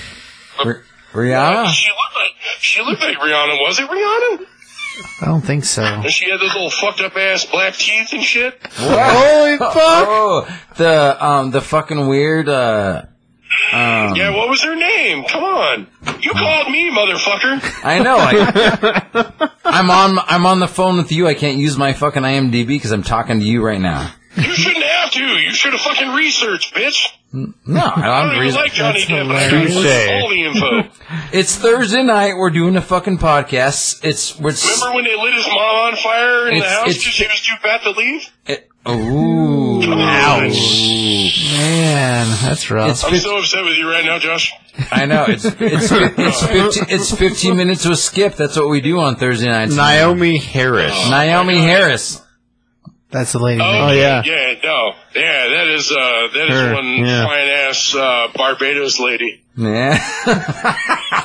S1: R- Rihanna?
S6: She looked like she looked like Rihanna. Was it Rihanna?
S3: I don't think so.
S6: And she had those little fucked up ass black teeth and shit.
S1: Holy fuck! Oh, the um, the fucking weird. Uh, um,
S6: Yeah, what was her name? Come on. You called me, motherfucker.
S1: I know. I, I'm on. I'm on the phone with you. I can't use my fucking IMDb because I'm talking to you right now.
S6: You shouldn't have to. You should have fucking researched, bitch.
S1: No, I
S6: I
S1: don't
S6: don't even
S1: reason-
S6: like Johnny
S3: that's
S6: Depp. I
S3: hilarious.
S6: got all the info.
S1: It's Thursday night. We're doing a fucking podcast. It's we're. s-
S6: Remember when they lit his mom on fire in the
S1: It's-
S6: house
S1: it's-
S6: because she was too fat to leave?
S1: It, ooh.
S6: Oh,
S3: Man, that's rough.
S1: It's
S6: I'm
S1: 15,
S6: so upset with you right now, Josh.
S1: I know it's it's it's 15, it's 15 minutes with Skip. That's what we do on Thursday nights.
S2: Naomi Harris.
S1: Naomi Harris.
S3: that's the lady.
S6: Oh,
S4: yeah.
S6: Yeah, no. Yeah, that is, uh, that is
S4: Her,
S6: one
S4: yeah.
S6: fine ass, uh, Barbados lady.
S1: Yeah.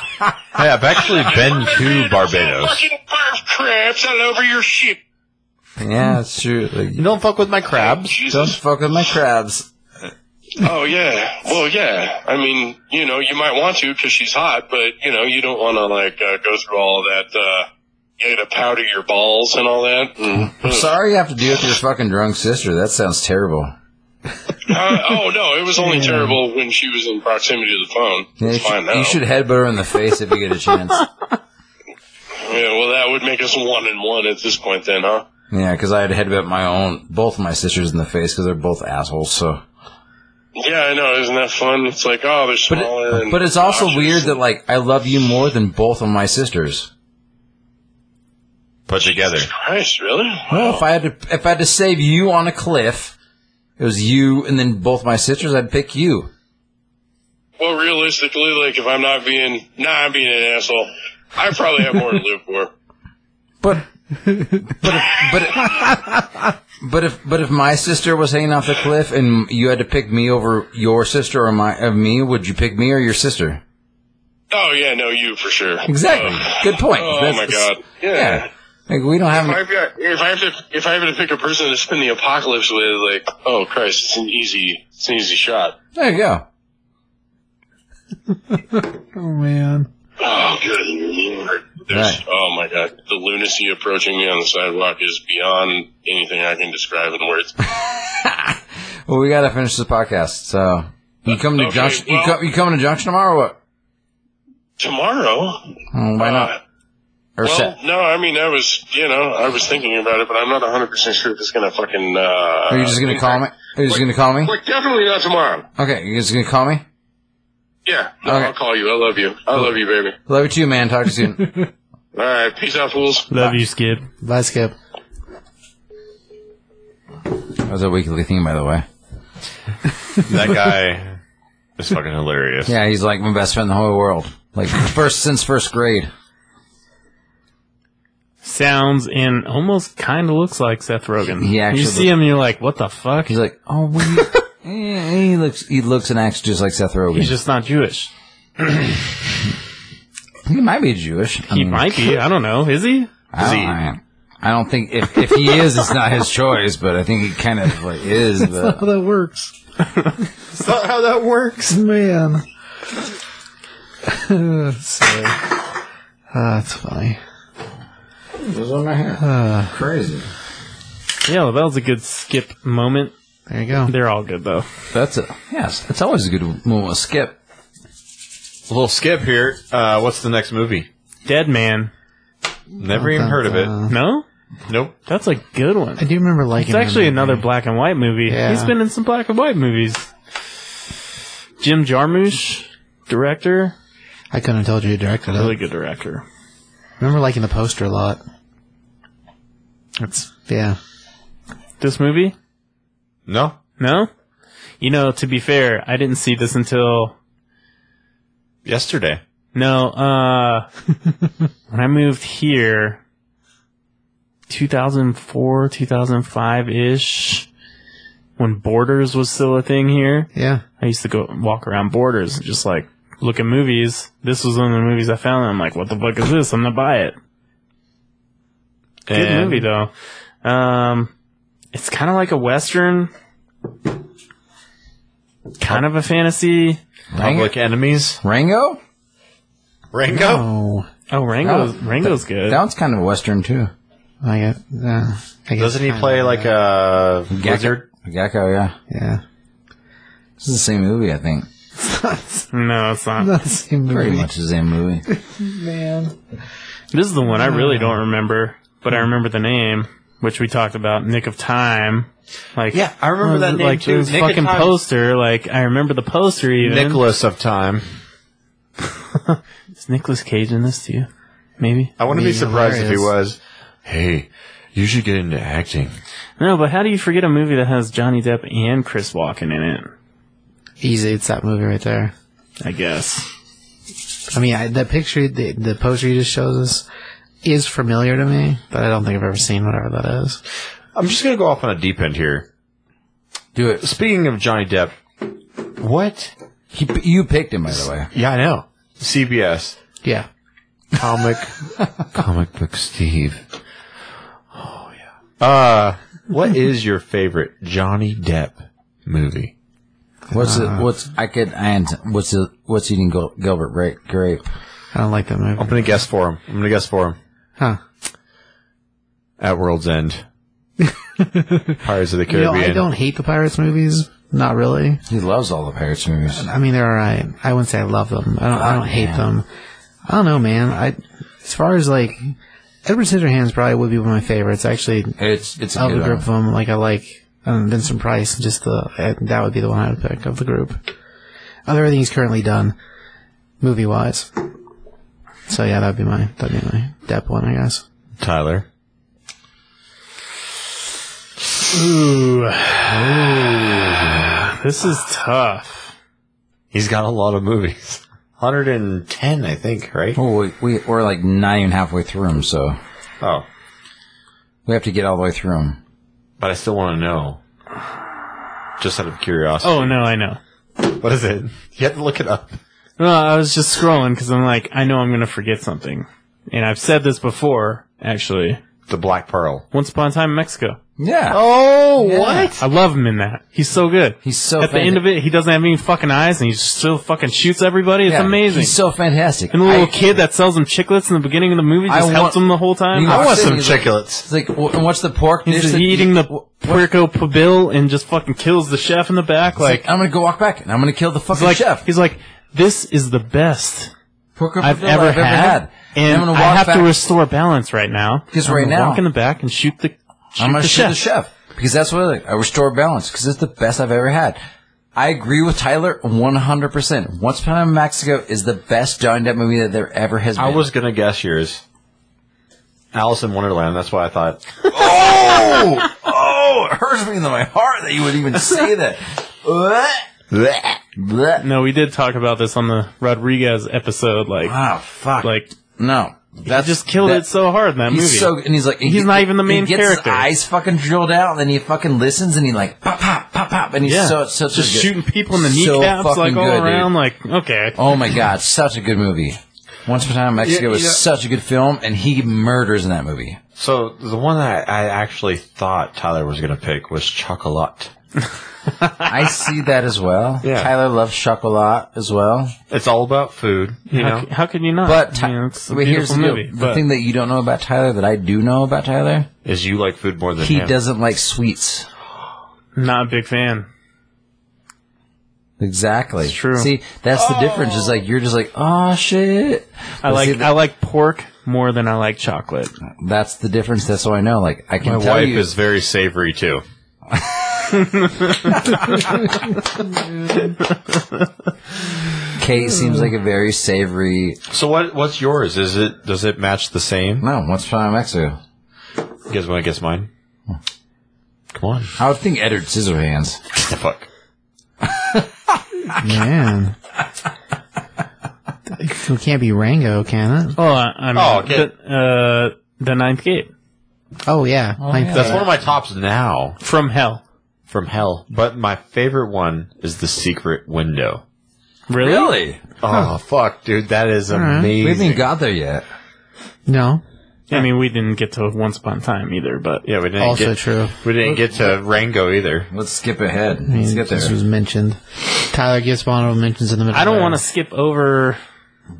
S2: Hey, I've actually been to Barbados.
S6: Fucking barf crabs all over your ship.
S1: Yeah, it's true. Like,
S2: You don't fuck with my crabs.
S1: don't fuck with my crabs.
S6: Oh yeah. Well, yeah. I mean, you know, you might want to because she's hot, but you know, you don't want to like uh, go through all that. uh Get a powder your balls and all that. And,
S1: I'm sorry you have to deal with your fucking drunk sister. That sounds terrible.
S6: Uh, oh no, it was only terrible when she was in proximity to the phone.
S1: Yeah,
S6: It's
S1: you,
S6: fine
S1: should,
S6: now.
S1: you should headbutt her in the face if you get a chance.
S6: Yeah, well, that would make us one and one at this point, then, huh?
S1: yeah, because I had headbutt my own, both my sisters in the face because they're both assholes. So,
S6: Yeah, I know. Isn't that fun? It's like, oh, they're
S1: but
S6: smaller.
S1: it,
S6: and
S1: but it's also
S6: obnoxious.
S1: weird that like I love you more than both of my sisters.
S2: Put together.
S6: Christ, really?
S1: Well, if I had to, if I had to save you on a cliff, it was you and then both my sisters. I'd pick you.
S6: Well, realistically, like if I'm not being, nah, I'm being an asshole. I probably have more to live for.
S1: But but if, but if, but if but if my sister was hanging off the cliff and you had to pick me over your sister or my of me, would you pick me or your sister?
S6: Oh yeah, no, you for sure.
S1: Exactly. Good point.
S6: Oh
S1: That's-
S6: my god. Yeah.
S1: Yeah. Like we don't have.
S6: If I, have got- if I have to, if I have to pick a person to spend the apocalypse with, like, oh Christ, it's an easy, it's an easy shot.
S1: There you go.
S3: Oh man.
S6: Oh good lord. There's,
S1: Right.
S6: Oh my god, the lunacy approaching me on the sidewalk is beyond anything I can describe in words.
S1: Well, we gotta finish this podcast. So you come to
S6: Okay,
S1: junction? you
S6: well-
S1: come? You coming to junction tomorrow? Or what?
S6: Tomorrow,
S1: Mm, why
S6: Uh,
S1: not? Or
S6: well,
S1: Sat-
S6: no, I mean, I was, you know, I was thinking about it, but I'm not 100% sure if it's going to fucking, uh...
S1: Are you just gonna call me? Are you just gonna call me?
S6: Like, definitely not tomorrow.
S1: Okay, you just gonna call me?
S6: Yeah. No,
S1: Okay.
S6: I'll call you. I love you. I love you, baby.
S1: Love you too, man. Talk to you soon.
S6: All right. Peace out, fools.
S4: Love you, Skid.
S3: Bye, Skip.
S1: that was a weekly thing, by the way.
S2: That guy is fucking hilarious.
S1: Yeah, he's like my best friend in the whole world. Like first since first grade.
S4: Sounds and almost kind of looks like Seth Rogen.
S1: He actually
S4: you see him, and you're like, what the fuck?
S1: He's like, oh, well, you- eh, he looks, he looks and acts just like Seth Rogen.
S4: He's just not Jewish.
S1: he might be Jewish. I
S4: He
S1: mean,
S4: might be. I don't know. Is he?
S1: I don't,
S2: he?
S1: I, I don't think if, if he is, it's not his choice. But I think he kind of like is. But
S3: that works.
S2: That's not how that works.
S3: Man. Sorry. Ah, that's funny.
S1: was on my hair. Crazy.
S4: Yeah, well, that was a good skip moment.
S3: There you go.
S4: They're all good though.
S1: That's a yes. It's always a good moment. with Skip.
S2: A little skip here. Uh, what's the next movie?
S4: Dead man.
S2: Never even heard of it.
S4: No,
S2: Nope.
S4: that's a good one.
S3: I do remember liking
S4: It's actually
S3: him.
S4: another black and white movie.
S3: Yeah.
S4: He's been in some black and white movies. Jim Jarmusch, director,
S3: I couldn't have told you who directed it.
S4: really good director.
S3: remember liking the poster a lot.
S4: It's
S3: Yeah.
S4: this movie?
S2: No.
S4: No. You know, to be fair, I didn't see this until
S2: Yesterday.
S4: no. Uh, when I moved here, 2004, 2005 ish, when Borders was still a thing here.
S3: Yeah.
S4: I used to go walk around Borders, and just like look at movies. This was one of the movies I found. And I'm like, what the fuck is this? I'm gonna buy it. Good
S2: And-
S4: movie though. Um, it's kind of like a western, kind of a fantasy.
S1: Rango.
S2: Public Enemies.
S1: Rango?
S2: Rango.
S3: Oh.
S4: Oh, Rango's
S1: Oh,
S4: Rango's good.
S1: That one's kind of a western too.
S3: I get, uh, I guess
S2: Doesn't he
S3: kinda
S2: play like a wizard?
S1: Gecko, yeah.
S3: Yeah.
S1: This is the same movie, I think.
S4: no, it's not.
S3: Not the same movie.
S1: Pretty much the same movie.
S3: Man.
S4: This is the one I really don't remember, but
S3: Hmm.
S4: I remember the name, which we talked about. Nick of Time. Like
S2: Yeah, I remember
S4: what was
S2: that
S4: it?
S2: name
S4: like,
S2: too.
S4: This
S2: Nick of
S4: fucking
S2: Time.
S4: poster. Like I remember the poster even.
S2: Nicholas of Time.
S4: Is Nicolas Cage in this too? Maybe.
S2: I wouldn't
S3: Be
S2: be surprised if he
S3: hilarious.
S2: was. Hey, you should get into acting.
S4: No, but how do you forget a movie that has Johnny Depp and Chris Walken in it?
S3: Easy. It's that movie right there.
S4: I guess.
S3: I mean, I, that picture, the, the poster you just showed us, is familiar to me, but I don't think I've ever seen whatever that is.
S2: I'm just gonna go off on a deep end here.
S1: Do it.
S2: Speaking of Johnny Depp, what?
S1: He, you picked him, by the way.
S2: Yeah, I know. CBS
S3: Yeah.
S2: comic, comic book Steve. Oh yeah. Uh, what is your favorite Johnny Depp movie?
S1: What's it?
S4: Uh-huh.
S1: What's I could and what's it? What's eating Gil- Gilbert Grape? Grape.
S3: I don't like that
S2: I'm
S4: Oh,
S3: movie.
S2: gonna guess for him. I'm gonna guess for him.
S3: Huh.
S2: At World's End. Pirates of the
S3: You know,
S2: Caribbean.
S3: I don't hate the Pirates movies. Not really.
S1: He loves all the Pirates movies.
S3: I mean, they're all right. I wouldn't say I love them. I don't. I
S4: Oh,
S3: don't hate them. I don't know, man. I as far as like Edward Scissorhands probably would be one of my favorites. Actually,
S1: It's it's a
S3: of the
S1: good
S4: uh.
S3: group
S1: one.
S3: of them, like I like um, Vincent Price. Just the I, that would be the one I would pick of the group. Of everything he's currently done, movie wise. So yeah, that'd be my that'd be my Depp one, I guess.
S2: Tyler.
S4: This is tough.
S2: He's got a lot of movies. 110, I think, right?
S1: Well, Oh, we, we we're like not even halfway through them, so
S2: Oh,
S1: we have to get all the way through them.
S2: but I still want to know. Just out of curiosity.
S4: Oh no, I know.
S2: What is it? You have to look it up.
S4: No, I was just scrolling because I'm like, I know I'm gonna forget something, and I've said this before, actually.
S2: The Black Pearl.
S4: Once upon a time in Mexico.
S1: Yeah.
S2: Oh,
S1: what?
S4: I love him in that. He's so good.
S1: He's so
S4: At the end of it, he doesn't have any fucking eyes, and he still fucking shoots everybody. It's amazing.
S1: He's so fantastic.
S4: and the little
S1: I-
S4: kid that sells him chiclets in the beginning of the movie
S1: I
S4: just helps
S1: want-
S4: him the whole time.
S1: You
S2: I want
S1: He's
S2: some
S1: like-
S2: chiclets.
S1: It's like, wh- what's the pork
S4: He's
S1: dish?
S4: just
S1: that
S4: eating
S1: you-
S4: the
S1: it's
S4: puerco pibil and just fucking kills the chef in the back.
S1: like,
S4: Like,
S1: I'm gonna go walk back and I'm gonna kill the fucking
S4: he's like,
S1: chef.
S4: he's like, this is the best
S1: Pork
S4: I've
S1: profiterole
S4: ever, had, and
S1: I'm
S4: i
S1: gonna walk
S4: have
S1: back.
S4: to restore balance right now.
S1: Because
S4: I'm
S1: right
S4: gonna
S1: now-
S4: walk in the back and shoot the. Shoot
S1: I'm gonna
S4: the
S1: shoot
S4: chef.
S1: the chef because that's what I like. I restore balance because it's the best I've ever had. I agree with Tyler 100. percent Once Upon a Time in Mexico is the best Johnny Depp movie that there ever has been.
S2: I was going to guess yours. Alice in Wonderland. That's why I thought.
S1: oh, oh, it hurts me in my heart that you would even say that. Blech. Blech. Blech.
S4: No, we did talk about this on the Rodriguez episode. Like,
S1: Oh fuck!
S4: like
S1: no,
S4: that
S1: that
S4: just killed it so hard in that
S1: He's
S4: movie.
S1: so, and he's like, he
S4: He's not even the main
S1: he gets his
S4: character.
S1: eyes fucking drilled out, and then he fucking listens, and he like pop, pop, pop, pop, and he's
S4: yeah,
S1: so such
S4: just
S1: a good-
S4: shooting people in the
S1: so
S4: kneecaps,
S1: fucking
S4: like all
S1: good, dude.
S4: around. Like, okay,
S1: Oh my god, such a good movie. Once Upon a Time in Mexico
S2: Yeah,
S1: was
S2: yeah.
S1: such a good film, and he murders in that movie.
S2: So the one that I actually thought Tyler was going to pick was Chocolat.
S1: I see that as well.
S2: Yeah.
S1: Tyler loves chocolate as well.
S2: It's all about food, you
S4: how,
S2: know.
S4: c- how can you not?
S1: But
S4: I
S1: Ty-
S4: mean, it's a
S1: but here's
S4: beautiful
S1: the, deal.
S4: movie.
S1: The
S4: but
S1: thing that you don't know about Tyler that I do know about Tyler,
S2: Is you like food more than
S1: he
S2: him.
S1: doesn't like sweets.
S4: not a big fan.
S1: Exactly.
S4: It's true.
S1: See, that's the difference. Is like you're just like, oh shit.
S4: I
S1: But see,
S4: like I like pork more than I like chocolate.
S1: That's the difference. That's how I know. Like I can
S2: My
S1: tell
S2: wife
S1: you.
S2: is very savory too.
S1: Kate seems like a very savory.
S2: So what? What's yours? Is it? Does it match the same?
S1: No, once upon a Mexico.
S2: You guys want to guess mine? Come on.
S1: I would think Edward Scissorhands.
S2: the fuck?
S3: Man. it can't be Rango, can it?
S4: Oh, I, I mean,
S2: Oh, okay.
S4: the, uh, the Ninth Gate
S3: Oh yeah. Ninth
S2: That's
S3: Gate.
S2: one of my tops now
S4: from Hell.
S2: from hell. But my favorite one is the secret window.
S4: Really?
S2: Oh fuck, dude, that is
S3: right.
S1: We haven't
S2: amazing.
S1: even got there yet.
S3: No.
S4: I mean, we didn't get to Once Upon a Time either, but
S2: yeah, we didn't
S3: Also
S2: get
S3: true.
S2: we didn't get to Rango either.
S1: Let's skip ahead.
S3: I
S1: Let's
S3: mean,
S1: get
S3: this
S1: there.
S3: was mentioned. Tyler gets honorable mentions in the middle.
S4: I don't
S3: there.
S4: want to skip over.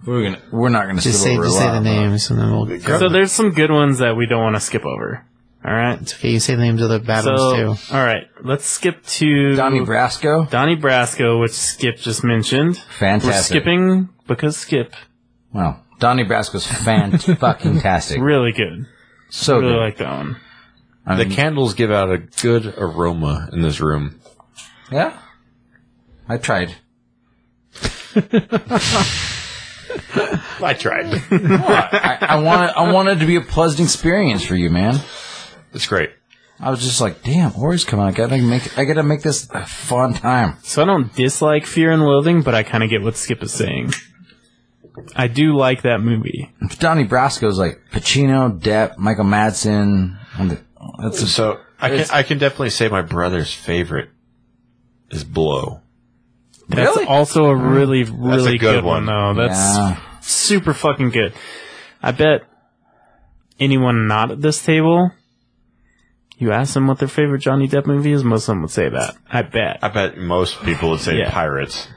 S1: We're gonna. We're not gonna
S3: just
S1: skip
S3: say
S1: over
S3: just
S1: a
S3: say
S1: lot,
S3: the
S1: but-
S3: names and then we'll.
S4: So there's some good ones that we don't want to skip over. All right.
S3: It's okay. You say the names of the bad
S4: So all
S3: ones too.
S4: right, let's skip to
S1: Donnie Brasco,
S4: Donnie Brasco, which Skip just mentioned.
S1: fantastic.
S4: We're skipping because Skip
S1: Well, Donnie Brasco's fan fucking tastic.
S4: really good.
S1: So
S4: Really
S1: good.
S4: like that one.
S1: I
S2: The
S1: mean,
S2: candles give out a good aroma in this room.
S1: yeah. I tried.
S2: I tried.
S1: I, I wanted. I wanted to be a pleasant experience for you, man.
S2: it's great.
S1: I was just like, damn, Ori's coming. I gotta make. I gotta make this a fun time.
S4: So I don't dislike Fear and Loathing, but I kind of get what Skip is saying. I do like that movie.
S1: Donnie Brasco's like Pacino, Depp, Michael Madsen. and the- That's a,
S2: So I can I can definitely say my brother's favorite is Blow.
S4: That's
S1: Really?
S4: also a really, really
S2: a good
S4: good, one.
S2: one.
S4: though. That's
S1: Yeah.
S4: super fucking good. I bet anyone not at this table You ask them what their favorite Johnny Depp movie is, most of them would say that. I bet.
S2: I bet most people would say
S4: Yeah.
S2: pirates.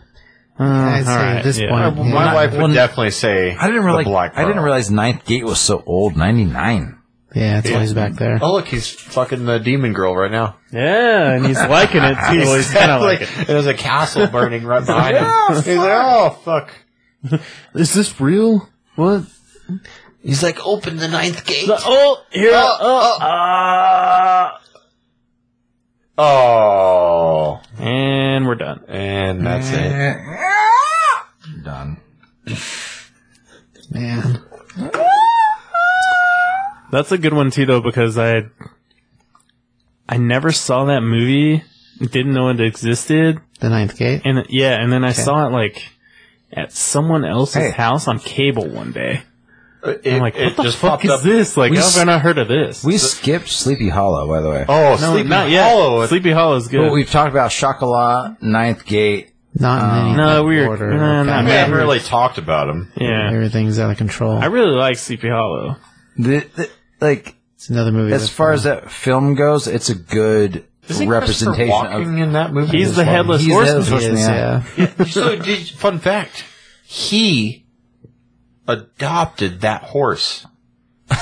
S4: Uh,
S3: I'd say at this point,
S2: My
S3: yeah,
S2: wife would
S1: well,
S2: definitely say
S1: I didn't
S2: the
S1: realize.
S2: Black
S1: I didn't
S2: Pearl.
S1: realize Ninth Gate was so old. Ninety nine.
S3: yeah, it's always back there.
S2: Oh look, he's fucking the demon girl right now.
S4: Yeah, and he's liking it too. Well, he's kind of like,
S2: there's a castle burning right behind him. He's like, oh fuck.
S4: is this real? What?
S2: He's like, open the ninth gate.
S4: Oh, here.
S2: Oh,
S4: Oh,
S2: oh.
S4: ah.
S2: Oh,
S4: and we're done.
S2: and that's it.
S1: Done.
S3: Man,
S4: That's a good one too, though, because I I never saw that movie, didn't know it existed,
S3: the ninth gate.
S4: and yeah, and then I saw it like at someone else's
S1: Hey.
S4: house on cable one day.
S2: It,
S4: I'm like, what
S2: it
S4: the
S2: just
S4: fuck
S2: popped
S4: is
S2: up.
S4: this? Like,
S1: We
S4: how
S1: s-
S4: have I not heard of this?
S1: We skipped Sleepy Hollow, by the way.
S2: Oh,
S4: no,
S2: Sleepy
S4: not yet.
S2: Hollow.
S4: Sleepy Hollow is good.
S1: Well, we've talked about Chocolat, Ninth Gate.
S3: Not in any
S4: no,
S3: like,
S4: we're-
S3: order.
S4: no, no,
S2: I
S4: no.
S2: mean, I haven't
S3: Every-
S2: really talked about him.
S4: yeah,
S3: Everything's out of control.
S4: I really like Sleepy Hollow.
S1: The, the, like
S3: it's another movie.
S1: as
S3: that's-
S1: far as that film goes, it's a good representation of.
S2: in that movie?
S4: He's the headless
S1: He's
S4: horseman.
S1: headless-
S3: It is,
S1: Yeah.
S3: yeah.
S2: so, did, fun fact: he adopted that horse.
S3: uh,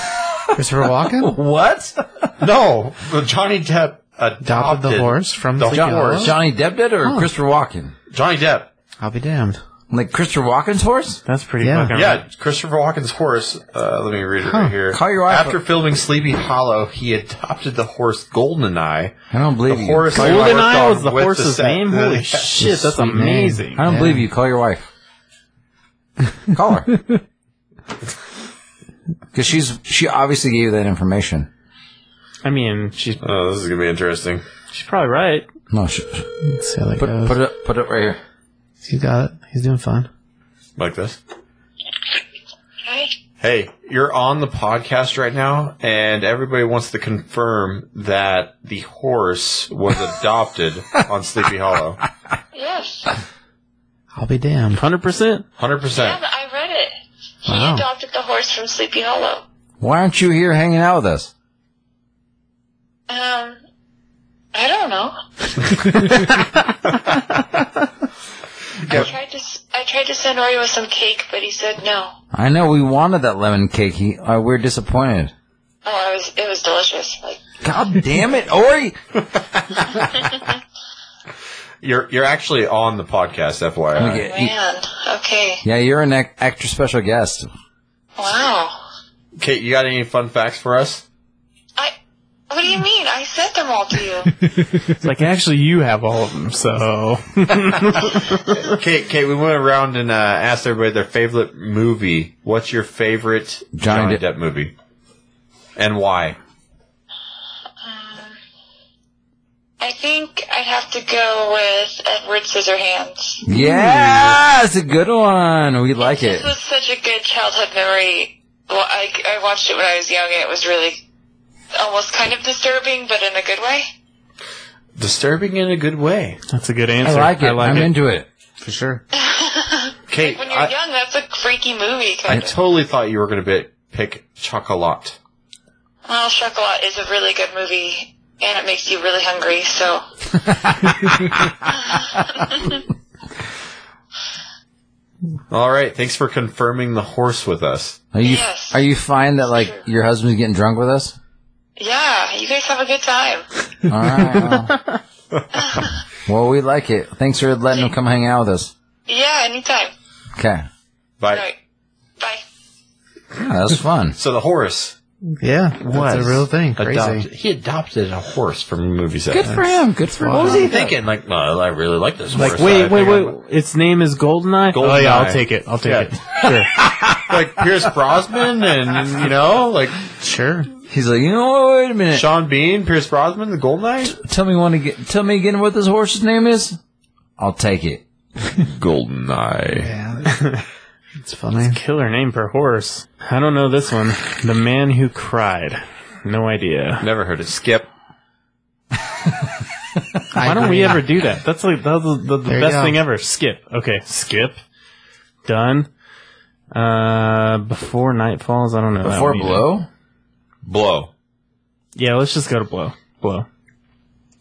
S3: Christopher Walken
S1: What?
S2: No, Johnny Depp adopted,
S3: adopted the horse from the,
S2: The horse.
S3: John-
S1: Johnny Depp did or Christopher Walken?
S2: Johnny Depp.
S3: I'll be damned.
S1: Like Christopher Walken's horse?
S4: That's pretty
S3: Yeah.
S4: fucking.
S2: Yeah, Christopher Walken's horse. Uh, let me read it right here.
S1: Call your wife
S2: After
S1: up.
S2: filming Sleepy Hollow, he adopted the horse Goldeneye.
S1: I don't believe
S2: The
S1: you.
S2: horse I worked
S4: Goldeneye
S2: on
S4: was the
S2: with
S4: horse's
S2: set-
S4: name. Holy shit, that's
S3: Sweet name.
S4: amazing.
S1: I don't
S3: Yeah.
S1: believe you. Call your wife. Call her. Because she's she obviously gave you that information.
S4: I mean, she's
S2: Oh, this is gonna be interesting.
S4: she's probably right.
S1: No, she,
S3: Let's see how that
S1: put
S3: goes.
S1: put it up, put it up right here.
S3: He's got it. He's doing fine.
S2: Like this.
S5: Hi.
S2: Hey, you're on the podcast right now, and everybody wants to confirm that the horse was adopted on Sleepy Hollow.
S5: Yes.
S3: I'll be damned.
S4: Hundred percent.
S2: Hundred
S5: Yeah,
S2: percent.
S5: I read it. He
S3: Wow.
S5: adopted the horse from Sleepy Hollow.
S1: Why aren't you here hanging out with us?
S5: Um, I don't know. I tried to s- I tried to send Oreo some cake, but he said no.
S1: I know we wanted that lemon cake. He, uh, we're disappointed.
S5: Oh, I was it was delicious. Like
S1: God damn it, Ori!
S2: You're you're actually on the podcast, FYI.
S1: Okay, y-
S5: man, okay,
S1: Yeah, you're an ec- extra special guest.
S5: wow.
S2: Kate, you got any fun facts for us?
S5: I what do you mean? I sent them all to you.
S4: It's like actually, you have all of them. So
S2: Kate, Kate, we went around and uh, asked everybody their favorite movie. What's your favorite
S1: Johnny
S2: Johnny, Depp movie, and why?
S5: I think I'd have to go with Edward Scissorhands.
S1: Yeah, it's a good one. We like it.
S5: This was such a good childhood memory. Well, I, I watched it when I was young, and it was really almost kind of disturbing, but in a good way.
S2: Disturbing in a good way.
S4: that's a good
S1: I
S4: answer.
S1: like it.
S4: I like
S1: I'm
S4: it.
S1: into it.
S3: For sure.
S2: Kate,
S5: When you're
S2: I,
S5: young, that's a freaky movie.
S2: I
S5: Kind of.
S2: totally thought you were going to pick Chocolat.
S5: Well, Chocolat is a really good movie, and it makes you really hungry. So,
S2: All right, thanks for confirming the horse with us.
S1: Are you
S5: Yes.
S1: are you fine that like your husband's getting drunk with us?
S5: yeah, you guys have a good time.
S1: All right. Well, Well, we like it. Thanks for letting him come hang out with us.
S5: Yeah, anytime.
S1: Okay,
S2: Bye.
S5: All right, bye.
S1: yeah, that was fun.
S2: So the horse
S3: Yeah, that's
S2: was
S3: a real thing. Crazy.
S2: adopted- He adopted a horse from a movie set.
S1: Good for him. Good for him.
S2: What was he thinking? Like, well, I really like this
S4: Like,
S2: horse. I
S4: wait, wait,
S2: think
S4: wait.
S2: I'm-
S4: Its name is Goldeneye. Oh yeah,
S2: Goldeneye.
S4: I'll take it. I'll take
S2: Yeah.
S4: it. Sure.
S2: like Pierce Brosnan and you know like
S3: Sure.
S1: He's like, you know what? Wait a minute.
S2: Sean Bean, Pierce Brosnan, the Golden Eye,
S1: Tell me one again. Tell me again what this horse's name is. I'll take it.
S2: Golden Eye.
S3: Yeah. It's funny.
S4: Killer name per horse. I don't know this one. The man who cried. No idea.
S2: Never heard it. Skip.
S4: Why don't we ever do that? That's like that's the, the, the
S3: There you
S4: best
S3: go.
S4: thing ever. Skip. Okay, skip. Done. Uh, before night falls. I don't know. that
S1: Before
S4: one either.
S1: blow.
S2: Blow.
S4: Yeah, let's just go to blow. Blow.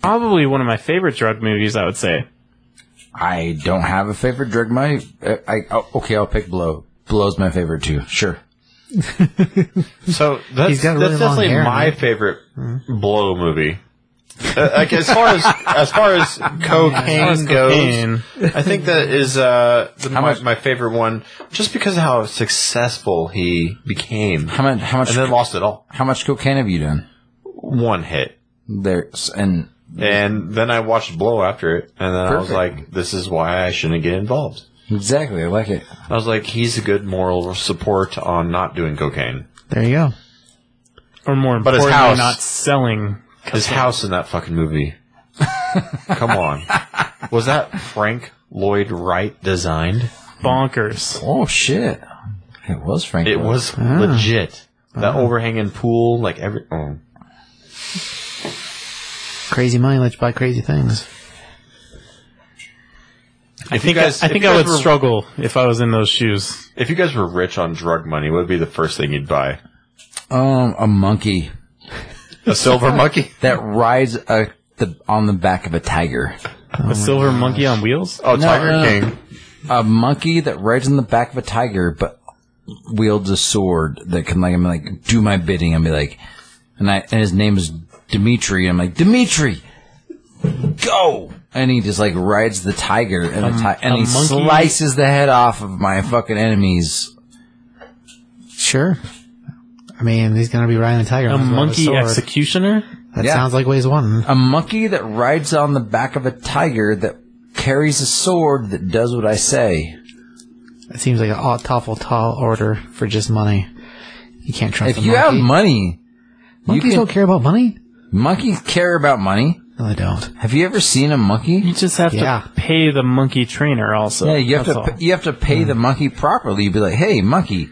S4: Probably one of my favorite drug movies, I would say.
S1: I don't have a favorite drug. My, I, I oh, okay, I'll pick Blow. Blow's my favorite too. Sure.
S2: So that's,
S3: He's got
S2: that's
S3: really long
S2: definitely
S3: hair, Mm-hmm.
S2: my
S3: right?
S2: favorite blow movie. Uh, like as far as as far as cocaine goes,
S4: Cocaine.
S2: I think that is uh, the, my,
S1: much-
S2: my favorite one, just because of how successful he became,
S1: How much? How much?
S2: and then lost it all.
S1: how much cocaine have you done?
S2: One hit,
S1: There's and
S2: and then I watched Blow after it, and then I was
S1: Perfect.
S2: like, "This is why I shouldn't get involved."
S1: exactly, I like it.
S2: I was like, "He's a good moral support on not doing cocaine."
S3: There you go.
S4: Or more
S2: But his
S4: importantly,
S2: house.
S4: not selling.
S2: His house in that fucking movie. Come on. Was that Frank Lloyd Wright designed?
S4: Bonkers.
S1: Oh shit! It was Frank.
S2: It
S1: Lloyd.
S2: was legit. That overhanging pool, like every. Oh.
S3: Crazy mileage by crazy things.
S4: I think
S2: guys-
S4: I, I
S2: if
S4: think
S2: you
S4: I
S2: guys
S4: would
S2: were-
S4: struggle if I was in those shoes.
S2: If you guys were rich on drug money, what would be the first thing you'd buy?
S1: um a monkey
S2: A silver monkey?
S1: that rides a the on the back of a tiger.
S4: a silver monkey on wheels?
S2: Oh, Tiger
S1: no.
S2: King.
S1: A monkey that rides on the back of a tiger, but wields a sword that can like I'm like do my bidding and be like, and I and his name is Dimitri. And I'm like Dimitri, go. And he just like rides the tiger and, the ti- and
S4: a
S1: he
S4: monkey-
S1: slices the head off of my fucking enemies.
S3: Sure. I mean, he's gonna be riding a tiger.
S4: A
S3: might as well have
S4: monkey
S3: sword.
S4: executioner?
S3: That
S1: Yeah.
S3: sounds like what he's wanting.
S1: A monkey that rides on the back of a tiger that carries a sword that does what I say.
S3: It seems like an aw- awful tall order for just money. You can't trust.
S1: If
S3: a
S1: you
S3: monkey.
S1: have money,
S3: monkeys
S1: can-
S3: don't care about money.
S1: monkeys care about money.
S3: No, they don't.
S1: Have you ever seen a monkey?
S4: You just have
S3: Yeah.
S4: to pay the monkey trainer also.
S1: Yeah, you have
S4: That's
S1: to
S4: all.
S1: you have to pay the monkey properly. You'd be like, hey, monkey,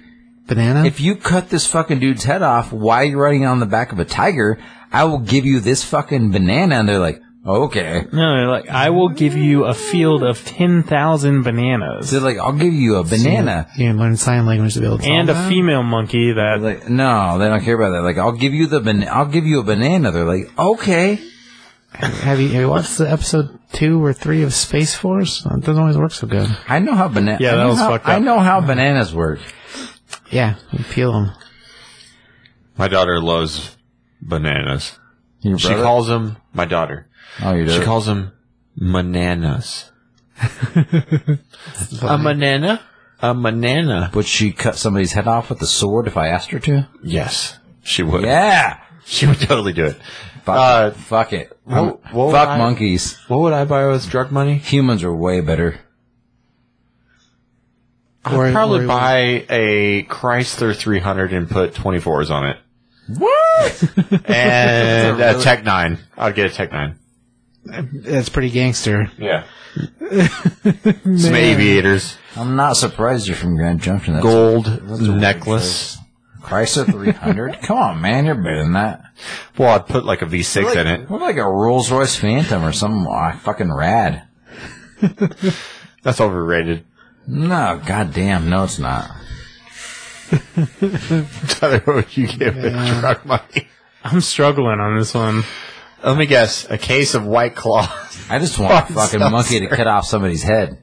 S3: Banana.
S1: if you cut this fucking dude's head off while you're riding on the back of a tiger, I will give you this fucking banana. And they're like, okay.
S4: No, they're like, I will give you a field of 10,000 bananas.
S1: They're like, I'll give you a banana.
S3: You can learn sign language to be able to.
S4: And
S3: solve
S4: a
S3: that.
S4: female monkey that
S1: Like, no, they don't care about that. Like, I'll give you the ban- I'll give you a banana. They're like, okay.
S3: Have you, have you watched the episode two or three of Space Force? It doesn't always work so good.
S1: I know how banana.
S4: Yeah,
S1: I
S4: that
S1: know
S4: was
S1: how-
S4: fucked
S1: I
S4: up.
S1: know how bananas work.
S3: Yeah, you peel them.
S2: My daughter loves bananas.
S1: Your
S2: She calls them, my daughter,
S1: oh, you
S2: she
S1: do.
S2: calls them bananas. a banana? A banana.
S1: Would she cut somebody's head off with a sword if I asked her to?
S2: Yes, she would.
S1: Yeah.
S2: She would totally do it.
S1: Fuck,
S2: Uh,
S1: it. fuck it.
S2: what-
S1: I'm-
S2: what would
S1: fuck
S2: I-
S1: monkeys.
S2: What would I buy with drug money?
S1: Humans are way better.
S3: Or-
S2: I'd probably
S3: or-
S2: buy a Chrysler 300 and put 24s on it. What? and a Tech 9. I'd get a Tech 9.
S3: That's pretty gangster.
S2: Yeah. Some aviators.
S1: I'm not surprised you're from Grand Junction. That's
S2: Gold necklace.
S1: Chrysler 300. Come on, man, you're better than that.
S2: Well, I'd put like a V6
S1: Like,
S2: in it.
S1: What like a Rolls Royce Phantom or something? Aw, fucking rad.
S2: That's overrated.
S1: No, goddamn, no, it's not.
S2: Tyler, what would you get with drug money?
S4: I'm struggling on this one.
S2: Let me guess. A case of White Claw.
S1: I just want a
S2: Fuck,
S1: fucking
S2: so
S1: monkey to cut off somebody's head.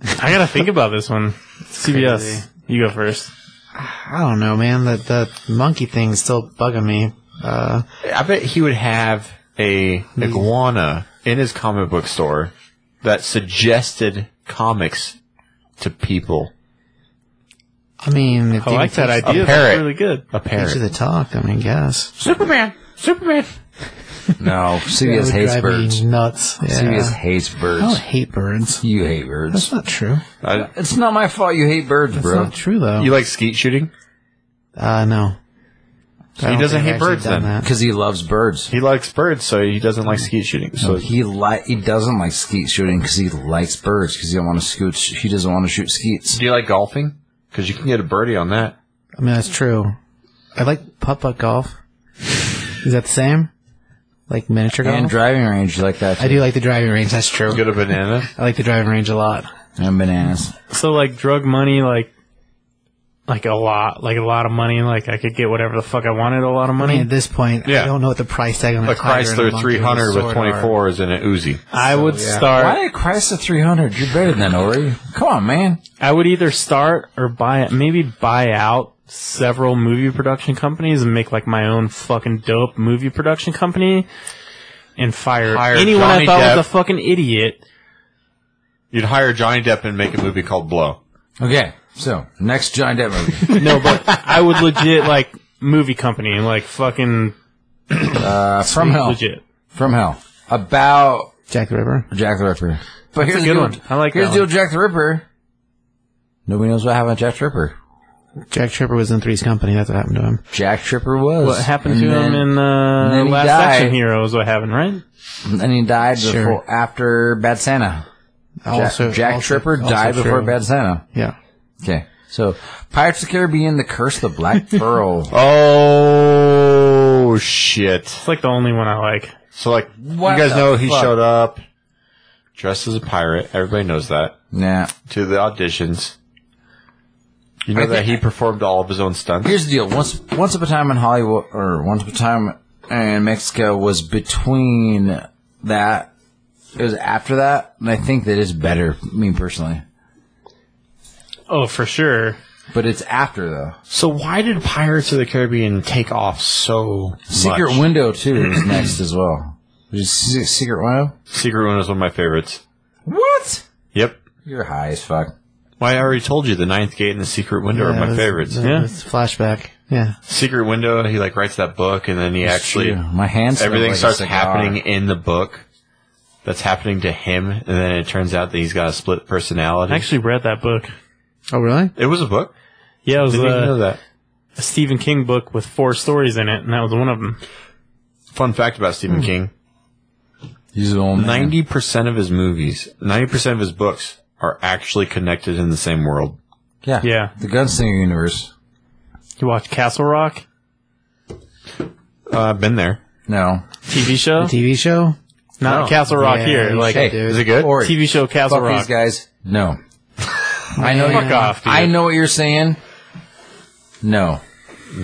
S4: I gotta think about this one. CBS, you go first.
S3: I don't know, man. That the monkey thing is still bugging me. Uh,
S2: I bet he would have a iguana in his comic book store that suggested comics to people.
S3: I mean, if
S2: Oh,
S4: I
S3: you
S4: like
S3: can
S4: that
S3: teach-
S4: idea.
S2: A
S4: That's
S2: parrot.
S4: really good.
S2: A
S3: Teach you
S2: parrot.
S3: the talk. I mean, guess.
S1: No,
S3: That
S1: CBS
S3: would
S1: hates
S3: drive
S1: birds.
S3: Me nuts. Yeah.
S1: CBS hates
S3: I don't
S1: birds.
S3: hate birds.
S1: You hate birds.
S3: That's not true.
S2: I-
S1: It's not my fault you hate birds,
S3: That's
S1: bro.
S3: not true though.
S2: you like skeet shooting?
S3: uh, no. I don't
S2: doesn't
S3: think
S2: hate
S3: I've actually
S2: birds,
S3: done
S2: then?
S3: that.
S1: Because he loves birds.
S2: He likes birds, so he doesn't like skeet shooting. So
S1: He li- he doesn't like skeet shooting because he likes birds because he don't want to scoot. He doesn't want to shoot skeets.
S2: do you like golfing? Because you can get a birdie on that.
S3: I mean, that's true. I like putt putt golf. Is that the same? Like miniature golf.
S1: And driving range you like that.
S3: I
S1: too.
S3: do like the driving range. That's true.
S2: Get a banana.
S3: I like the driving range a lot.
S1: And bananas.
S4: So like drug money, like like a lot, like a lot of money. Like I could get whatever the fuck I wanted. A lot of
S3: I mean,
S4: money.
S3: at this point, I
S2: Yeah.
S3: don't know what the price tag on a
S2: A
S3: tiger and a
S2: Chrysler
S3: monkey
S2: 300 with
S3: sword are.
S2: 24s and an Uzi.
S4: I would start.
S1: Why a Chrysler 300? You're better than Ori. Come on, man.
S4: I would either start or buy maybe buy out several movie production companies and make like my own fucking dope movie production company and fire
S2: Hire
S4: anyone
S2: Johnny
S4: I thought
S2: Depp.
S4: was a fucking idiot.
S2: You'd hire Johnny Depp and make a movie called Blow.
S1: Okay, so next Johnny Depp movie.
S4: No, but I would legit like movie company like fucking
S1: Uh, from Hell.
S4: legit.
S1: From Hell. About
S3: Jack the Ripper.
S1: Jack the Ripper. But here's
S4: a
S1: the
S4: good
S1: deal-
S4: one. I like
S1: Here's
S4: that
S1: the deal
S4: one.
S1: with Jack the Ripper. Nobody knows what happened to Jack the Ripper.
S3: Jack Tripper was in Three's Company. That's what happened to him.
S1: Jack Tripper was.
S4: What happened
S1: And
S4: to
S1: then-
S4: him in
S1: and
S4: uh,
S1: then he
S4: Last
S1: died.
S4: Action Hero is what happened, right?
S1: And he died
S3: Sure.
S1: before, after Bad Santa. Jack,
S3: Also,
S1: Jack
S3: also-
S1: Tripper
S3: also
S1: died before
S3: true.
S1: Bad Santa.
S3: Yeah.
S1: Okay. So, Pirates of the Caribbean, The Curse of the Black Pearl.
S2: Oh, shit.
S4: It's like the only one I like.
S2: So, like,
S1: What
S2: you guys
S1: the
S2: know he
S1: fuck?
S2: showed up dressed as a pirate. Everybody knows that.
S1: Nah.
S2: To the auditions. You know
S1: I
S2: that
S1: think-
S2: he performed all of his own stunts?
S1: Here's the deal. Once, once upon a time in Hollywood, or once upon a time in Mexico was between that. It was after that, and I think that is better, me personally.
S4: Oh, for sure.
S1: But it's after though.
S2: So why did Pirates of the Caribbean take off so
S1: Secret
S2: much?
S1: Window too is next as well. Is Se- Secret Window?
S2: Secret Window is one of my favorites.
S1: What?
S2: Yep.
S1: You're high as fuck.
S2: Why I already told you the Ninth Gate and the Secret Window
S3: Yeah,
S2: are my
S3: that's-
S2: favorites.
S3: that-
S4: Yeah.
S3: that's flashback. Yeah.
S2: Secret Window, he like writes that book and then he actually
S1: Shoot, my hands. smell
S2: everything
S1: like a
S2: starts
S1: cigar.
S2: happening in the book. That's happening to him, and then it turns out that he's got a split personality.
S4: I actually read that book.
S3: Oh, really?
S2: it was a book.
S4: Yeah, it was
S2: Didn't even know
S4: a,
S2: that.
S4: a Stephen King book with four stories in it, and that was one of them.
S2: Fun fact about Stephen King:
S1: He's the old man.
S2: Hmm. ninety percent of his movies, ninety percent of his books, are actually connected in the same world.
S1: Yeah.
S4: Yeah.
S1: The Gunslinger universe.
S4: You watch Castle Rock
S2: Uh, I've been there.
S1: No.
S4: TV show,
S3: TV show?
S4: not
S2: No.
S4: Castle Rock
S3: Yeah,
S4: here.
S3: you
S4: Like
S3: should,
S1: hey,
S3: dude.
S2: Is it good?
S1: Or
S4: TV show Castle
S1: fuck
S4: Rock.
S1: these guys. No. I know.
S4: Fuck
S1: you're-
S4: off, dude.
S1: I know what you're saying. No.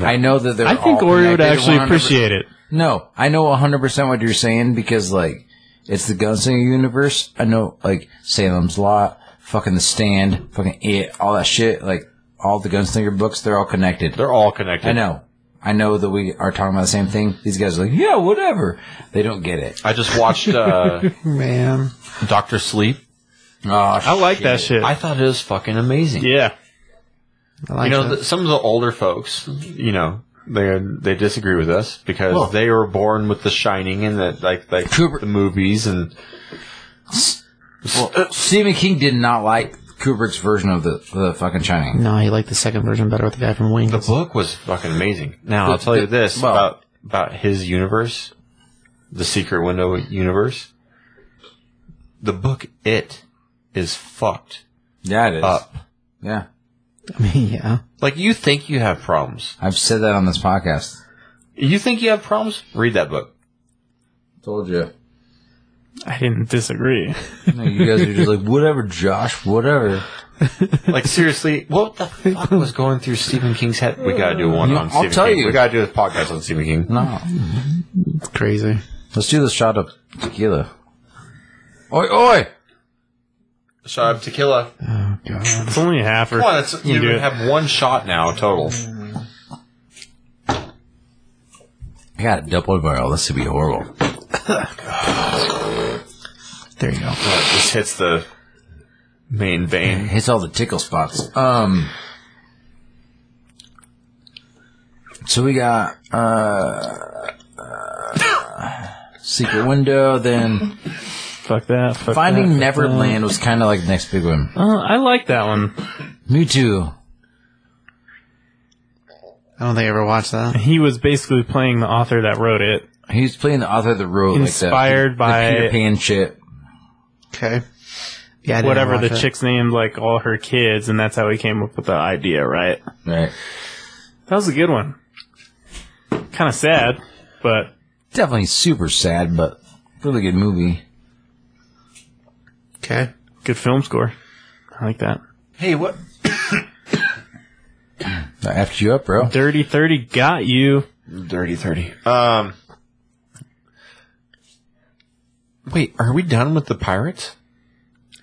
S1: I know that they're.
S4: I think
S1: all
S4: Ori would
S1: connected
S4: actually
S1: 100%.
S4: appreciate it.
S1: No, I know 100% what you're saying because, like, it's the Gunslinger universe. I know, like, Salem's Lot, fucking The Stand, fucking It, all that shit. Like, all the Gunslinger books, they're all connected.
S2: They're all connected.
S1: I know. I know that we are talking about the same thing. These guys are like, yeah, whatever. They don't get it.
S2: I just watched uh,
S3: Man.
S2: Doctor Sleep.
S1: Oh,
S4: I like that shit.
S2: I thought it was fucking amazing.
S4: yeah,
S3: I like
S2: you know,
S3: that.
S2: the, some of the older folks, you know, they they disagree with us because
S1: Well-
S2: they were born with The Shining and the like, like
S1: Kubrick-
S2: the movies and
S1: Well, Uh, Stephen King did not like Kubrick's version of the, the fucking Shining.
S3: no, you like the second version better with the guy from Wings.
S2: the book was fucking amazing. Now I'll tell you this
S1: well-
S2: about about his universe, the Secret Window universe. The book it is fucked
S1: Yeah, it is.
S2: up.
S1: Yeah.
S3: I mean, yeah.
S2: Like you think you have problems.
S1: I've said that on this podcast.
S2: You think you have problems? Read that book.
S1: Told you.
S4: I didn't disagree.
S1: No, you guys are just like, whatever, Josh, whatever.
S2: Like seriously, what the fuck was going through Stephen King's head? We gotta do one
S1: You-
S2: on
S1: I'll
S2: Stephen
S1: tell
S2: King.
S1: you.
S2: We gotta do a podcast on Stephen King.
S1: No.
S3: It's crazy.
S1: Let's do the shot of tequila. Oi, oi!
S2: Shot of tequila.
S3: Oh, God.
S4: It's only a half or
S2: Come on, that's,
S4: you
S2: you
S4: do it.
S2: have one shot now total.
S1: I got a double barrel. This would be horrible.
S3: There you go.
S2: This hits the main vein.
S1: Hits all the tickle spots. Um. So we got uh, uh, Secret Window. Then
S4: fuck that. Fuck
S1: Finding
S4: that, fuck
S1: Neverland was kind of like the next big one.
S4: that. Uh, I like that one.
S1: Me too.
S3: I don't think I ever watched that.
S4: He was basically playing the author that wrote it.
S1: He's playing the author of the road,
S4: Inspired
S1: like that,
S4: by-
S1: the Peter Pan shit.
S3: Okay. Yeah, I didn't
S4: Whatever
S3: watch
S4: the
S3: it.
S4: chick's named, like all her kids, and that's how he came up with the idea. Right.
S1: Right.
S4: That was a good one. Kind of sad, but
S1: Definitely super sad, but really good movie.
S3: Okay.
S4: good film score. I like that.
S2: Hey, what?
S1: I effed you up, bro.
S4: Dirty 30 got you.
S2: Dirty thirty. Um. Wait, are we done with the pirates?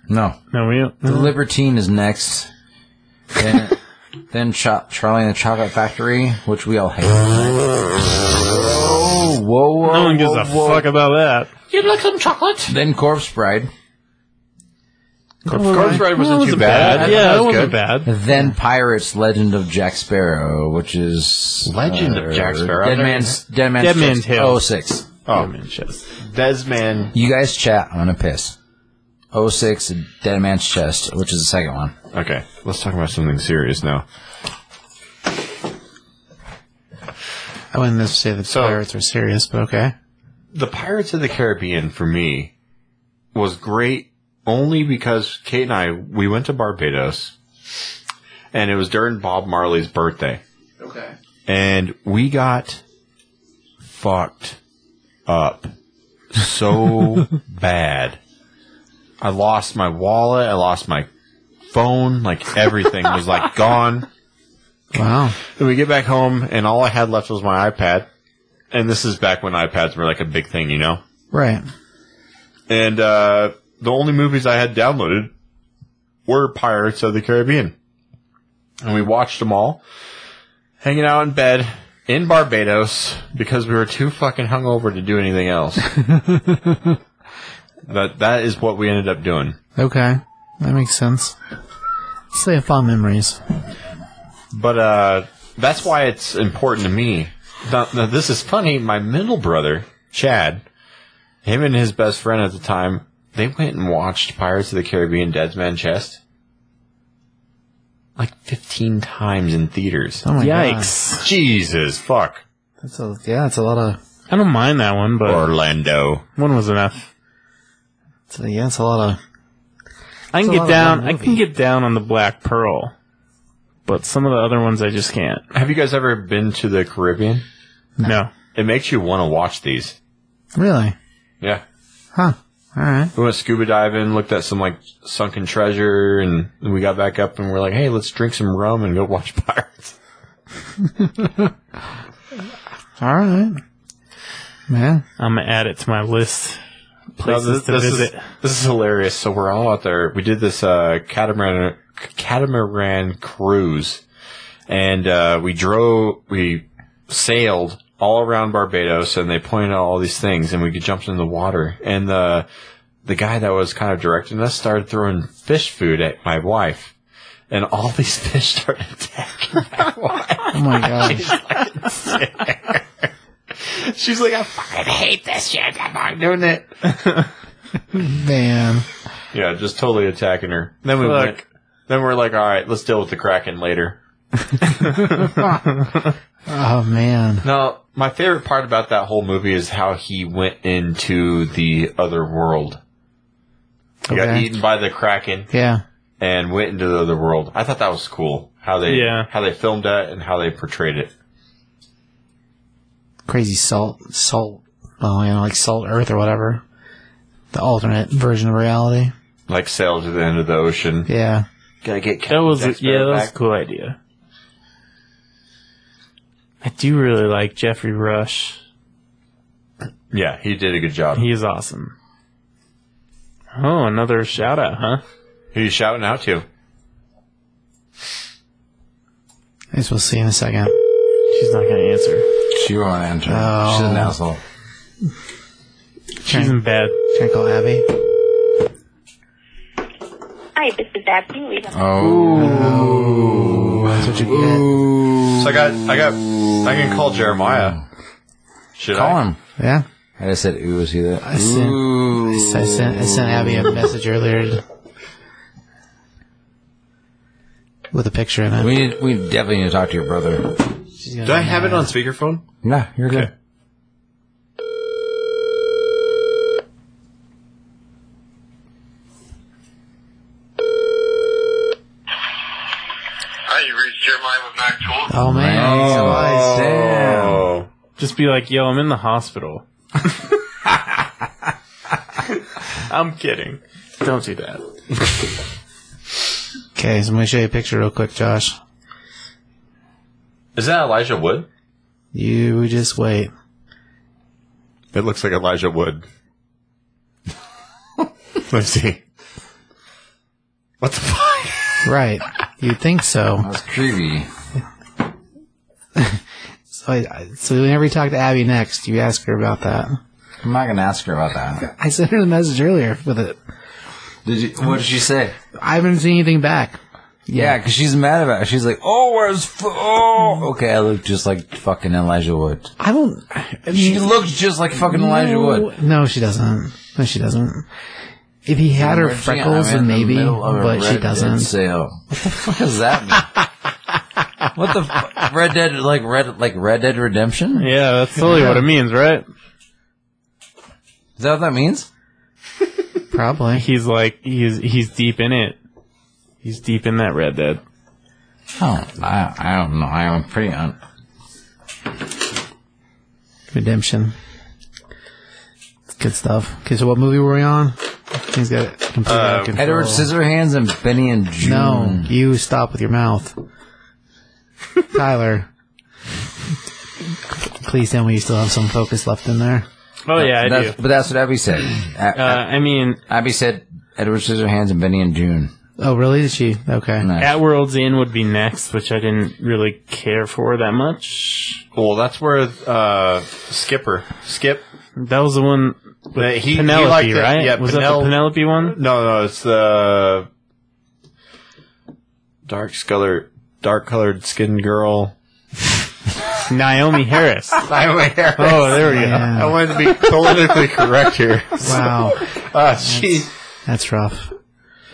S1: No.
S4: No, we
S1: The Libertine is next. Then, then Cho- Charlie and the Chocolate Factory, which we all hate. Whoa, whoa, whoa.
S4: No one gives a
S1: whoa.
S4: fuck about that.
S3: You'd like some chocolate?
S1: Then Corpse Bride.
S4: Corpse Bride
S2: wasn't too
S1: bad.
S4: Yeah,
S2: That
S4: that
S2: was
S4: wasn't
S2: good.
S4: bad.
S1: Then Pirates Legend of Jack Sparrow, which is. uh,
S2: Legend of Jack Sparrow?
S1: Dead Man's, Dead Man's,
S4: Dead Man's Hill.
S1: Oh, six.
S2: Oh,
S4: Chest.
S2: Desmond.
S1: You guys chat. I'm gonna piss. 06, Dead Man's Chest, which is the second one.
S2: Okay, let's talk about something serious now.
S3: I wouldn't necessarily say the
S2: So-
S3: pirates were serious, but okay.
S2: The Pirates of the Caribbean for me was great only because Kate and I we went to Barbados and it was during Bob Marley's birthday.
S3: Okay.
S2: And we got fucked up so bad. I lost my wallet, I lost my phone, like everything was like gone.
S3: Wow.
S2: Then we get back home, and all I had left was my iPad. And this is back when iPads were like a big thing, you know?
S3: Right.
S2: And uh, the only movies I had downloaded were Pirates of the Caribbean. And we watched them all, hanging out in bed in Barbados because we were too fucking hungover to do anything else. that, that is what we ended up doing.
S3: Okay. That makes sense. Say fond memories.
S2: But uh, that's why it's important to me. Now, now, this is funny. My middle brother, Chad, him and his best friend at the time, they went and watched Pirates of the Caribbean: Dead Man's Chest like 15 times in theaters.
S3: Oh my god.
S4: Yikes.
S2: Jesus fuck,
S3: That's a yeah, that's a lot of
S4: I don't mind that one, but
S2: Orlando.
S4: one was enough.
S3: that's a, yeah, that's a lot of
S4: I
S3: It's
S4: can
S3: a lot
S4: get
S3: of
S4: down.
S3: one
S4: I
S3: movie.
S4: can get down on the Black Pearl, but some of the other ones I just can't.
S2: Have you guys ever been to the Caribbean?
S4: No,
S2: It makes you want to watch these.
S3: really.
S2: Yeah.
S3: Huh. Alright.
S2: We went scuba diving, looked at some like sunken treasure, and then we got back up and we're like, "Hey, let's drink some rum and go watch pirates."
S3: Alright. Man.
S4: I'm gonna add it to my list. Places
S2: No, this,
S4: to
S2: this
S4: visit.
S2: Is, this is hilarious. So we're all out there. We did this uh, catamaran catamaran cruise, and uh, we drove. We sailed all around Barbados, and they pointed out all these things, and we jumped in the water. And the the guy that was kind of directing us started throwing fish food at my wife. And all these fish started attacking my wife.
S3: Oh my god.
S2: She's like, I fucking hate this shit. I'm not doing it.
S3: Man.
S2: Yeah, just totally attacking her. Then we
S4: Fuck.
S2: went, then we're like, all right, let's deal with the Kraken later.
S3: Oh man.
S2: Now, my favorite part about that whole movie is how he went into the other world. He got
S3: Okay.
S2: eaten by the Kraken
S3: Yeah.
S2: and went into the other world. I thought that was cool how they
S4: Yeah.
S2: how they filmed that and how they portrayed it.
S3: Crazy salt salt well, you know, like salt earth or whatever. The alternate version of reality.
S2: Like sail to the end of the ocean.
S3: Yeah.
S2: Gotta get
S4: That
S2: Captain
S4: was
S2: Jack
S4: yeah,
S2: Sparrow
S4: that was a
S2: back.
S4: cool idea. I do really like Jeffrey Rush.
S2: Yeah, he did a good job.
S4: He is awesome. Oh, another shout out, huh?
S2: Who you shouting out to?
S3: I guess we'll see in a second.
S4: She's not gonna answer.
S1: She won't enter.
S3: Oh.
S1: She's an asshole.
S4: She's in bed.
S3: Should I call Abby?
S7: Hi, this is Abby. We have
S1: Oh.
S3: That's what you get.
S2: So I got I got I can call Jeremiah. Should
S1: Call
S2: I?
S1: him.
S3: Yeah.
S1: I just said, ooh, was he that?
S3: I sent, I s- I sent I sent Abby a message earlier to- with a picture in it.
S1: We, need, we definitely need to talk to your brother.
S3: She's gonna
S2: Do I
S3: be
S2: have it
S3: mad.
S2: on speakerphone?
S1: Nah, you're good.
S6: Hi, you reached Jeremiah with Mac Tool.
S3: Oh man, he's wise.
S1: Damn.
S2: Oh.
S4: Just be like, yo, I'm in the hospital. I'm kidding. Don't do that.
S3: Okay, so I'm gonna show you a picture real quick, Josh.
S2: Is that Elijah Wood?
S3: You just wait.
S2: It looks like Elijah Wood. Let me see. What the fuck?
S3: Right. You'd think so.
S1: That's creepy.
S3: So, I, I- so whenever you talk to Abby next, you ask her about that.
S1: I'm not gonna ask her about that.
S3: I sent her the message earlier with it.
S1: Did you? What did she say?
S3: I haven't seen anything back.
S1: Yeah, because she's mad about it. She's like, "Oh, where's f- oh?" Okay, I look just like fucking Elijah Wood.
S3: I don't. I
S1: She
S3: mean,
S1: looks just like fucking Elijah
S3: no-
S1: Wood.
S3: No, she doesn't. No, she doesn't. If he had her
S1: Virginia,
S3: freckles,
S1: I'm in
S3: then
S1: the
S3: maybe,
S1: middle of a
S3: but
S1: Red
S3: she
S1: Dead
S3: doesn't.
S1: Sale. What the fuck does that mean? what the fu- Red Dead like Red like Red Dead Redemption?
S4: Yeah, that's totally what it means, right?
S1: Is that what that means?
S3: Probably.
S4: He's like he's he's deep in it. He's deep in that Red Dead.
S1: Oh, I, I don't know. I'm pretty un.
S3: Redemption. It's good stuff. Okay, so what movie were we on? He's got it completely out of control.
S1: Uh, Edward Scissorhands and Benny and June.
S3: Oh. No, you stop with your mouth. Tyler. Please tell me you still have some focus left in there.
S4: Oh yeah, I
S1: That's-
S4: do.
S1: But that's what Abby said. A-
S4: Uh, I mean,
S1: Abby said Edward Scissorhands and Benny and June.
S3: Oh, really? Did she? Okay.
S1: No.
S4: At World's End would be next, which I didn't really care for that much.
S2: Well, that's where uh, Skipper Skip.
S4: That was the one with
S2: Uh, he- he
S4: Penelope,
S2: liked it.
S4: right?
S2: Yeah,
S4: was that
S2: Penel-
S4: the Penelope one?
S2: No, no, it's the dark color, dark colored skin girl.
S4: Naomi Harris.
S2: I wear.
S4: Oh, there we go.
S2: I
S3: Yeah.
S2: wanted to be politically correct here.
S3: Wow.
S2: Uh, she.
S3: That's rough.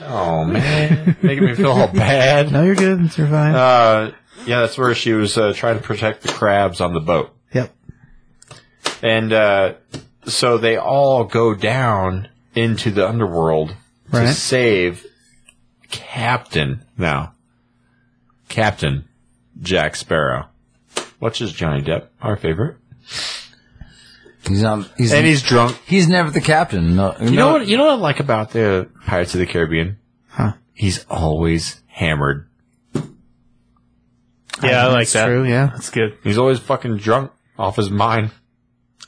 S2: Oh man, making me feel all bad.
S3: No, you're good. You're fine.
S2: Uh, yeah, that's where she was uh, trying to protect the crabs on the boat.
S3: yep.
S2: And uh, so they all go down into the underworld
S3: Right.
S2: to save Captain now. Captain Jack Sparrow. Which is Johnny Depp, our favorite.
S1: He's not. He's
S2: And he's drunk.
S1: he's never the captain. No,
S2: You know what you know what I like about the Pirates of the Caribbean?
S3: Huh.
S2: He's always hammered.
S4: Yeah, I like
S3: That's
S4: that.
S3: true. Yeah.
S4: That's good.
S2: He's always fucking drunk off his mind.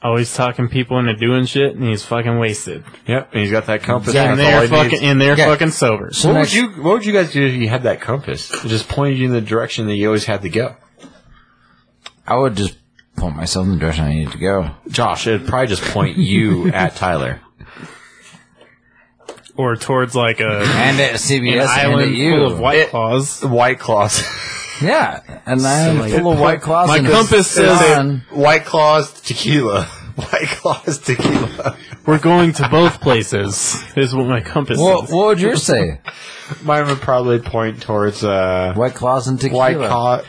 S4: Always talking people into doing shit, and he's fucking wasted.
S2: Yep, and he's got that compass.
S4: and
S2: That's all
S4: they're
S2: he
S4: fucking
S2: needs.
S4: and they're
S1: Yeah.
S4: fucking sober.
S1: So
S2: What would
S1: next-
S2: you What would you guys do if you had that compass? It just pointed you in the direction that you always had to go.
S1: I would just point myself in the direction I needed to go.
S2: Josh, it'd probably just point you at Tyler.
S4: Or towards like a
S1: And at CBS,
S4: an
S1: and at
S4: island
S1: you.
S4: full of white claws.
S2: White claws.
S1: Yeah, and I'm
S3: like-
S1: full of white claws.
S4: My
S1: and
S4: compass says-
S1: Gone.
S2: White claws tequila. White claws tequila.
S4: We're going to both places. Is what my compass
S1: Well,
S4: says.
S1: what would yours say?
S2: Mine would probably point towards uh,
S1: White claws and tequila.
S2: white claw.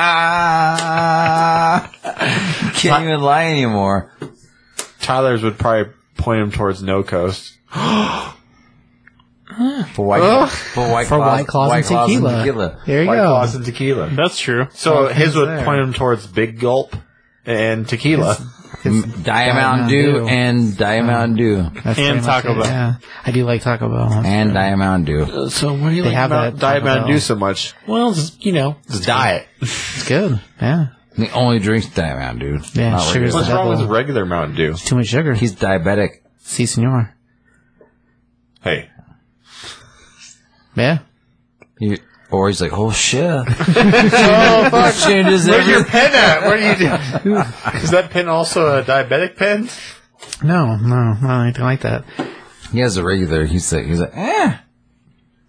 S1: Ah, can't even lie anymore.
S2: Tyler's would probably point him towards no coast.
S1: For white, for white
S3: For
S1: claws,
S3: White Claws and tequila. There you
S2: White
S3: go.
S2: claws and tequila.
S4: That's true.
S2: So his would
S3: there.
S2: point him towards big gulp and tequila.
S1: Diamond Mountain Dew and Diamond Mountain Dew
S3: That's
S4: And
S3: pretty much
S4: Taco
S3: it,
S4: Bell.
S3: Yeah. I do like Taco Bell.
S1: and Diamond Mountain Dew.
S2: uh, So what do you
S3: They
S2: like
S3: have
S2: about
S3: that at Taco
S2: Diamond
S3: Bell.
S2: do so much? Well, just, you know, it's diet.
S3: It's good. Yeah.
S1: He only drinks Diamond Mountain Dew.
S3: Yeah,
S1: Not
S3: sugar's
S1: regular.
S2: What's
S3: Double.
S2: wrong with regular Mountain Dew?
S3: Too much sugar.
S1: He's diabetic.
S3: Si, senor.
S2: Hey,
S3: Yeah.
S1: He- or he's like, oh shit. oh fuck, changes every-
S2: pen at? What are you doing? Is that pen also a diabetic pen?
S3: No, no, not anything like that.
S1: He has a regular. He's like, he's like, eh.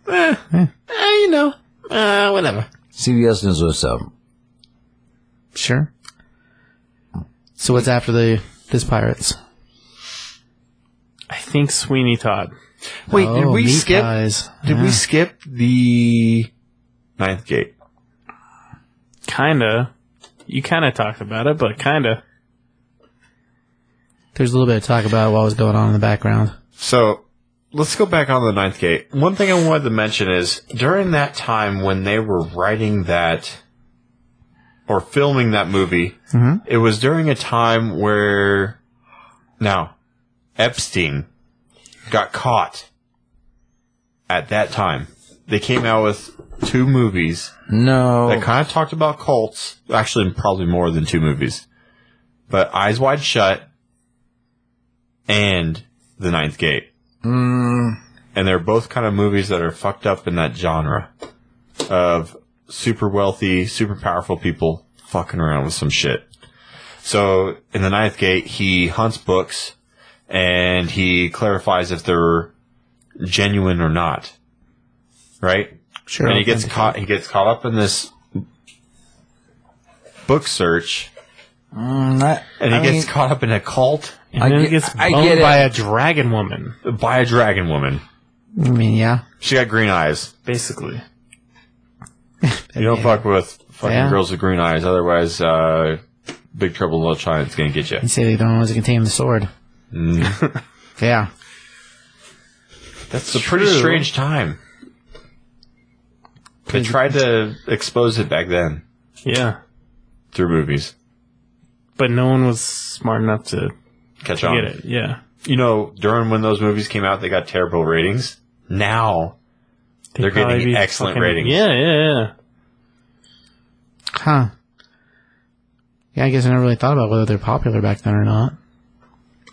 S3: Eh, you know, uh, whatever.
S1: CBS knows what's up.
S3: Sure. So what's after the this pirates?
S4: I think Sweeney Todd.
S2: Wait,
S3: Oh, meat pies.
S2: Did we
S3: Yeah.
S2: skip the ninth gate?
S4: Kinda. You kinda talked about it, but kinda.
S3: There's a little bit of talk about what was going on in the background.
S2: So let's go back on the ninth gate. One thing I wanted to mention is during that time when they were writing that or filming that movie, it was during a time where now Epstein got caught at that time. they came out with two movies
S1: No.
S2: that kind of talked about cults. Actually, probably more than two movies, but Eyes Wide Shut and The Ninth Gate,
S1: Mm,
S2: and they're both kind of movies that are fucked up in that genre of super wealthy, super powerful people fucking around with some shit. So in The Ninth Gate, he hunts books and he clarifies if they're genuine or not. Right?
S3: Sure.
S2: And he gets caught. He gets caught up in this book search,
S1: Mm, I,
S2: and he
S1: I
S2: gets
S1: mean,
S2: caught up in a cult
S4: And
S1: I
S4: then
S1: get-
S4: it gets
S1: I
S4: owned
S1: get it.
S4: by a dragon woman,
S2: by a dragon woman.
S3: I mean, yeah.
S2: She got green eyes.
S4: basically.
S2: You don't fuck with fucking
S3: Yeah.
S2: girls with green eyes, otherwise, uh, Big Trouble in Little China's gonna get you.
S3: You say they don't want to contain the sword. yeah.
S2: That's a pretty strange time. They tried to expose it back then
S4: Yeah,
S2: through movies.
S4: but no one was smart enough to
S2: Catch on.
S4: get it. Yeah,
S2: You know, during when those movies came out, they got terrible ratings. Now
S4: They'd
S2: They're
S4: probably
S2: getting
S4: be
S2: excellent
S4: fucking-
S2: ratings.
S4: Yeah, yeah, yeah.
S3: Huh. Yeah, I guess I never really thought about whether they're popular back then or not.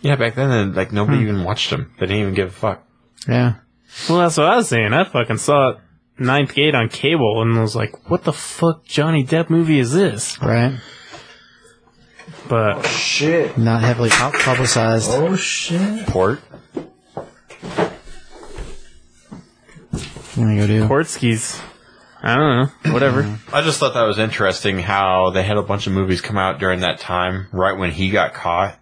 S2: Yeah, back then, like nobody even watched them. They didn't even give a fuck.
S3: Yeah.
S4: Well, that's what I was saying. I fucking saw Ninth Gate on cable and was like, "What the fuck, Johnny Depp movie is this?"
S3: Right.
S4: But
S1: Shit.
S3: Not heavily pop- publicized.
S1: Oh, shit.
S2: Port.
S3: I'm gonna go do.
S4: Portskis, I don't know. Whatever.
S2: Mm-hmm. I just thought that was interesting how they had a bunch of movies come out during that time, right when he got caught.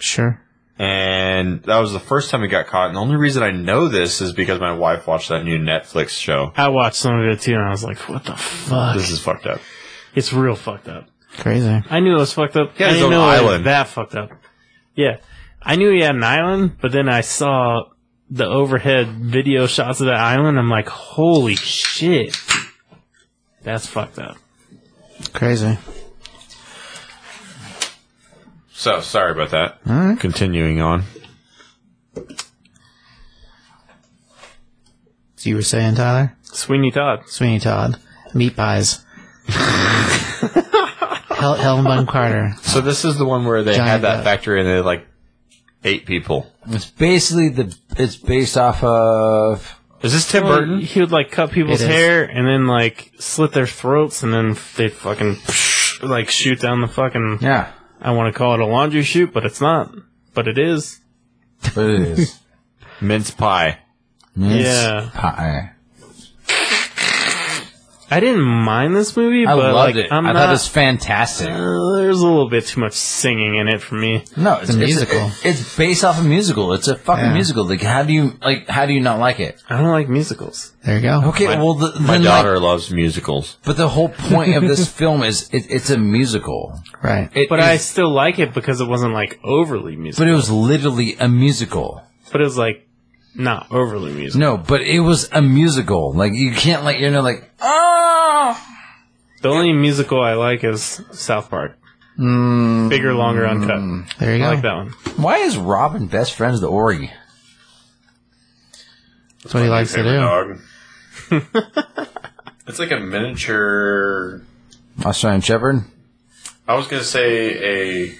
S3: Sure.
S2: And that was the first time he got caught. And the only reason I know this is because my wife watched that new Netflix show.
S4: I watched some of it too, and I was like, "What the fuck?
S2: This is fucked up.
S4: it's real fucked up."
S3: Crazy.
S4: I knew it was fucked up.
S2: He had
S4: I
S2: his
S4: didn't
S2: own
S4: know it was
S2: island.
S4: that fucked up. Yeah, I knew he had an island, but then I saw the overhead video shots of that island. I'm like, "Holy shit, that's fucked up."
S3: Crazy.
S2: So sorry about that.
S3: Alright.
S2: Continuing on.
S3: So you were saying, Tyler?
S4: Sweeney Todd.
S3: Sweeney Todd. Meat pies. Hel- Helen Bun Carter.
S2: So this is the one where they
S3: Johnny
S2: had that
S3: Depp.
S2: factory and they had, like eight people.
S1: It's basically the. It's based off of.
S2: Is this Tim
S4: Well,
S2: Burton?
S4: he would like cut people's
S3: It is.
S4: hair and then like slit their throats and then they fucking like shoot down the fucking.
S1: Yeah.
S4: I want to call it a laundry chute, but it's not. But it is.
S1: But it is.
S2: Mince pie.
S1: Mince
S4: Yeah.
S1: Pie.
S4: I didn't mind this movie,
S1: I
S4: but
S1: loved
S4: like
S1: it.
S4: I'm
S1: I
S4: not.
S1: thought it was fantastic.
S4: uh, there's a little bit too much singing in it for me.
S1: No, it's,
S3: a musical.
S1: It's, based off a musical. It's a fucking
S3: Yeah.
S1: musical. Like, how do you like? How do you not like it?
S4: I don't like musicals.
S3: There you go.
S1: Okay, well, the,
S2: My
S1: then,
S2: daughter
S1: Like,
S2: loves musicals.
S1: but the whole point of this film is it, it's a musical.
S3: Right.
S1: It
S4: But I
S1: is-
S4: still like it because it wasn't like overly musical.
S1: But it was literally a musical.
S4: But, it was like not overly musical.
S1: No, but it was a musical. Like you can't like you know like oh
S4: The only musical I like is South Park.
S1: Mm.
S4: Bigger, longer, uncut.
S3: There you
S4: I
S3: go.
S4: like that one.
S1: why is Robin best friends with Ori?
S3: That's what he likes to do.
S2: dog. it's like a miniature.
S1: Australian Uh, Shepherd.
S2: I was gonna say a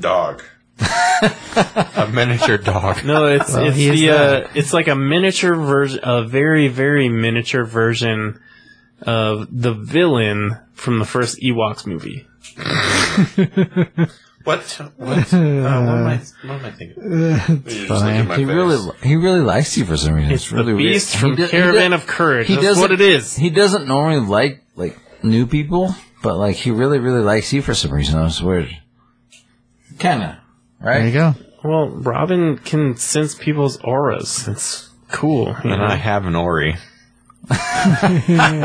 S2: dog. a miniature dog.
S4: No, it's
S3: Well,
S4: it's
S3: he is
S4: the
S3: that.
S4: uh, it's like a miniature version, a very very miniature version of the villain from the first Ewoks movie.
S2: What? What? Uh, what, am I, what am I thinking? You're just looking at my
S1: He
S2: face.
S1: really li- he really likes you for some reason. It's,
S4: It's
S1: really
S4: the Beast
S1: weird.
S4: from
S1: He do- he
S4: Caravan
S1: do-
S4: of Courage.
S1: he
S4: That's
S1: doesn't-
S4: what it is.
S1: He doesn't normally like like new people, but like he really really likes you for some reason. That was weird. Kinda
S3: There you
S1: right.
S3: go.
S4: Well, Robin can sense people's auras. It's cool. You
S2: And I
S4: know?
S2: have an Ori.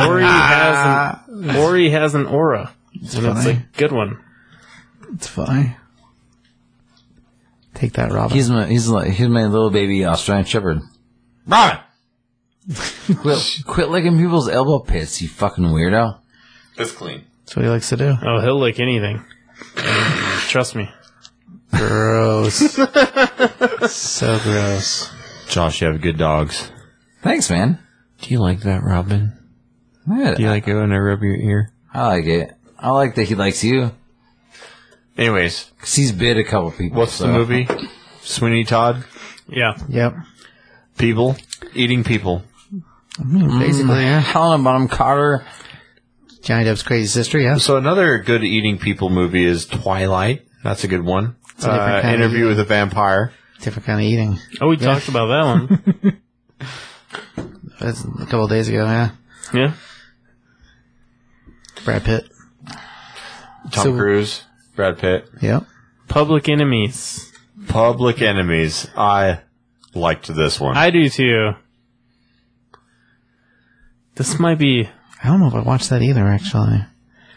S4: Ori has an Ori has an aura, and it's
S3: funny.
S4: a good one.
S3: It's fine. Take that, Robin.
S1: He's my he's like he's my little baby Australian Shepherd.
S2: Robin.
S1: Quit quit licking people's elbow pits, you fucking weirdo.
S2: It's clean.
S3: That's what he likes to do.
S4: Oh, he'll lick anything. Trust me.
S3: Gross. so gross.
S2: Josh, you have good dogs.
S1: Thanks, man.
S8: Do you like that, Robin?
S1: Yeah,
S8: Do you like it when I rub your ear?
S1: I like it. I like that he likes you.
S2: Anyways,
S1: 'Cause he's bid a couple people.
S2: what's
S1: so.
S2: the movie? Sweeney Todd.
S4: Yeah.
S3: Yep.
S2: People eating people.
S3: Basically, yeah.
S1: Helena Bonham Carter.
S3: Johnny Depp's crazy sister. Yeah.
S2: So another good eating people movie is Twilight. That's a good one.
S3: a different
S2: Uh,
S3: kind of
S2: interview with a vampire.
S3: Different kind of eating.
S4: Oh, we talked about that one.
S3: That's a couple of days ago. Yeah.
S4: yeah.
S3: Brad Pitt.
S2: Tom
S3: So-
S2: Cruise, Brad Pitt,
S3: Yep.
S4: Public Enemies.
S2: Public Enemies. I liked this one.
S4: I do too. This might be.
S3: I don't know if I watched that either. Actually,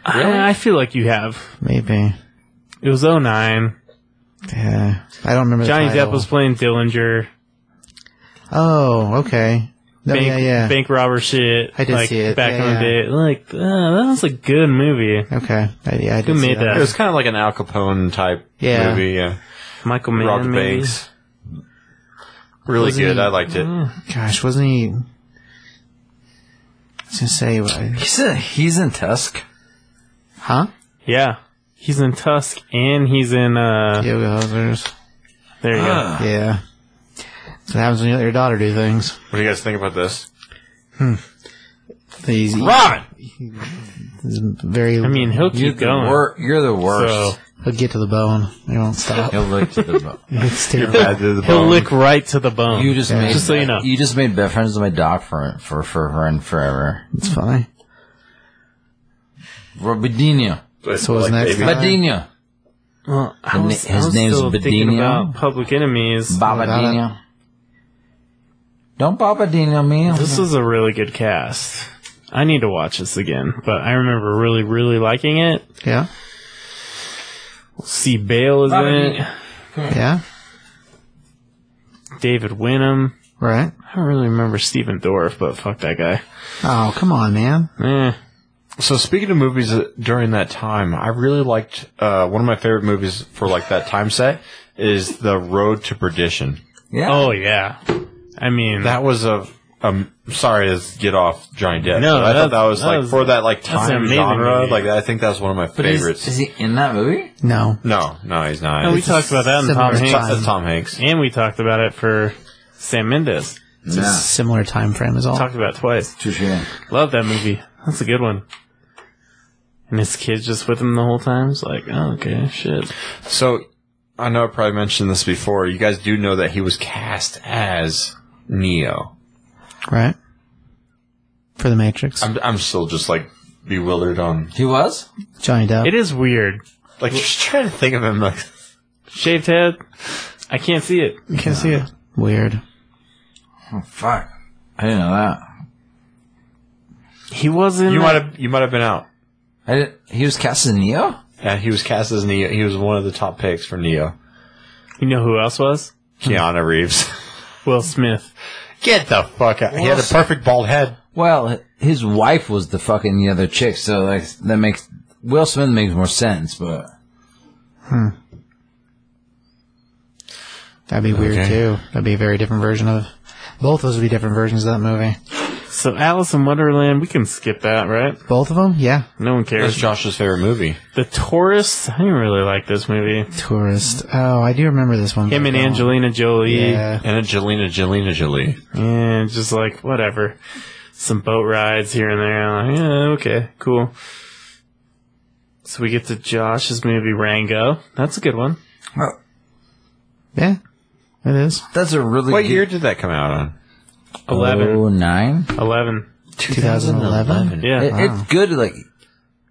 S4: I, I feel like you have.
S3: maybe.
S4: It was 09.
S3: Yeah. I don't remember.
S4: Johnny
S3: the title.
S4: Depp was playing Dillinger.
S3: Oh, okay. No,
S4: bank,
S3: yeah, yeah.
S4: bank robber shit.
S3: I did
S4: like,
S3: see it.
S4: Back
S3: Yeah,
S4: in the
S3: yeah.
S4: day. Like, uh, that was a good movie.
S3: Okay. I, yeah, I did
S4: Who
S3: see
S4: made
S2: it
S4: that?
S2: was kind of like an Al Capone type
S3: Yeah.
S2: movie. Yeah.
S4: Michael Mann.
S2: Robert
S4: maybe?
S2: Banks. Really good. I liked it.
S3: Mm. Gosh, wasn't he? I was gonna say, what-
S1: He's, a, he's in Tusk.
S3: huh?
S4: Yeah. He's in Tusk and he's in, uh,
S3: Yoga hosers.
S4: there you
S2: Ah.
S4: go.
S3: Yeah. So that happens when you let your daughter do things.
S2: What do you guys think about this?
S3: These
S2: Ron!
S3: these very.
S4: I mean, he'll keep
S1: You're the,
S4: going.
S1: wor- you're the worst.
S4: So
S3: he'll get to the bone. He won't stop.
S1: He'll lick to the bone.
S3: It's
S2: You're
S3: terrible.
S2: bad to the
S4: he'll
S2: bone.
S4: lick right to the bone.
S1: You just made
S4: Just so you know.
S1: you just made best friends with my dog for for for her and forever.
S3: It's funny.
S1: Robidinho.
S3: So was next
S2: baby.
S3: time.
S1: Badinho.
S4: Well, I
S1: And
S4: was,
S1: his
S4: I was
S1: name's
S4: still thinking
S1: Bedinio?
S4: about Public Enemies.
S1: Babadinho. Don't Babadinho me.
S4: This is a really good cast. I need to watch this again, but I remember really, really liking it.
S3: Yeah.
S4: See Bale is in it.
S3: Yeah.
S4: David Winham.
S3: Right.
S4: I don't really remember Stephen Dorff, but fuck that guy.
S3: Oh, come on, man.
S4: Eh.
S2: So speaking of movies uh, during that time, I really liked uh, one of my favorite movies for like that time set is The Road to Perdition.
S1: Yeah.
S4: Oh yeah. I mean,
S2: That was a um sorry to get off Johnny Depp.
S4: No,
S2: but I thought
S4: that-
S2: that was
S4: that
S2: like
S4: was-
S2: for that like
S4: an
S2: time
S4: amazing
S2: genre.
S4: movie.
S2: Like I think that's one of my
S1: but is,
S2: favorites.
S1: is he in that movie?
S3: No.
S2: no, no, he's not.
S4: no, we
S2: It's-
S4: talked about that in
S3: similar
S4: Tom Hanks,
S3: time.
S2: that's Tom Hanks.
S4: and we talked about it for Sam Mendes.
S3: It's a similar time frame as all.
S4: Talked about it twice.
S1: Touché.
S4: Love that movie. That's a good one. And his kid's just with him the whole time. It's like, oh, okay, shit.
S2: So I know I probably mentioned this before. You guys do know that he was cast as Neo.
S3: right. For the Matrix,
S2: I'm I'm still just like bewildered on
S1: He was?
S3: Johnny Depp.
S4: It is weird.
S2: like just trying to think of him like
S4: Shaved head. I can't see it.
S3: You can't see it. Weird.
S1: Oh, fuck. I didn't know that.
S4: He wasn't.
S2: you might have you might have been out.
S1: I didn't, he was cast as Neo?
S2: Yeah, he was cast as Neo. He was one of the top picks for Neo.
S4: You know who else was?
S2: Keanu Reeves.
S4: Will Smith.
S2: Get the fuck out. He had a perfect bald head.
S1: Well, his wife was the fucking the other chick, so like that makes Will Smith makes more sense, but
S3: That'd be weird
S2: Okay.
S3: too. That'd be a very different version of. Both those would be different versions of that movie.
S4: So Alice in Wonderland. We can skip that, right?
S3: Both of them, yeah.
S4: No one cares.
S2: That's Josh's favorite movie.
S4: The Tourist. I didn't really like this movie.
S3: Tourist. Oh, I do remember this one.
S4: Him and
S3: Oh,
S4: Angelina Jolie.
S3: Yeah.
S2: And Angelina Jelena Jolie.
S4: And just like, whatever. Some boat rides here and there. I'm like, yeah, okay, cool. So we get to Josh's movie Rango. That's a good one.
S3: Yeah. It is.
S1: that's a really
S2: What
S1: good
S2: year did that come out on?
S4: 11.
S1: Oh, nine?
S4: 11.
S3: 2011?
S4: Yeah.
S1: It, it's good. Like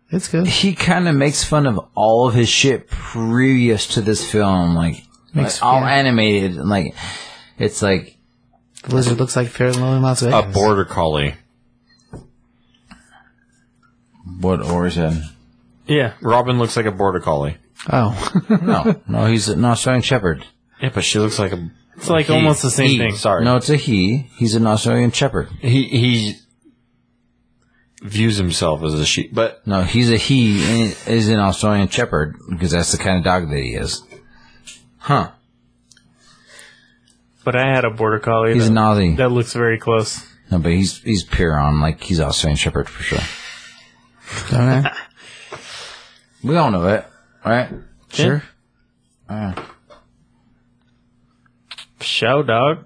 S3: It's good.
S1: he kind of makes fun of all of his shit previous to this film, like,
S3: Makes-
S1: like, all
S3: yeah.
S1: animated, and like it's like
S3: The lizard looks like Fair and Lonely in Las
S2: A
S3: Vegas.
S2: border collie.
S1: what origin?
S4: Yeah.
S2: Robin looks like a border collie.
S3: Oh.
S1: No, no, he's an Australian Shepherd.
S2: Yeah, but she looks like a.
S4: It's like almost the same thing.
S2: Sorry.
S1: No, it's a he. He's an Australian Shepherd.
S2: He, he views himself as a sheep, but
S1: No, he's a he and is an Australian Shepherd because that's the kind of dog that he is. Huh.
S4: But I had a border collie.
S1: He's
S4: that,
S1: naughty.
S4: That looks very close.
S1: No, but he's he's pure on like he's Australian Shepherd for sure.
S3: Okay.
S1: We all know it, right? Sure.
S4: Show dog.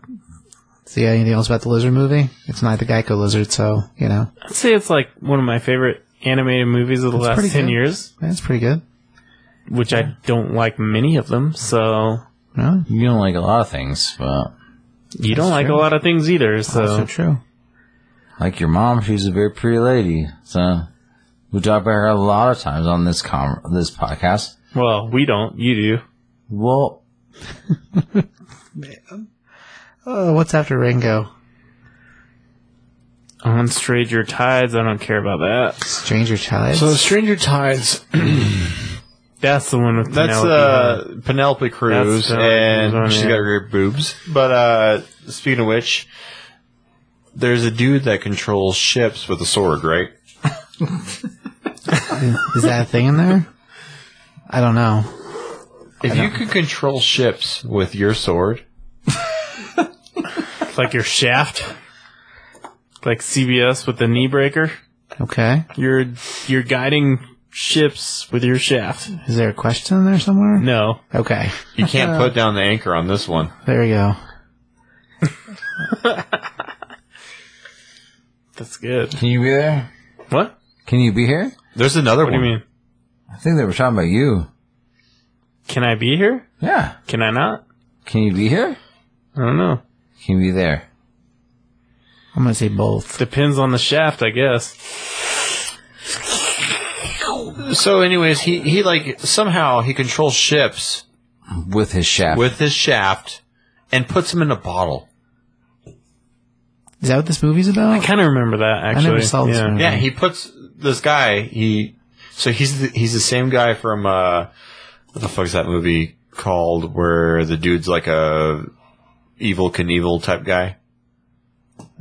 S3: So yeah, anything else about the lizard movie? It's not the Geico lizard, so you know
S4: I'd say it's like one of my favorite animated movies of the
S3: That's
S4: last
S3: pretty
S4: ten
S3: good.
S4: years,
S3: that's pretty good.
S4: which I don't like many of them. So
S3: No,
S1: You don't like a lot of things, but
S4: you don't like
S3: true.
S4: a lot of things either.
S3: that's so
S4: So
S3: true.
S1: like your mom, she's a very pretty lady. So we talk about her a lot of times on this com this podcast.
S4: well, we don't. You do.
S1: Well,
S3: Oh, what's after Ringo?
S4: On Strayed Your Tides. I don't care about that.
S3: Stranger Child.
S8: So Stranger Tides.
S4: That's the one with
S2: That's
S4: Penelope.
S2: uh, Penelope Cruz,
S4: That's Penelope Cruz on,
S2: and she's
S4: yeah.
S2: got great boobs. But uh, speaking of which, there's a dude that controls ships with a sword, right?
S3: Is that a thing in there? I don't know.
S2: If you could control ships with your sword,
S4: uh, like your shaft. Like CBS with the knee breaker.
S3: Okay.
S4: You're you're guiding ships with your shaft.
S3: Is there a question in there somewhere?
S4: No.
S3: Okay.
S2: you can't put down the anchor on this one.
S3: There we go.
S4: That's good.
S1: can you be there?
S4: What?
S1: Can you be here?
S2: There's another
S4: What do
S2: one.
S4: you mean?
S1: I think they were talking about you.
S4: Can I be here?
S1: Yeah.
S4: Can I not?
S1: Can you be here?
S4: I don't know.
S1: Can you be there?
S3: I'm gonna say both.
S4: Depends on the shaft, I guess.
S2: So, anyways, he he like somehow he controls ships
S1: With his shaft.
S2: with his shaft and puts them in a bottle.
S3: Is that what this movie's about?
S4: I kind of remember that actually.
S3: never saw this
S4: yeah.
S3: one.
S2: Yeah, he puts this guy. He so he's the, he's the same guy from uh, what the fuck's that movie called where the dude's like a evil Knievel type guy.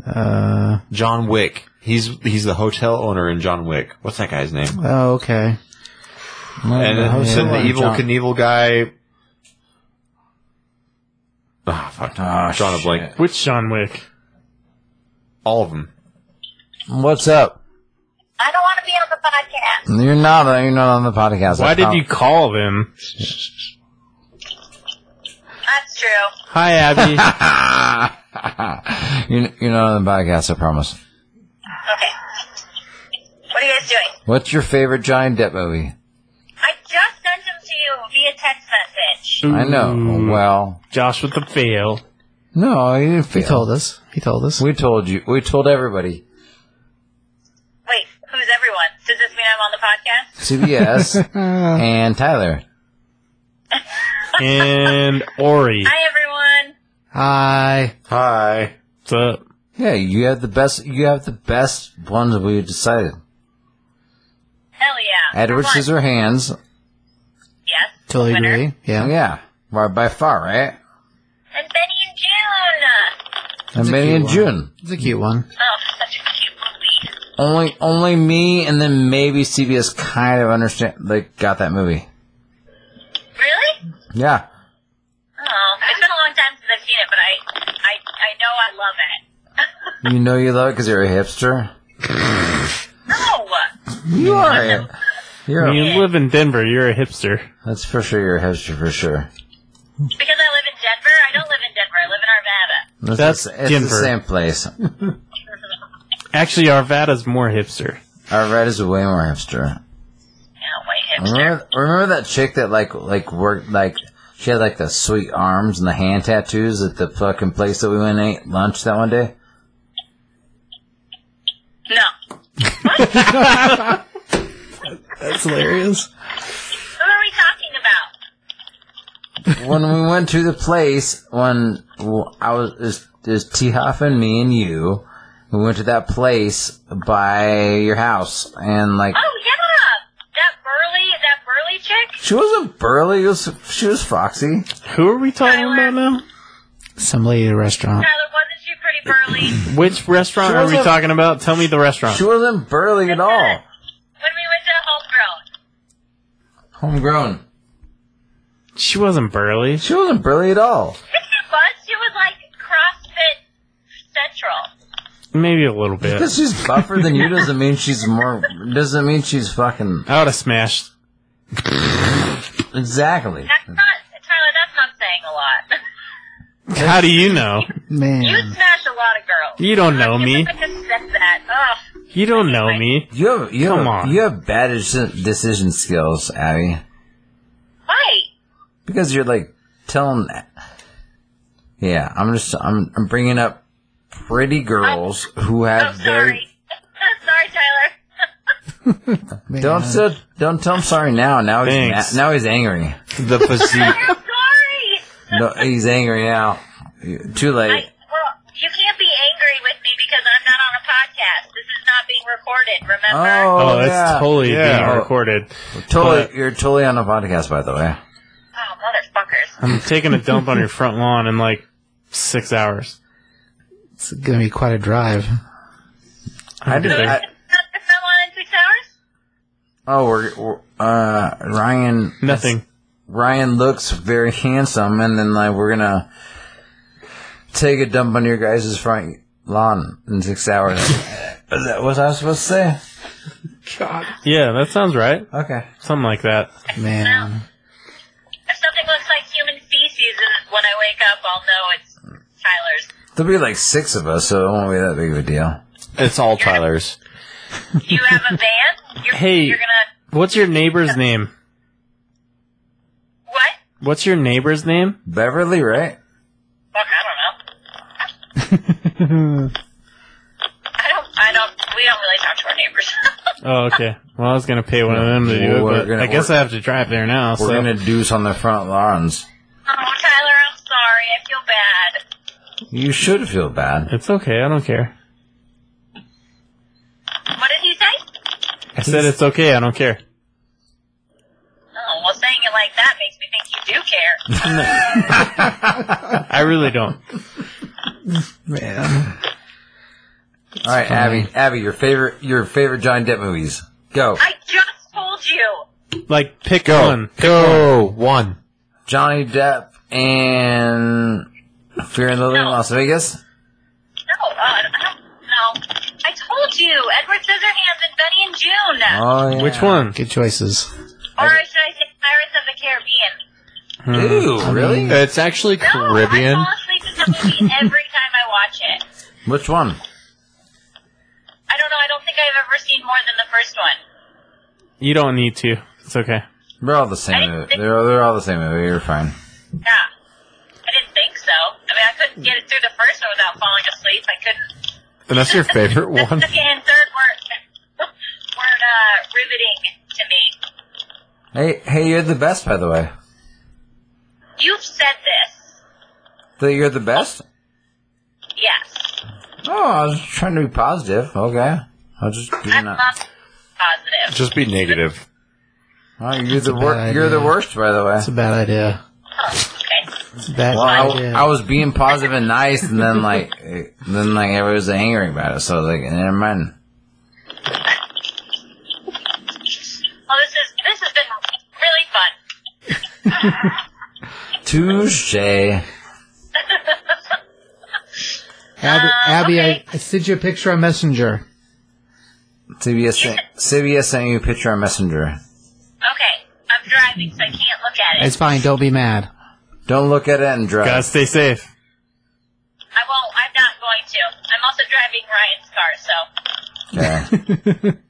S3: Uh,
S2: John Wick. He's he's the hotel owner in John Wick. What's that guy's name?
S3: oh, okay.
S2: and
S1: the
S2: then
S1: hotel
S2: the
S1: owner,
S2: evil
S1: John-
S2: Knievel guy. Ah, fuck.
S1: Ah,
S2: John a blank.
S1: shit.
S4: Which John Wick?
S2: All of them.
S1: What's up?
S7: I don't want to be on the podcast.
S1: You're not. uh, You're not on the podcast.
S4: Why
S1: I
S4: did
S1: prob-
S4: you call them?
S7: That's true.
S4: Hi, Abby.
S1: You're, you're not on the podcast. I promise.
S7: Okay. What are you guys doing?
S1: What's your favorite Johnny Depp movie?
S7: I just sent them to you via text message.
S1: I know. Well,
S4: Josh with the fail.
S1: no, you didn't
S3: He
S1: fail.
S3: told us. He told us.
S1: We told you. We told everybody.
S7: Wait, who's everyone? Does this mean I'm on the podcast?
S1: CBS and Tyler.
S4: And Ori.
S7: Hi, everyone.
S3: Hi.
S2: Hi.
S4: What's up?
S1: Yeah, you have the best. You have the best ones we decided.
S7: Hell yeah.
S1: Edward
S7: Come on.
S1: Scissorhands.
S7: Yes.
S3: Totally
S7: Winner.
S3: agree. Yeah.
S1: Yeah, by, by far, right?
S7: And Benny and June.
S1: And
S3: a
S1: Benny
S3: cute
S1: and
S3: one.
S1: June.
S3: It's a cute one.
S7: Oh, such a cute movie.
S1: Only, only me, and then maybe CBS kind of understand. They got that movie.
S7: Really?
S1: Yeah,
S7: Oh, it's been a long time since I've seen it, but I, I, I know I love it.
S1: you know you love it because you're a hipster.
S7: No.
S1: You are. A, you're.
S4: You
S1: A,
S4: live in Denver. You're a hipster.
S1: that's for sure. You're a hipster for sure.
S7: Because I live in Denver? I don't live in Denver. I live in Arvada.
S1: It's
S4: That's
S1: the, s- it's
S4: Denver.
S1: the same place.
S4: Actually, Arvada's more hipster.
S1: Our red is way more hipster.
S7: Yeah, white hipster.
S1: Remember, remember that chick that like like worked like she had like the sweet arms and the hand tattoos at the fucking place that we went and ate lunch that one day.
S7: No.
S3: That's hilarious.
S7: Who are we talking about?
S1: when we went to the place, when well, I was, it was, it was T Huff and me and you, we went to that place by your house, and like
S7: Oh yeah, that burly, that burly chick.
S1: she wasn't burly, it was, she was foxy.
S4: Who are we talking about now?
S3: Some lady at a restaurant.
S7: Tyler, wasn't she pretty burly?
S4: Which restaurant are we
S1: wasn't-
S4: talking about? Tell me the restaurant.
S1: She wasn't burly at all.
S7: when we went to Homegrown.
S1: Homegrown.
S4: She wasn't burly.
S1: She wasn't burly at all.
S7: Yes, she was. She was like
S4: Maybe a little bit.
S1: Because she's buffer than you doesn't mean she's more. Doesn't mean she's fucking.
S4: I would have smashed.
S1: Exactly.
S7: That's not, Tyler, that's not saying a lot.
S4: How do you know?
S7: you
S3: Man.
S7: smash a lot of girls.
S4: You don't know me.
S7: I just said that. Oh, Ugh.
S4: You don't know me.
S1: You have you
S4: Come
S1: have,
S4: on.
S1: you have bad deci- decision skills, Abby.
S7: Why?
S1: Because you're like telling. Yeah, I'm just I'm I'm bringing up pretty girls who
S7: Oh,
S1: have very.
S7: sorry. sorry, Tyler.
S1: Don't say, don't tell him sorry now. Now he's
S4: Thanks.
S1: ma- now he's angry.
S2: The physique.
S7: I'm sorry.
S1: No, he's angry now. Too
S7: I,
S1: late.
S7: well, you can't be angry with me because I'm not on a podcast. This is not being recorded, remember?
S1: Oh,
S4: Oh, it's
S1: yeah.
S4: totally
S2: Yeah.
S4: being recorded.
S1: totally.
S4: but-
S1: you're totally on a podcast, by the way.
S7: Oh, motherfuckers.
S4: I'm taking a dump on your front lawn in like six hours.
S3: It's going to be quite a drive.
S1: I did. I,
S7: How long in six hours?
S1: oh, we're, we're uh, Ryan.
S4: Nothing.
S1: Ryan looks very handsome, and then like we're gonna take a dump on your guys' front lawn in six hours. Is that what I was supposed to say?
S4: Yeah, that sounds right.
S1: Okay.
S4: Something like that.
S3: Man.
S7: If something looks like human feces and when I wake up, I'll know it's Tyler's.
S1: There'll be like six of us, so it won't be that big of a deal.
S2: it's all Tyler's.
S7: Do you have a van? You're,
S4: Hey.
S7: You're gonna.
S4: What's your neighbor's name?
S7: What?
S4: What's your neighbor's name?
S1: Beverly, right?
S7: Fuck, I don't know. I don't. I don't. We don't really talk to our neighbors.
S4: Oh, okay. Well, I was gonna pay one of them to do it,
S1: We're
S4: but
S1: gonna-
S4: I guess I have to drive there now.
S1: We're
S4: so
S1: gonna deuce on their front lawns.
S7: oh, Tyler, I'm sorry. I feel bad.
S1: You should feel bad.
S4: it's okay. I don't care.
S7: What did he say?
S4: I said it's okay. I don't care.
S7: Oh, well, saying it like that makes me think you do care.
S4: I really don't.
S3: Man.
S1: All right, Abby. Abby, your favorite your favorite Johnny Depp movies. Go.
S7: I just told you.
S4: Like pick
S2: Go.
S4: one.
S2: Go. One.
S1: Johnny Depp and Fear and Loathing in Las Vegas.
S7: No, uh, I don't know. I told you, Edward Scissorhands and Betty and June.
S1: Oh, yeah.
S4: Which one?
S3: Good choices.
S7: or should I say Pirates of the Caribbean?
S1: Ooh, really?
S2: It's actually Caribbean.
S7: No, I fall asleep at the movie every time I watch it.
S1: Which one?
S7: I don't know. I don't think I've ever seen more than the first one.
S4: You don't need to. It's okay.
S1: They're all the same. movie. They're they're all the same movie. You're fine.
S7: Yeah. I didn't think so. I mean, I couldn't get it through the first one without falling asleep. I couldn't.
S2: And that's your favorite
S7: The
S2: one.
S7: second and third weren't, weren't uh, riveting to me.
S1: Hey, hey, you're the best, by the way.
S7: You've said this.
S1: That you're the best.
S7: Yes.
S1: Oh, I was trying to be positive. Okay, I'll just do
S7: I'm
S1: not.
S7: not positive.
S2: Just be negative.
S1: Oh, you're the
S3: a
S1: wor-
S3: bad
S1: You're the
S3: idea.
S1: worst, by the way.
S3: It's a bad idea.
S7: Oh, Okay.
S3: It's a bad
S1: Well, I,
S3: idea.
S1: I was being positive and nice, and then like, eh, then like everybody was angry about it. So I was like, never mind.
S7: Well, this is this has been really fun.
S1: Touche.
S3: Abby, Abby
S7: okay.
S3: I, I sent you a picture on Messenger.
S1: CBS sent, CBS sent you a picture on Messenger.
S7: Okay. I'm driving, so I can't look at it.
S3: It's fine. Don't be mad.
S1: Don't look at it and drive.
S4: Gotta stay safe.
S7: I won't. I'm not going to. I'm also driving Ryan's car, so
S1: Yeah.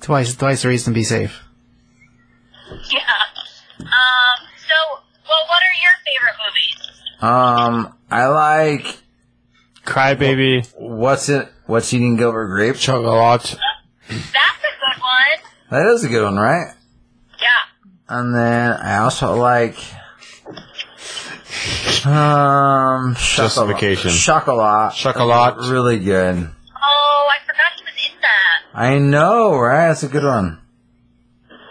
S3: Twice, twice the reason. Be safe.
S7: yeah. Um. So, well, what are your favorite movies?
S1: um, I like
S4: Crybaby.
S1: what's it? What's eating Gilbert Grape?
S2: Chocolate.
S7: That's a good one.
S1: That is a good one, right?
S7: Yeah.
S1: And then I also like um
S2: Just on vacation.
S1: Chocolat.
S2: Chocolat.
S1: Really good.
S7: Oh, I forgot he was in that.
S1: I know, right? That's a good one.